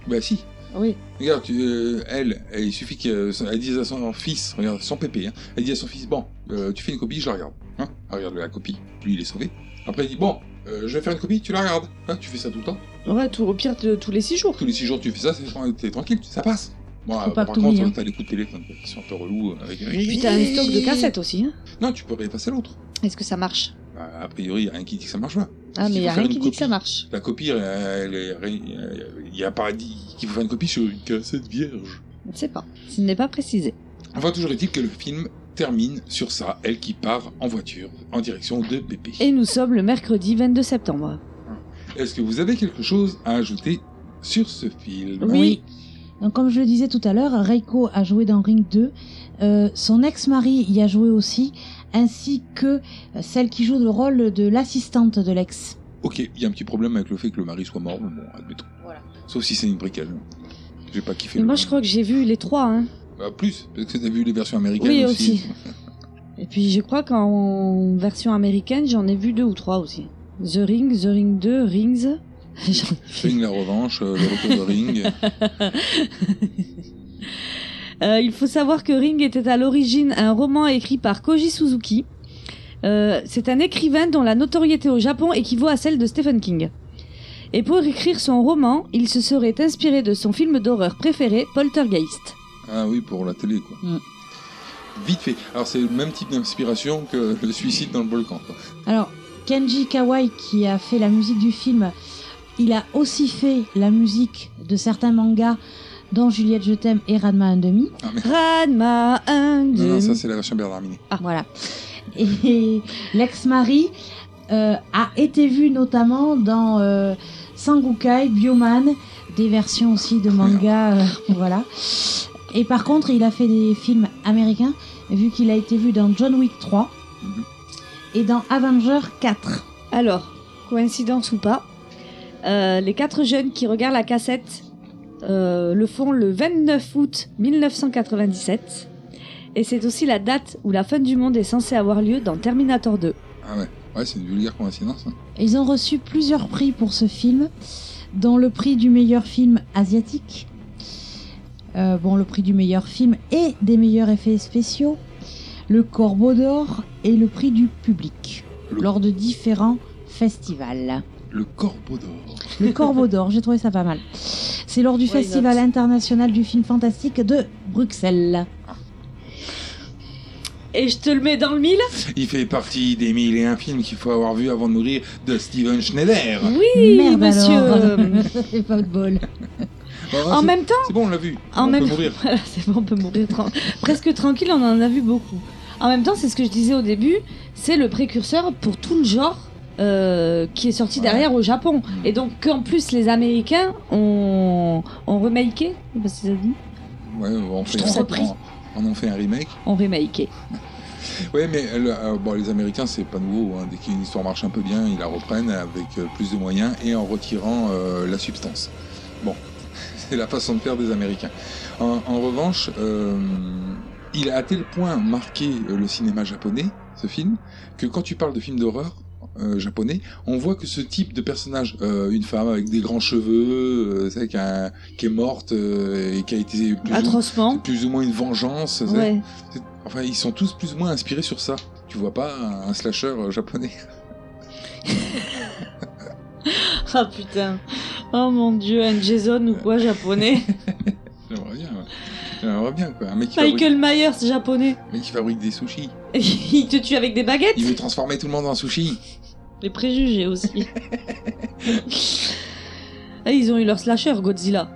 Speaker 6: Bah si.
Speaker 4: Oui.
Speaker 6: Regarde, tu- euh, elle, elle, il suffit qu'elle elle dise à son fils, regarde, son pépé, hein, elle dit à son fils, bon, euh, tu fais une copie, je la regarde. Hein, elle regarde la copie, lui il est sauvé. Après il dit, bon, euh, je vais faire une copie, tu la regardes. Hein, tu fais ça tout le temps.
Speaker 4: Ouais, tout, au pire, de- tous les 6 jours.
Speaker 6: Tous les six jours tu fais ça, c'est- t'es tranquille, ça passe. Bon,
Speaker 7: Faut
Speaker 6: euh,
Speaker 7: pas
Speaker 6: par
Speaker 7: que
Speaker 6: contre,
Speaker 7: t'oublies, hein.
Speaker 6: t'as les coups de téléphone quoi, qui sont un peu relous. euh, avec-
Speaker 4: Et puis t'as un stock de cassettes aussi. hein.
Speaker 6: Non, tu peux réeffacer l'autre.
Speaker 4: Est-ce que ça marche
Speaker 6: Bah, a priori, y a rien qui dit que ça marche pas.
Speaker 4: Ah,
Speaker 6: S'il
Speaker 4: mais
Speaker 6: faut
Speaker 4: y a
Speaker 6: faire
Speaker 4: rien
Speaker 6: une
Speaker 4: qui dit que ça
Speaker 6: copie.
Speaker 4: marche.
Speaker 6: La copie, euh, elle est ré- euh, il y a pas dit qu'il faut faire une copie sur une cassette vierge.
Speaker 4: On ne sait pas. Ce n'est pas précisé.
Speaker 6: Enfin, toujours est-il que le film termine sur ça, elle qui part en voiture en direction de Pépé.
Speaker 4: Et nous sommes le mercredi 22 septembre.
Speaker 6: Est-ce que vous avez quelque chose à ajouter sur ce film
Speaker 4: Oui.
Speaker 7: Donc, comme je le disais tout à l'heure, Reiko a joué dans Ring 2. Euh, son ex-mari y a joué aussi, ainsi que euh, celle qui joue le rôle de l'assistante de l'ex.
Speaker 6: Ok, il y a un petit problème avec le fait que le mari soit mort, mais bon, admettons.
Speaker 7: Voilà.
Speaker 6: Sauf si c'est une bricale. J'ai pas kiffé
Speaker 4: Mais
Speaker 6: le
Speaker 4: moi, je crois que j'ai vu les trois. Hein.
Speaker 6: Bah, plus, parce que t'as vu les versions américaines
Speaker 4: Oui,
Speaker 6: aussi.
Speaker 4: aussi. Et puis, je crois qu'en version américaine, j'en ai vu deux ou trois aussi. The Ring, The Ring 2, Rings. J'en ai vu.
Speaker 6: Ring la revanche, euh, le retour de Ring.
Speaker 4: Euh, il faut savoir que Ring était à l'origine un roman écrit par Koji Suzuki. Euh, c'est un écrivain dont la notoriété au Japon équivaut à celle de Stephen King. Et pour écrire son roman, il se serait inspiré de son film d'horreur préféré, Poltergeist.
Speaker 6: Ah oui, pour la télé, quoi.
Speaker 7: Mm.
Speaker 6: Vite fait. Alors, c'est le même type d'inspiration que le suicide dans le volcan, quoi.
Speaker 7: Alors, Kenji Kawai, qui a fait la musique du film, il a aussi fait la musique de certains mangas, dont Juliette Je t'aime et Radma un demi.
Speaker 4: Ranma 1,
Speaker 6: Non,
Speaker 4: 2.
Speaker 6: non, ça, c'est la version Bernard Minet.
Speaker 7: Voilà. Et l'ex-mari euh, a été vu notamment dans euh, Sangukai, Bioman, des versions aussi de manga, euh, voilà. Et par contre, il a fait des films américains, vu qu'il a été vu dans John Wick 3
Speaker 6: Mhm.
Speaker 7: et dans Avenger 4.
Speaker 4: Alors, coïncidence ou pas, euh, les quatre jeunes qui regardent la cassette euh, le font le 29 août 1997. Et c'est aussi la date où la fin du monde est censée avoir lieu dans Terminator 2.
Speaker 6: Ah ouais. Ouais, c'est une vulgaire coïncidence. hein.
Speaker 7: Ils ont reçu plusieurs prix pour ce film, dont le prix du meilleur film asiatique, euh, bon, le prix du meilleur film et des meilleurs effets spéciaux, le Corbeau d'Or et le prix du public,
Speaker 6: Le-
Speaker 7: lors de différents festivals.
Speaker 6: Le Corbeau d'Or.
Speaker 7: Le Corbeau d'Or, j'ai trouvé ça pas mal. C'est lors du
Speaker 4: Why not
Speaker 7: Festival international du film fantastique de Bruxelles.
Speaker 4: et je te le mets dans le mille.
Speaker 6: Il fait partie des mille et un films qu'il faut avoir vu avant de mourir de Steven Schneider.
Speaker 4: Oui,
Speaker 7: Merde
Speaker 4: monsieur.
Speaker 7: alors. J'ai pas de bol.
Speaker 6: Bon,
Speaker 4: en
Speaker 6: Ah, c'est-
Speaker 4: même temps,
Speaker 6: C'est bon, on l'a vu.
Speaker 4: en
Speaker 6: on
Speaker 4: même
Speaker 6: peut mourir.
Speaker 4: Voilà, c'est bon, on peut mourir tran- presque tranquille, on en a vu beaucoup. En même temps, c'est ce que je disais au début, c'est le précurseur pour tout le genre euh, qui est sorti
Speaker 6: Ouais.
Speaker 4: derrière au Japon. Et donc, qu'en plus, les Américains ont, ont remaké, je sais pas si ça se dit,
Speaker 6: Ouais, on, fait,
Speaker 4: trouve ça
Speaker 6: on-
Speaker 4: pris.
Speaker 6: on en fait un remake.
Speaker 4: ont remaké.
Speaker 6: Ouais, mais euh, le- euh, bon, les Américains, c'est pas nouveau. hein. Dès qu'une histoire marche un peu bien, ils la reprennent avec euh, plus de moyens et en retirant euh, la substance. Bon, c'est la façon de faire des Américains. En, en revanche, euh, il a à tel point marqué euh, le cinéma japonais, ce film, que quand tu parles de films d'horreur euh, japonais, on voit que ce type de personnage, euh, une femme avec des grands cheveux, euh, c'est vrai, qui, a- qui est morte euh, et qui a été plus, ou,
Speaker 4: Atrocement.
Speaker 6: plus ou moins une vengeance, c'est-
Speaker 4: Ouais.
Speaker 6: c'est- Enfin, ils sont tous plus ou moins inspirés sur ça. Tu vois pas un slasher euh, japonais
Speaker 4: Ah putain. Oh mon dieu, un Jason ou quoi japonais
Speaker 6: J'aimerais bien. ouais. J'aimerais bien quoi. Un mec qui, fabrique,
Speaker 4: Michael Myers japonais.
Speaker 6: un mec qui fabrique des sushis.
Speaker 4: Il te tue avec des baguettes
Speaker 6: Il veut transformer tout le monde en sushi.
Speaker 4: Les préjugés aussi. Ah, ils ont eu leur slasher, Godzilla.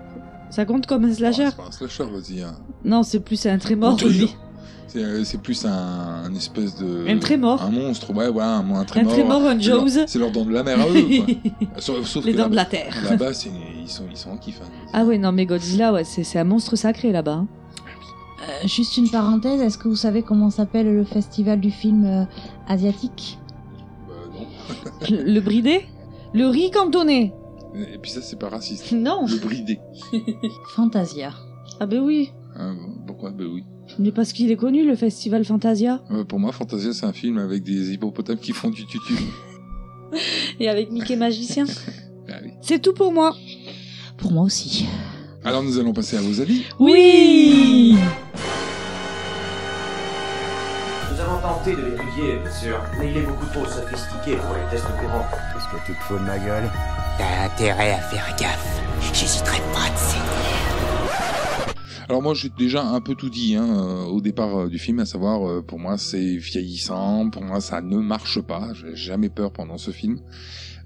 Speaker 4: Ça compte comme un
Speaker 6: Oh,
Speaker 4: slasher
Speaker 6: c'est pas un slasher, vas-y. hein.
Speaker 4: Non, c'est plus un très mort.
Speaker 6: Un thriller. C'est euh, c'est plus un, un espèce de.
Speaker 4: Un très mort.
Speaker 6: Un monstre, ouais, voilà, un, un très
Speaker 4: Un
Speaker 6: mort.
Speaker 4: très mort, un
Speaker 6: C'est leur-
Speaker 4: Jaws.
Speaker 6: C'est leur dent de la mer à eux, Ah quoi.
Speaker 4: Les
Speaker 6: Sauf, sauf que
Speaker 4: dents de
Speaker 6: là-
Speaker 4: la terre.
Speaker 6: là-bas, c'est- ils sont, ils sont en kiff. hein.
Speaker 4: Ah ouais, non, mais Godzilla, ouais, c'est c'est un monstre sacré là-bas. hein.
Speaker 7: Euh, juste une parenthèse, est-ce que vous savez comment s'appelle le festival du film euh, asiatique
Speaker 6: Bah, non.
Speaker 4: Le, le bridé Le riz cantonné
Speaker 6: Et puis ça, c'est pas raciste.
Speaker 4: Non
Speaker 6: Le bridé.
Speaker 7: Fantasia.
Speaker 4: Ah ben oui
Speaker 6: Hein, bon, pourquoi Ben oui.
Speaker 4: Mais parce qu'il est connu, le festival Fantasia.
Speaker 6: Euh, pour moi, Fantasia, c'est un film avec des hippopotames qui font du tutu.
Speaker 4: Et avec Mickey Magicien.
Speaker 6: Ah oui.
Speaker 4: C'est tout pour moi
Speaker 7: Pour moi aussi.
Speaker 6: Alors nous allons passer à vos avis.
Speaker 4: Oui
Speaker 10: Nous avons tenté de l'étudier, bien sûr, mais il est beaucoup trop sophistiqué pour les tests courants.
Speaker 11: Qu'est-ce que tu te fous de ma gueule
Speaker 10: T'as intérêt à faire gaffe. J'hésiterai pas de
Speaker 6: Alors moi j'ai déjà un peu tout dit hein, euh, au départ euh, du film, à savoir euh, pour moi c'est vieillissant, pour moi ça ne marche pas, j'ai jamais peur pendant ce film.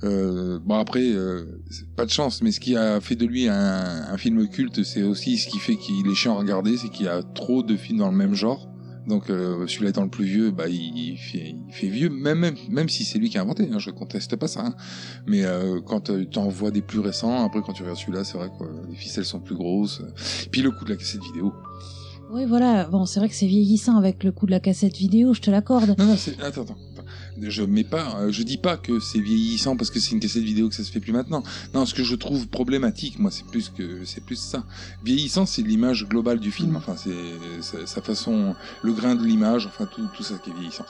Speaker 6: Euh, bon après, euh, c'est pas de chance, mais ce qui a fait de lui un, un film culte, c'est aussi ce qui fait qu'il est chiant à regarder, c'est qu'il y a trop de films dans le même genre. Donc euh, celui-là étant le plus vieux, bah, il, il fait, il fait vieux, même, même, même si c'est lui qui a inventé, hein, je conteste pas ça. hein. Mais euh, quand euh, t'en vois des plus récents, après quand tu regardes celui-là, c'est vrai que euh, les ficelles sont plus grosses. Puis le coup de la cassette vidéo.
Speaker 7: Oui, voilà. Bon, c'est vrai que c'est vieillissant avec le coup de la cassette vidéo, je te l'accorde.
Speaker 6: Non, non, c'est... Attends, attends, attends. Je mets pas, euh, je dis pas que c'est vieillissant parce que c'est une cassette vidéo que ça se fait plus maintenant. Non, ce que je trouve problématique, moi, c'est plus que, c'est plus ça. Vieillissant, c'est l'image globale du film. Enfin, c'est, sa- sa façon, le grain de l'image, enfin, tout, tout ça qui est vieillissant.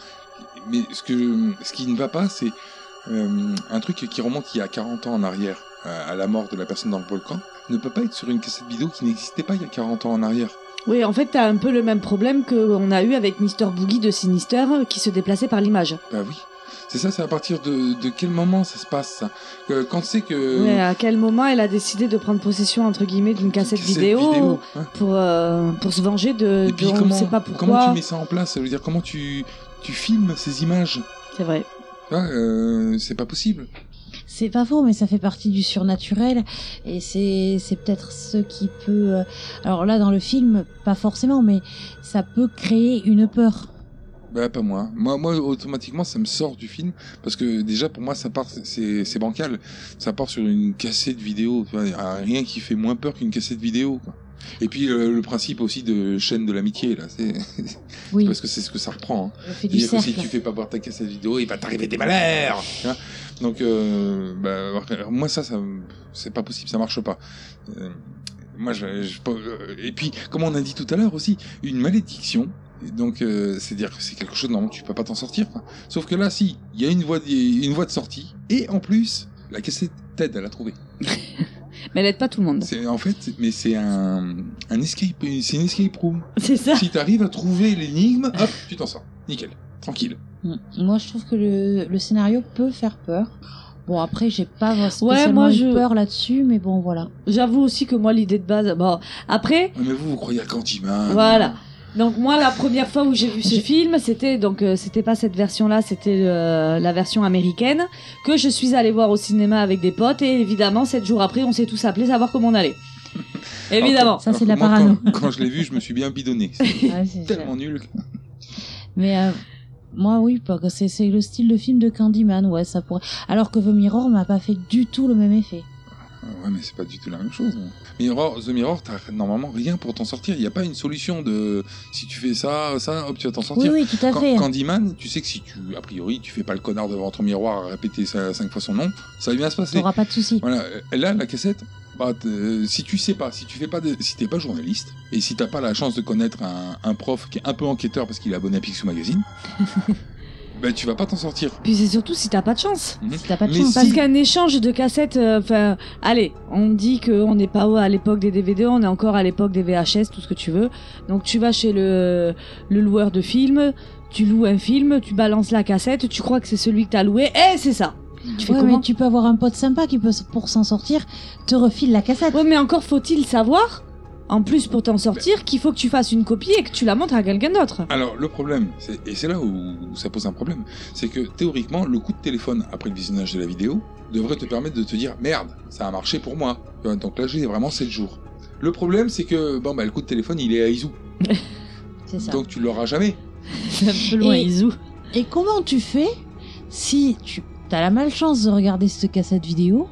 Speaker 6: Mais ce que, ce qui ne va pas, c'est euh, un truc qui remonte il y a 40 ans en arrière, euh, à la mort de la personne dans le volcan, ne peut pas être sur une cassette vidéo qui n'existait pas il y a 40 ans en arrière.
Speaker 4: Oui, en fait, t'as un peu le même problème qu'on a eu avec Mister Boogie de Sinister qui se déplaçait par l'image.
Speaker 6: Bah oui. C'est ça, c'est à partir de, de quel moment ça se passe, ça Que- Quand c'est que...
Speaker 4: Ouais, à quel moment elle a décidé de prendre possession, entre guillemets, d'une cassette, vidéo,
Speaker 6: hein.
Speaker 4: pour, euh, pour se venger de.
Speaker 6: Et puis
Speaker 4: de- on ne
Speaker 6: comment,
Speaker 4: sait pas
Speaker 6: comment tu
Speaker 4: pourquoi.
Speaker 6: mets ça en place Je veux dire, comment tu, tu filmes ces images
Speaker 4: C'est vrai.
Speaker 6: Tu vois, euh, C'est pas possible.
Speaker 7: C'est pas faux, mais ça fait partie du surnaturel. Et c'est, c'est peut-être ce qui peut. euh, Alors là, dans le film, pas forcément, mais ça peut créer une peur.
Speaker 6: Bah pas moi. Moi, moi automatiquement, ça me sort du film parce que déjà pour moi, ça part, c'est c'est bancal. Ça part sur une cassette vidéo. Tu vois, y a rien qui fait moins peur qu'une cassette vidéo. quoi. Et puis euh, le principe aussi de chaîne de l'amitié là, c'est
Speaker 7: Oui,
Speaker 6: parce que c'est ce que ça reprend. hein.
Speaker 7: le fait du
Speaker 6: Dire que si
Speaker 7: cercle.
Speaker 6: tu fais pas voir ta cassette vidéo, il va t'arriver des malheurs. tu vois. Donc, euh, bah, moi ça, ça me- c'est pas possible, ça marche pas. Euh, moi, je, je- euh, et puis, comme on a dit tout à l'heure aussi, une malédiction. Et Donc, euh, c'est-à-dire que c'est quelque chose normalement tu peux pas t'en sortir. quoi. Sauf que là, si, il y a une voie, de- une voie de sortie, et en plus, la cassette t'aide à la trouver.
Speaker 4: Mais elle aide pas tout le monde.
Speaker 6: C'est en fait, mais c'est un, un escape, c'est une escape room.
Speaker 4: C'est ça.
Speaker 6: Si t'arrives à trouver l'énigme, hop, tu t'en sors, nickel, tranquille.
Speaker 7: Mm. Moi, je trouve que le, le scénario peut faire peur. Bon, après, j'ai pas spécialement
Speaker 4: Ouais, moi,
Speaker 7: eu
Speaker 4: je-
Speaker 7: peur là-dessus, mais bon, voilà.
Speaker 4: J'avoue aussi que moi, l'idée de base. Bon, après,
Speaker 6: Ouais, Mais vous, vous croyez à Candyman
Speaker 4: Voilà. Donc moi, la première fois où j'ai vu ce film, c'était donc euh, c'était pas cette version-là, c'était euh, la version américaine que je suis allée voir au cinéma avec des potes et évidemment, sept jours après, on s'est tous appelés savoir comment on allait. Évidemment.
Speaker 7: Ça, c'est de la
Speaker 6: Alors que moi,
Speaker 7: parano.
Speaker 6: Quand, quand je l'ai vu, je me suis bien bidonné. C'est
Speaker 7: Ouais, c'est-
Speaker 6: tellement nul. que-
Speaker 7: Mais euh, moi, oui, parce que c'est c'est le style de film de Candyman, ouais, ça pourrait. Alors que The Mirror m'a pas fait du tout le même effet.
Speaker 6: Euh, Ouais, mais c'est pas du tout la même chose. hein. Mirror, The Mirror, t'as normalement rien pour t'en sortir. Il n'y a pas une solution de si tu fais ça, ça, hop, tu vas t'en
Speaker 7: Oui,
Speaker 6: sortir.
Speaker 7: oui, tout à
Speaker 6: Quand-
Speaker 7: fait. hein.
Speaker 6: Candyman, tu sais que si tu, a priori, tu fais pas le connard devant ton miroir à répéter ça- cinq fois son nom, ça va bien se passer.
Speaker 7: T'auras pas de soucis.
Speaker 6: Voilà, euh, là, la cassette, bah, t- euh, si tu sais pas, si tu fais pas, de- si t'es pas journaliste, et si t'as pas la chance de connaître un, un prof qui est un peu enquêteur parce qu'il est abonné à Picsou Magazine, bah, tu vas pas t'en sortir.
Speaker 4: Puis c'est surtout si t'as pas de chance.
Speaker 7: Si t'as pas de
Speaker 6: Mais
Speaker 7: chance.
Speaker 6: si-
Speaker 4: Parce qu'un échange de cassettes, euh, enfin, allez, on dit qu'on n'est pas à l'époque des DVD, on est encore à l'époque des VHS, tout ce que tu veux. Donc tu vas chez le, le loueur de films, tu loues un film, tu balances la cassette, tu crois que c'est celui que t'as loué, et c'est ça. Tu fais
Speaker 7: Ouais,
Speaker 4: comment
Speaker 7: mais tu peux avoir un pote sympa qui peut, s- pour s'en sortir, te refile la cassette.
Speaker 4: Ouais, mais encore faut-il savoir, en plus pour t'en sortir, qu'il faut que tu fasses une copie et que tu la montres à quelqu'un d'autre.
Speaker 6: Alors, le problème, c'est- et c'est là où ça pose un problème, c'est que théoriquement, le coup de téléphone après le visionnage de la vidéo devrait te permettre de te dire merde, ça a marché pour moi. Euh, Donc là, j'ai vraiment 7 jours. Le problème, c'est que bon, bah, le coup de téléphone, il est à Izu,
Speaker 7: C'est ça.
Speaker 6: donc tu l'auras jamais.
Speaker 4: C'est un peu loin,
Speaker 7: Et-
Speaker 4: Isou.
Speaker 7: Et comment tu fais si tu as la malchance de regarder cette cassette vidéo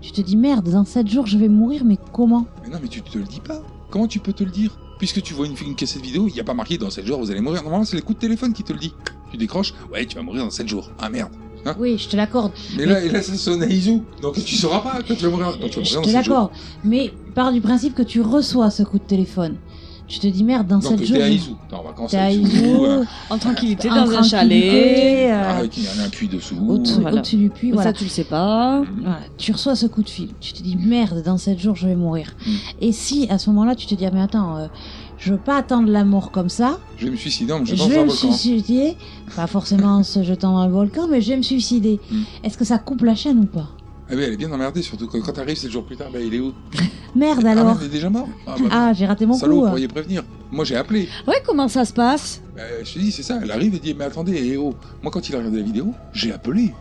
Speaker 7: Tu te dis merde, dans 7 jours je vais mourir, mais comment
Speaker 6: Mais non, mais tu te le dis pas. Comment tu peux te le dire Puisque tu vois une, une cassette vidéo, il n'y a pas marqué dans 7 jours vous allez mourir. Normalement, c'est le coup de téléphone qui te le dit. Tu décroches, ouais, tu vas mourir dans 7 jours. Ah merde.
Speaker 7: Oui, je te l'accorde.
Speaker 6: Mais là, et là ça sonne à Izu. Donc tu sauras pas quand tu vas mourir. Ah, Donc, tu vas mourir
Speaker 7: Je
Speaker 6: dans
Speaker 7: te
Speaker 6: 7 jours.
Speaker 7: l'accorde. Mais pars du principe que tu reçois ce coup de téléphone. Tu te dis merde, dans
Speaker 6: Donc
Speaker 7: 7 jours.
Speaker 6: t'es à
Speaker 7: je-
Speaker 6: Izu. T'es en vacances
Speaker 7: T'es
Speaker 6: à
Speaker 7: à
Speaker 6: Izu.
Speaker 7: Izu,
Speaker 6: euh,
Speaker 4: En tranquillité,
Speaker 7: en
Speaker 4: dans un chalet.
Speaker 7: tranquillité, euh,
Speaker 6: Avec il y en a un puits dessous.
Speaker 7: au-dessus
Speaker 4: Voilà.
Speaker 7: au-dessus du puits, voilà.
Speaker 4: Ça, tu le sais pas.
Speaker 7: Voilà, tu reçois ce coup de fil, tu te dis merde, dans 7 jours je vais mourir.
Speaker 6: Mm.
Speaker 7: Et si à ce moment-là tu te dis ah, mais attends, euh, je veux pas attendre la mort comme ça,
Speaker 6: Je vais me suicider en me
Speaker 7: je,
Speaker 6: jetant dans
Speaker 7: vais
Speaker 6: un
Speaker 7: me
Speaker 6: volcan.
Speaker 7: suicider, pas forcément en se jetant dans le volcan, mais je vais me suicider.
Speaker 6: Mm.
Speaker 7: Est-ce que ça coupe la chaîne ou pas
Speaker 6: Ah oui, elle est bien emmerdée, surtout que quand t'arrives 7 jours plus tard, bah il est où
Speaker 7: Merde
Speaker 6: Ah
Speaker 7: alors
Speaker 6: merde, il est déjà mort Ah bah,
Speaker 7: Ah, j'ai raté mon
Speaker 6: salaud,
Speaker 7: coup.
Speaker 6: vous
Speaker 7: hein.
Speaker 6: pourriez prévenir. Moi j'ai appelé.
Speaker 4: Ouais, comment ça se passe
Speaker 6: Euh, je te dis, c'est ça, elle arrive et dit, mais attendez, eh oh, moi quand il a regardé la vidéo, j'ai appelé.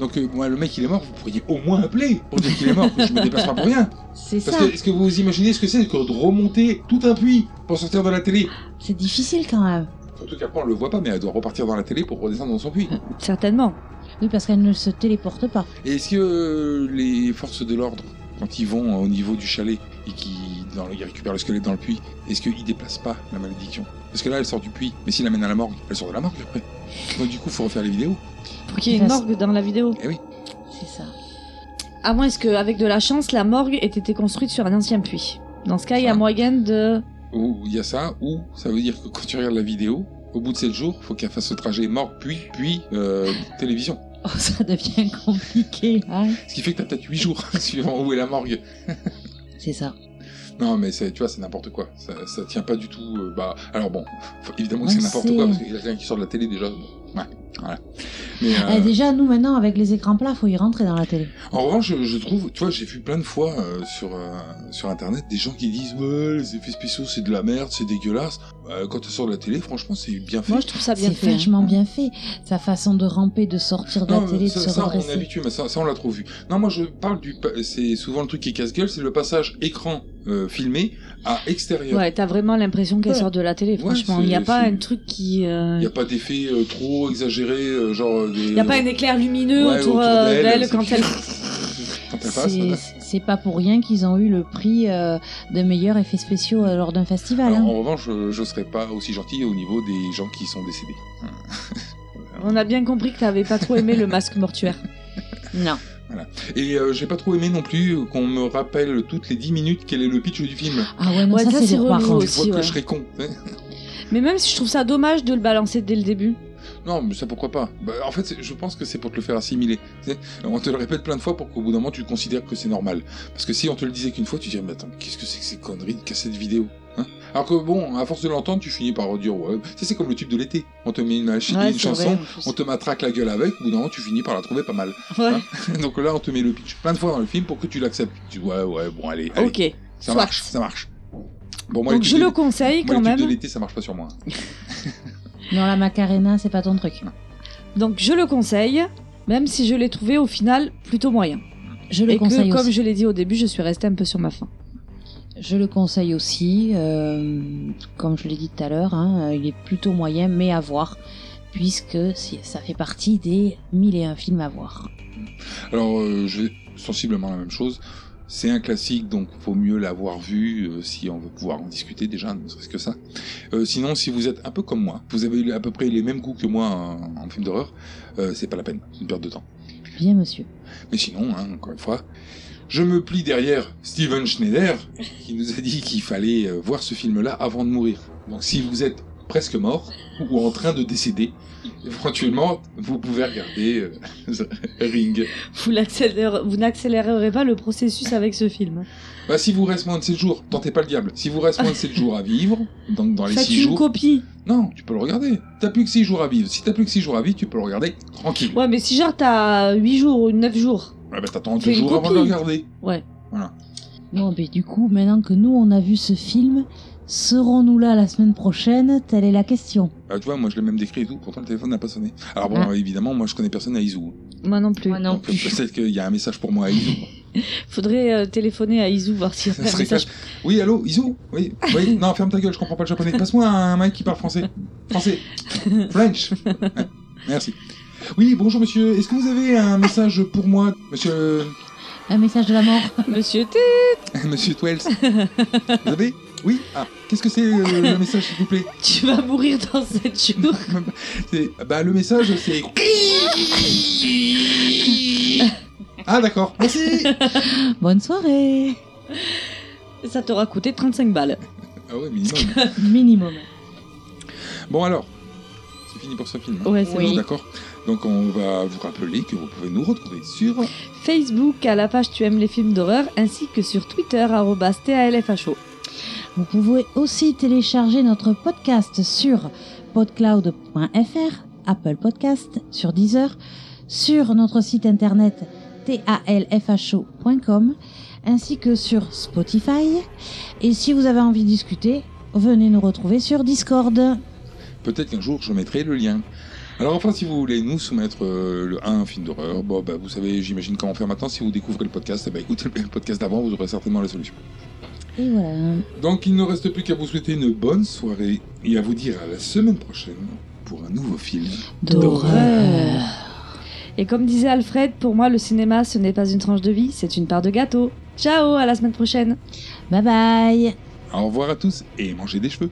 Speaker 6: Donc euh, moi, le mec il est mort, vous pourriez au moins appeler pour dire qu'il est mort, que je me déplace pas pour rien.
Speaker 7: C'est
Speaker 6: Parce
Speaker 7: ça,
Speaker 6: que est-ce que vous imaginez ce que c'est que de remonter tout un puits pour sortir de la télé
Speaker 7: c'est difficile quand même.
Speaker 6: Surtout qu'après on le voit pas, mais elle doit repartir dans la télé pour redescendre dans son puits.
Speaker 7: Hmm.
Speaker 4: Certainement.
Speaker 7: Oui, parce qu'elle ne se téléporte pas.
Speaker 6: Et est-ce que euh, les forces de l'ordre, quand ils vont euh, au niveau du chalet et qu'ils dans le- ils récupèrent le squelette dans le puits, est-ce qu'ils déplacent pas la malédiction Parce que là, elle sort du puits, mais s'il l'amène à la morgue, elle sort de la morgue après. Donc du coup, faut refaire les vidéos.
Speaker 4: Pour qu'il y ait une
Speaker 7: Parce-
Speaker 4: morgue dans la vidéo.
Speaker 6: Eh
Speaker 7: C'est ça.
Speaker 4: À moins est-ce qu'avec de la chance, la morgue ait été construite sur un ancien puits. Dans ce cas, il y a
Speaker 6: Ah.
Speaker 4: moyen de.
Speaker 6: Ou il y a ça, ou ça veut dire que quand tu regardes la vidéo, au bout de 7 jours, faut qu'elle fasse le trajet morgue, puis, puis euh, télévision.
Speaker 7: Oh, ça devient compliqué. hein.
Speaker 6: Ce qui fait que t'as peut-être 8 jours suivant où est la morgue.
Speaker 7: C'est ça.
Speaker 6: Non, mais c'est, tu vois, c'est n'importe quoi. Ça, ça tient pas du tout. euh, bah, alors bon, faut- évidemment que
Speaker 7: Ouais,
Speaker 6: c'est n'importe
Speaker 7: c'est-
Speaker 6: quoi parce qu'il y a quelqu'un qui sort de la télé déjà. bon, ouais, voilà. Mais euh,
Speaker 7: Eh, déjà, nous maintenant, avec les écrans plats, faut y rentrer dans la télé.
Speaker 6: en revanche, je, je trouve, tu vois, j'ai vu plein de fois euh, sur euh, sur internet des gens qui disent ouais, les effets spéciaux c'est de la merde, c'est dégueulasse. Bah, quand tu sors de la télé, franchement, c'est bien fait.
Speaker 4: Moi, je trouve ça bien
Speaker 7: C'est
Speaker 4: fait. hein.
Speaker 7: vachement bien fait. Sa façon de ramper, de sortir de
Speaker 6: Non,
Speaker 7: la
Speaker 6: mais
Speaker 7: télé,
Speaker 6: ça,
Speaker 7: de se
Speaker 6: ça, on est
Speaker 7: redresser.
Speaker 6: habitué, mais ça, ça on l'a trop vu. Non, moi je parle du, pa- c'est souvent le truc qui casse-gueule, c'est le passage écran euh, filmé à extérieur.
Speaker 4: Ouais, t'as vraiment l'impression qu'elle
Speaker 6: Ouais.
Speaker 4: sort de la télé,
Speaker 6: Ouais,
Speaker 4: franchement.
Speaker 6: c'est-
Speaker 4: Il n'y a pas
Speaker 6: c'est-
Speaker 4: un truc qui. euh,
Speaker 6: Il n'y a pas d'effet euh, trop exagéré, euh, genre euh, des.
Speaker 4: Il n'y a pas un éclair lumineux
Speaker 6: Ouais,
Speaker 4: autour euh, d'elle
Speaker 6: c'est-
Speaker 4: quand elle.
Speaker 6: quand elle passe.
Speaker 7: C'est- C'est pas pour rien qu'ils ont eu le prix euh, de meilleurs effets spéciaux euh, lors d'un festival.
Speaker 6: Alors,
Speaker 7: hein.
Speaker 6: en revanche, euh, je serais pas aussi gentil au niveau des gens qui sont décédés.
Speaker 4: On a bien compris que t'avais pas trop aimé le masque mortuaire.
Speaker 7: Non.
Speaker 6: Et euh, j'ai pas trop aimé non plus qu'on me rappelle toutes les 10 minutes quel est le pitch du film.
Speaker 7: Ah ouais, non,
Speaker 4: Ouais,
Speaker 7: ça,
Speaker 4: ça,
Speaker 7: c'est
Speaker 4: c'est
Speaker 7: des rois.
Speaker 4: relou
Speaker 7: contre.
Speaker 6: Des
Speaker 4: aussi,
Speaker 6: fois que
Speaker 4: ouais.
Speaker 6: je serais con. hein.
Speaker 4: Mais même si je trouve ça dommage de le balancer dès le début.
Speaker 6: Non, mais ça pourquoi pas Bah, En fait, c'est- je pense que c'est pour te le faire assimiler. Tu sais, On te le répète plein de fois pour qu'au bout d'un moment tu considères que c'est normal. Parce que si on te le disait qu'une fois, tu dirais mais attends, qu'est-ce que c'est que ces conneries de cassette vidéo hein Alors que bon, à force de l'entendre, tu finis par dire ouais. Tu sais, c'est comme le tube de l'été. On te met une, machine,
Speaker 4: Ouais,
Speaker 6: une
Speaker 4: c'est vrai,
Speaker 6: chanson,
Speaker 4: en plus.
Speaker 6: on te matraque la gueule avec. Au bout d'un moment, tu finis par la trouver pas mal.
Speaker 4: Ouais.
Speaker 6: Donc là, on te met le pitch plein de fois dans le film pour que tu l'acceptes. Tu dis ouais, ouais, bon, allez, allez.
Speaker 4: Ok.
Speaker 6: Ah Ça
Speaker 4: soit.
Speaker 6: marche, ça marche. Bon, moi,
Speaker 4: Donc
Speaker 6: les
Speaker 4: je
Speaker 6: tubes
Speaker 4: le
Speaker 6: de-
Speaker 4: conseille
Speaker 6: moi,
Speaker 4: quand
Speaker 6: les tubes de
Speaker 4: même.
Speaker 6: l'été, ça marche pas sur moi.
Speaker 7: Non, la Macarena, c'est pas ton truc.
Speaker 4: Donc je le conseille, même si je l'ai trouvé au final plutôt moyen.
Speaker 7: Je le
Speaker 4: Et
Speaker 7: conseille
Speaker 4: que, comme
Speaker 7: aussi.
Speaker 4: je l'ai dit au début, je suis restée un peu sur ma faim.
Speaker 7: Je le conseille aussi, euh, comme je l'ai dit tout à l'heure, hein, euh, il est plutôt moyen, mais à voir, puisque si- ça fait partie des 1001 films à voir.
Speaker 6: Alors, euh, je vais sensiblement la même chose. C'est un classique, donc faut mieux l'avoir vu euh, si on veut pouvoir en discuter déjà, ne serait-ce que ça. Euh, sinon, si vous êtes un peu comme moi, vous avez eu à peu près les mêmes goûts que moi en, en film d'horreur, euh, c'est pas la peine, c'est une perte de temps.
Speaker 7: Bien, monsieur.
Speaker 6: Mais sinon, hein, encore une fois, je me plie derrière Steven Schneider, qui nous a dit qu'il fallait euh, voir ce film-là avant de mourir. Donc si vous êtes presque mort, ou en train de décéder, éventuellement, vous pouvez regarder euh, The Ring.
Speaker 4: Vous l'accélère- vous n'accélérerez pas le processus avec ce film.
Speaker 6: Bah, si vous reste moins de 7 jours, tentez pas le diable. Si vous reste moins de 7 jours à vivre, donc dans les
Speaker 4: Faites
Speaker 6: 6
Speaker 4: une
Speaker 6: jours...
Speaker 4: copie.
Speaker 6: Non, tu peux le regarder. T'as plus que 6 jours à vivre. Si t'as plus que 6 jours à vivre, tu peux le regarder tranquille.
Speaker 4: Ouais, mais si genre t'as 8 jours ou 9 jours.
Speaker 6: Ouais, bah, t'attends
Speaker 4: Fais
Speaker 6: 2
Speaker 4: une
Speaker 6: jours avant de
Speaker 4: copie.
Speaker 6: le regarder.
Speaker 7: Bon, mais du coup, maintenant que nous, on a vu ce film, serons-nous là la semaine prochaine Telle est la question.
Speaker 6: Bah, tu vois, moi je l'ai même décrit et tout, pourtant le téléphone n'a pas sonné. Alors bon, évidemment, moi je connais personne à Izu. hein.
Speaker 4: Moi non plus.
Speaker 7: Moi non
Speaker 6: Donc, euh,
Speaker 7: plus.
Speaker 6: Peut-être qu'il y a un message pour moi à Izu.
Speaker 4: Faudrait euh, téléphoner à Izu voir si
Speaker 6: Ça serait classe. Oui, allô, Izu Oui, oui, non, ferme ta gueule, je comprends pas le japonais. Passe-moi un mec qui parle français. Français. French. Ouais, merci. Oui, bonjour monsieur, est-ce que vous avez un message pour moi, monsieur.
Speaker 7: Un message de la mort
Speaker 4: Monsieur T.
Speaker 6: monsieur Twells Vous avez Oui Ah, qu'est-ce que c'est euh, le message, s'il vous plaît
Speaker 4: Tu vas mourir dans 7 jours.
Speaker 6: C'est- Bah, le message, c'est. Ah, d'accord, merci
Speaker 7: Bonne soirée
Speaker 4: Ça t'aura coûté 35 balles.
Speaker 6: Ah, ouais, minimum.
Speaker 7: Minimum.
Speaker 6: Bon alors, c'est fini pour ce film. hein
Speaker 4: Ouais, c'est
Speaker 6: On est
Speaker 4: bon.
Speaker 6: D'accord. Donc on va vous rappeler que vous pouvez nous retrouver sur
Speaker 4: Facebook à la page Tu aimes les films d'horreur ainsi que sur Twitter arrobas TALFHO.
Speaker 7: Vous pouvez aussi télécharger notre podcast sur podcloud.fr, Apple Podcast, sur Deezer, sur notre site internet talfho.com, ainsi que sur Spotify. Et si vous avez envie de discuter, venez nous retrouver sur Discord.
Speaker 6: Peut-être qu'un jour je mettrai le lien. Alors enfin, si vous voulez nous soumettre euh, le, un film d'horreur, bon, bah, vous savez, j'imagine comment faire maintenant. Si vous découvrez le podcast, eh ben, écoutez le podcast d'avant, vous aurez certainement la solution.
Speaker 7: Et voilà.
Speaker 6: Donc il ne reste plus qu'à vous souhaiter une bonne soirée et à vous dire à la semaine prochaine pour un nouveau film.
Speaker 7: D'horreur.
Speaker 4: Et comme disait Alfred, pour moi le cinéma ce n'est pas une tranche de vie, c'est une part de gâteau. Ciao, à la semaine prochaine.
Speaker 7: Bye bye
Speaker 6: Au revoir à tous et mangez des cheveux.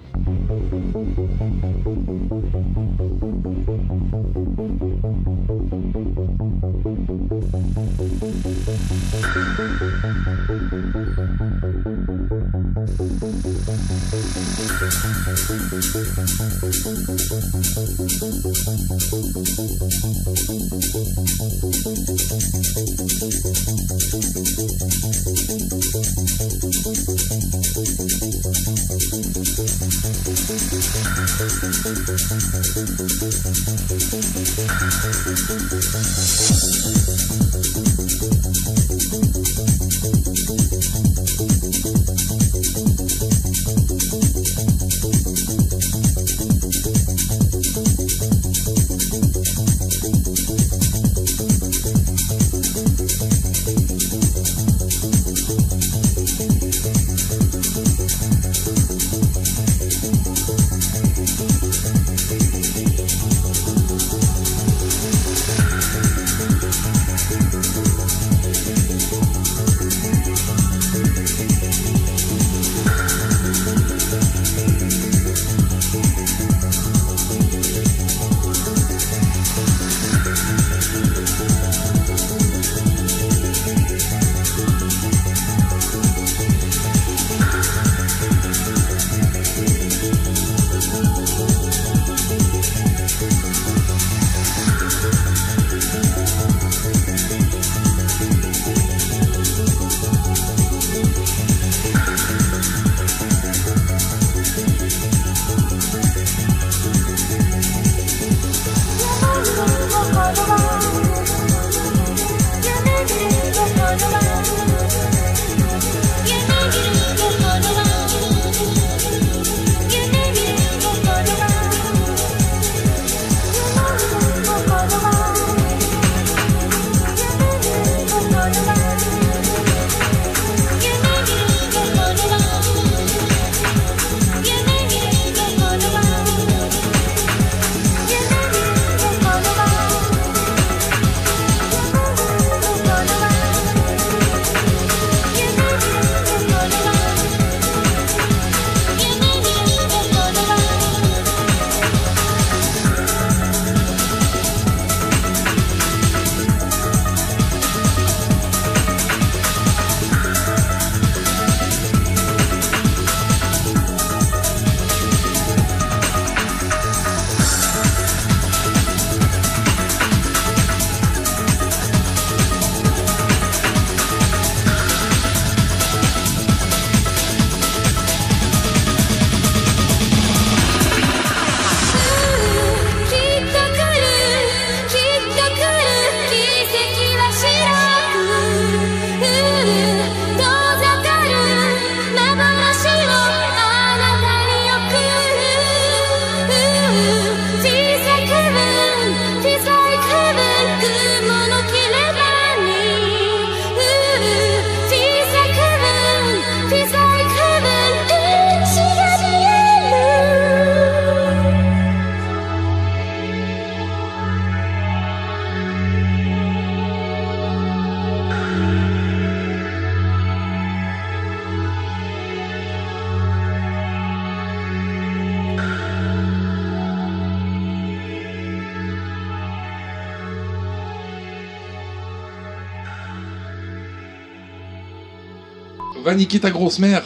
Speaker 6: Va niquer ta grosse mère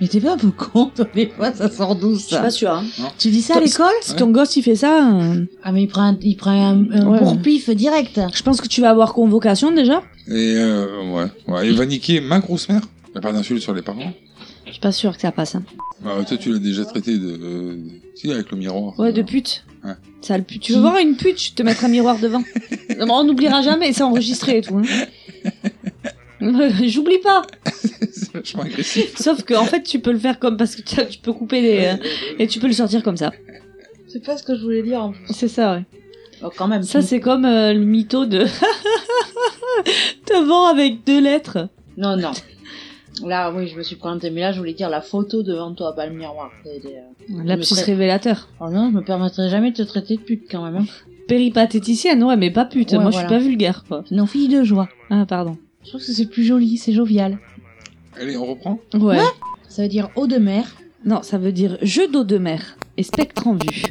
Speaker 7: Mais t'es pas un peu con, toi, des fois, ça sort d'où,
Speaker 4: Je suis
Speaker 7: ça
Speaker 4: pas sûre. hein.
Speaker 7: Tu dis ça à
Speaker 4: Toi,
Speaker 7: l'école
Speaker 4: Si ton gosse il fait ça, euh,
Speaker 7: Ah, mais il prend un, il prend un, un
Speaker 4: Ouais.
Speaker 7: pourpif direct.
Speaker 4: je pense que tu vas avoir convocation déjà.
Speaker 6: Et euh, ouais, ouais. Et va niquer ma grosse mère Y'a pas d'insulte sur les parents
Speaker 4: Je suis pas sûre que ça passe. hein.
Speaker 6: Bah, Toi, tu l'as déjà traité de. euh, Si, avec le miroir. Euh,
Speaker 4: Ouais, de pute.
Speaker 6: Ouais.
Speaker 4: Ça, le pute. Tu veux voir une pute, je te mettre un miroir devant. Non, mais on n'oubliera jamais, c'est enregistré et tout. hein. J'oublie pas.
Speaker 6: C'est vachement agressif.
Speaker 4: Sauf que en fait, tu peux le faire comme parce que tu tu peux couper les euh, et tu peux le sortir comme ça.
Speaker 11: C'est pas ce que je voulais dire en plus.
Speaker 4: C'est ça. ouais.
Speaker 7: Oh, quand même.
Speaker 4: Ça c'est comme euh, le mytho de devant avec deux lettres.
Speaker 11: Non, non. Là, oui, je me suis présentée, mais là, je voulais dire la photo devant toi, pas le miroir. C'est
Speaker 7: euh,
Speaker 11: des-
Speaker 4: Lapsus
Speaker 11: Mais après-
Speaker 4: révélateur.
Speaker 7: Oh non, je me permettrai jamais de te traiter de pute, quand même. hein.
Speaker 4: Péripatéticienne, ouais, mais pas pute.
Speaker 7: Ouais,
Speaker 4: Moi, je
Speaker 7: voilà.
Speaker 4: suis pas vulgaire, quoi.
Speaker 7: Non, fille de joie.
Speaker 4: Ah, pardon.
Speaker 7: Je trouve que c'est plus joli, c'est jovial.
Speaker 6: Allez, on reprend
Speaker 4: Ouais.
Speaker 7: Ça veut dire eau de mer.
Speaker 4: non, ça veut dire jeu d'eau de mer et spectre en vue.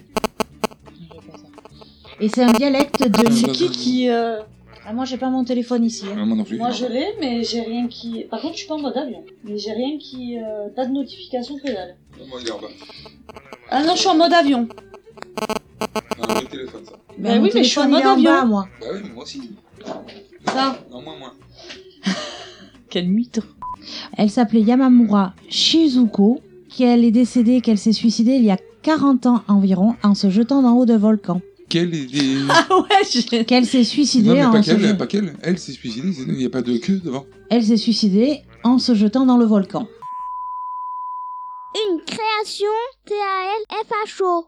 Speaker 7: Et c'est un dialecte de.
Speaker 6: C'est qui
Speaker 11: qui. euh,
Speaker 7: Ah, moi, j'ai pas mon téléphone ici. hein.
Speaker 6: Ah, Moi non plus.
Speaker 11: Moi, je l'ai, mais j'ai rien qui. Par contre, je suis pas en mode avion. Mais j'ai rien qui. euh, Pas de notification que dalle.
Speaker 6: Moi, regarde.
Speaker 11: Ah non, je suis en mode avion.
Speaker 6: Un vieux téléphone, ça.
Speaker 7: Bah,
Speaker 11: oui,
Speaker 7: mon
Speaker 11: mais je suis en
Speaker 7: téléphone,
Speaker 11: mode
Speaker 7: il est
Speaker 11: avion.
Speaker 7: bas, moi.
Speaker 6: Bah oui, mais moi aussi.
Speaker 11: Ça.
Speaker 6: Non, moi, moi.
Speaker 4: Quel mythe.
Speaker 7: Elle s'appelait Yamamura Shizuko, qu'elle est décédée, qu'elle s'est suicidée il y a 40 ans environ en se jetant d'en haut de volcan.
Speaker 6: Quelle est des.
Speaker 4: Ah ouais, j'ai-
Speaker 7: Qu'elle s'est
Speaker 6: non,
Speaker 7: suicidée
Speaker 6: mais
Speaker 7: en
Speaker 6: pas
Speaker 7: se...
Speaker 6: qu'elle, pas qu'elle. Elle s'est suicidée, c'est- il n'y a pas de queue devant.
Speaker 7: Elle s'est suicidée en se jetant dans le volcan.
Speaker 12: Une création TALFHO.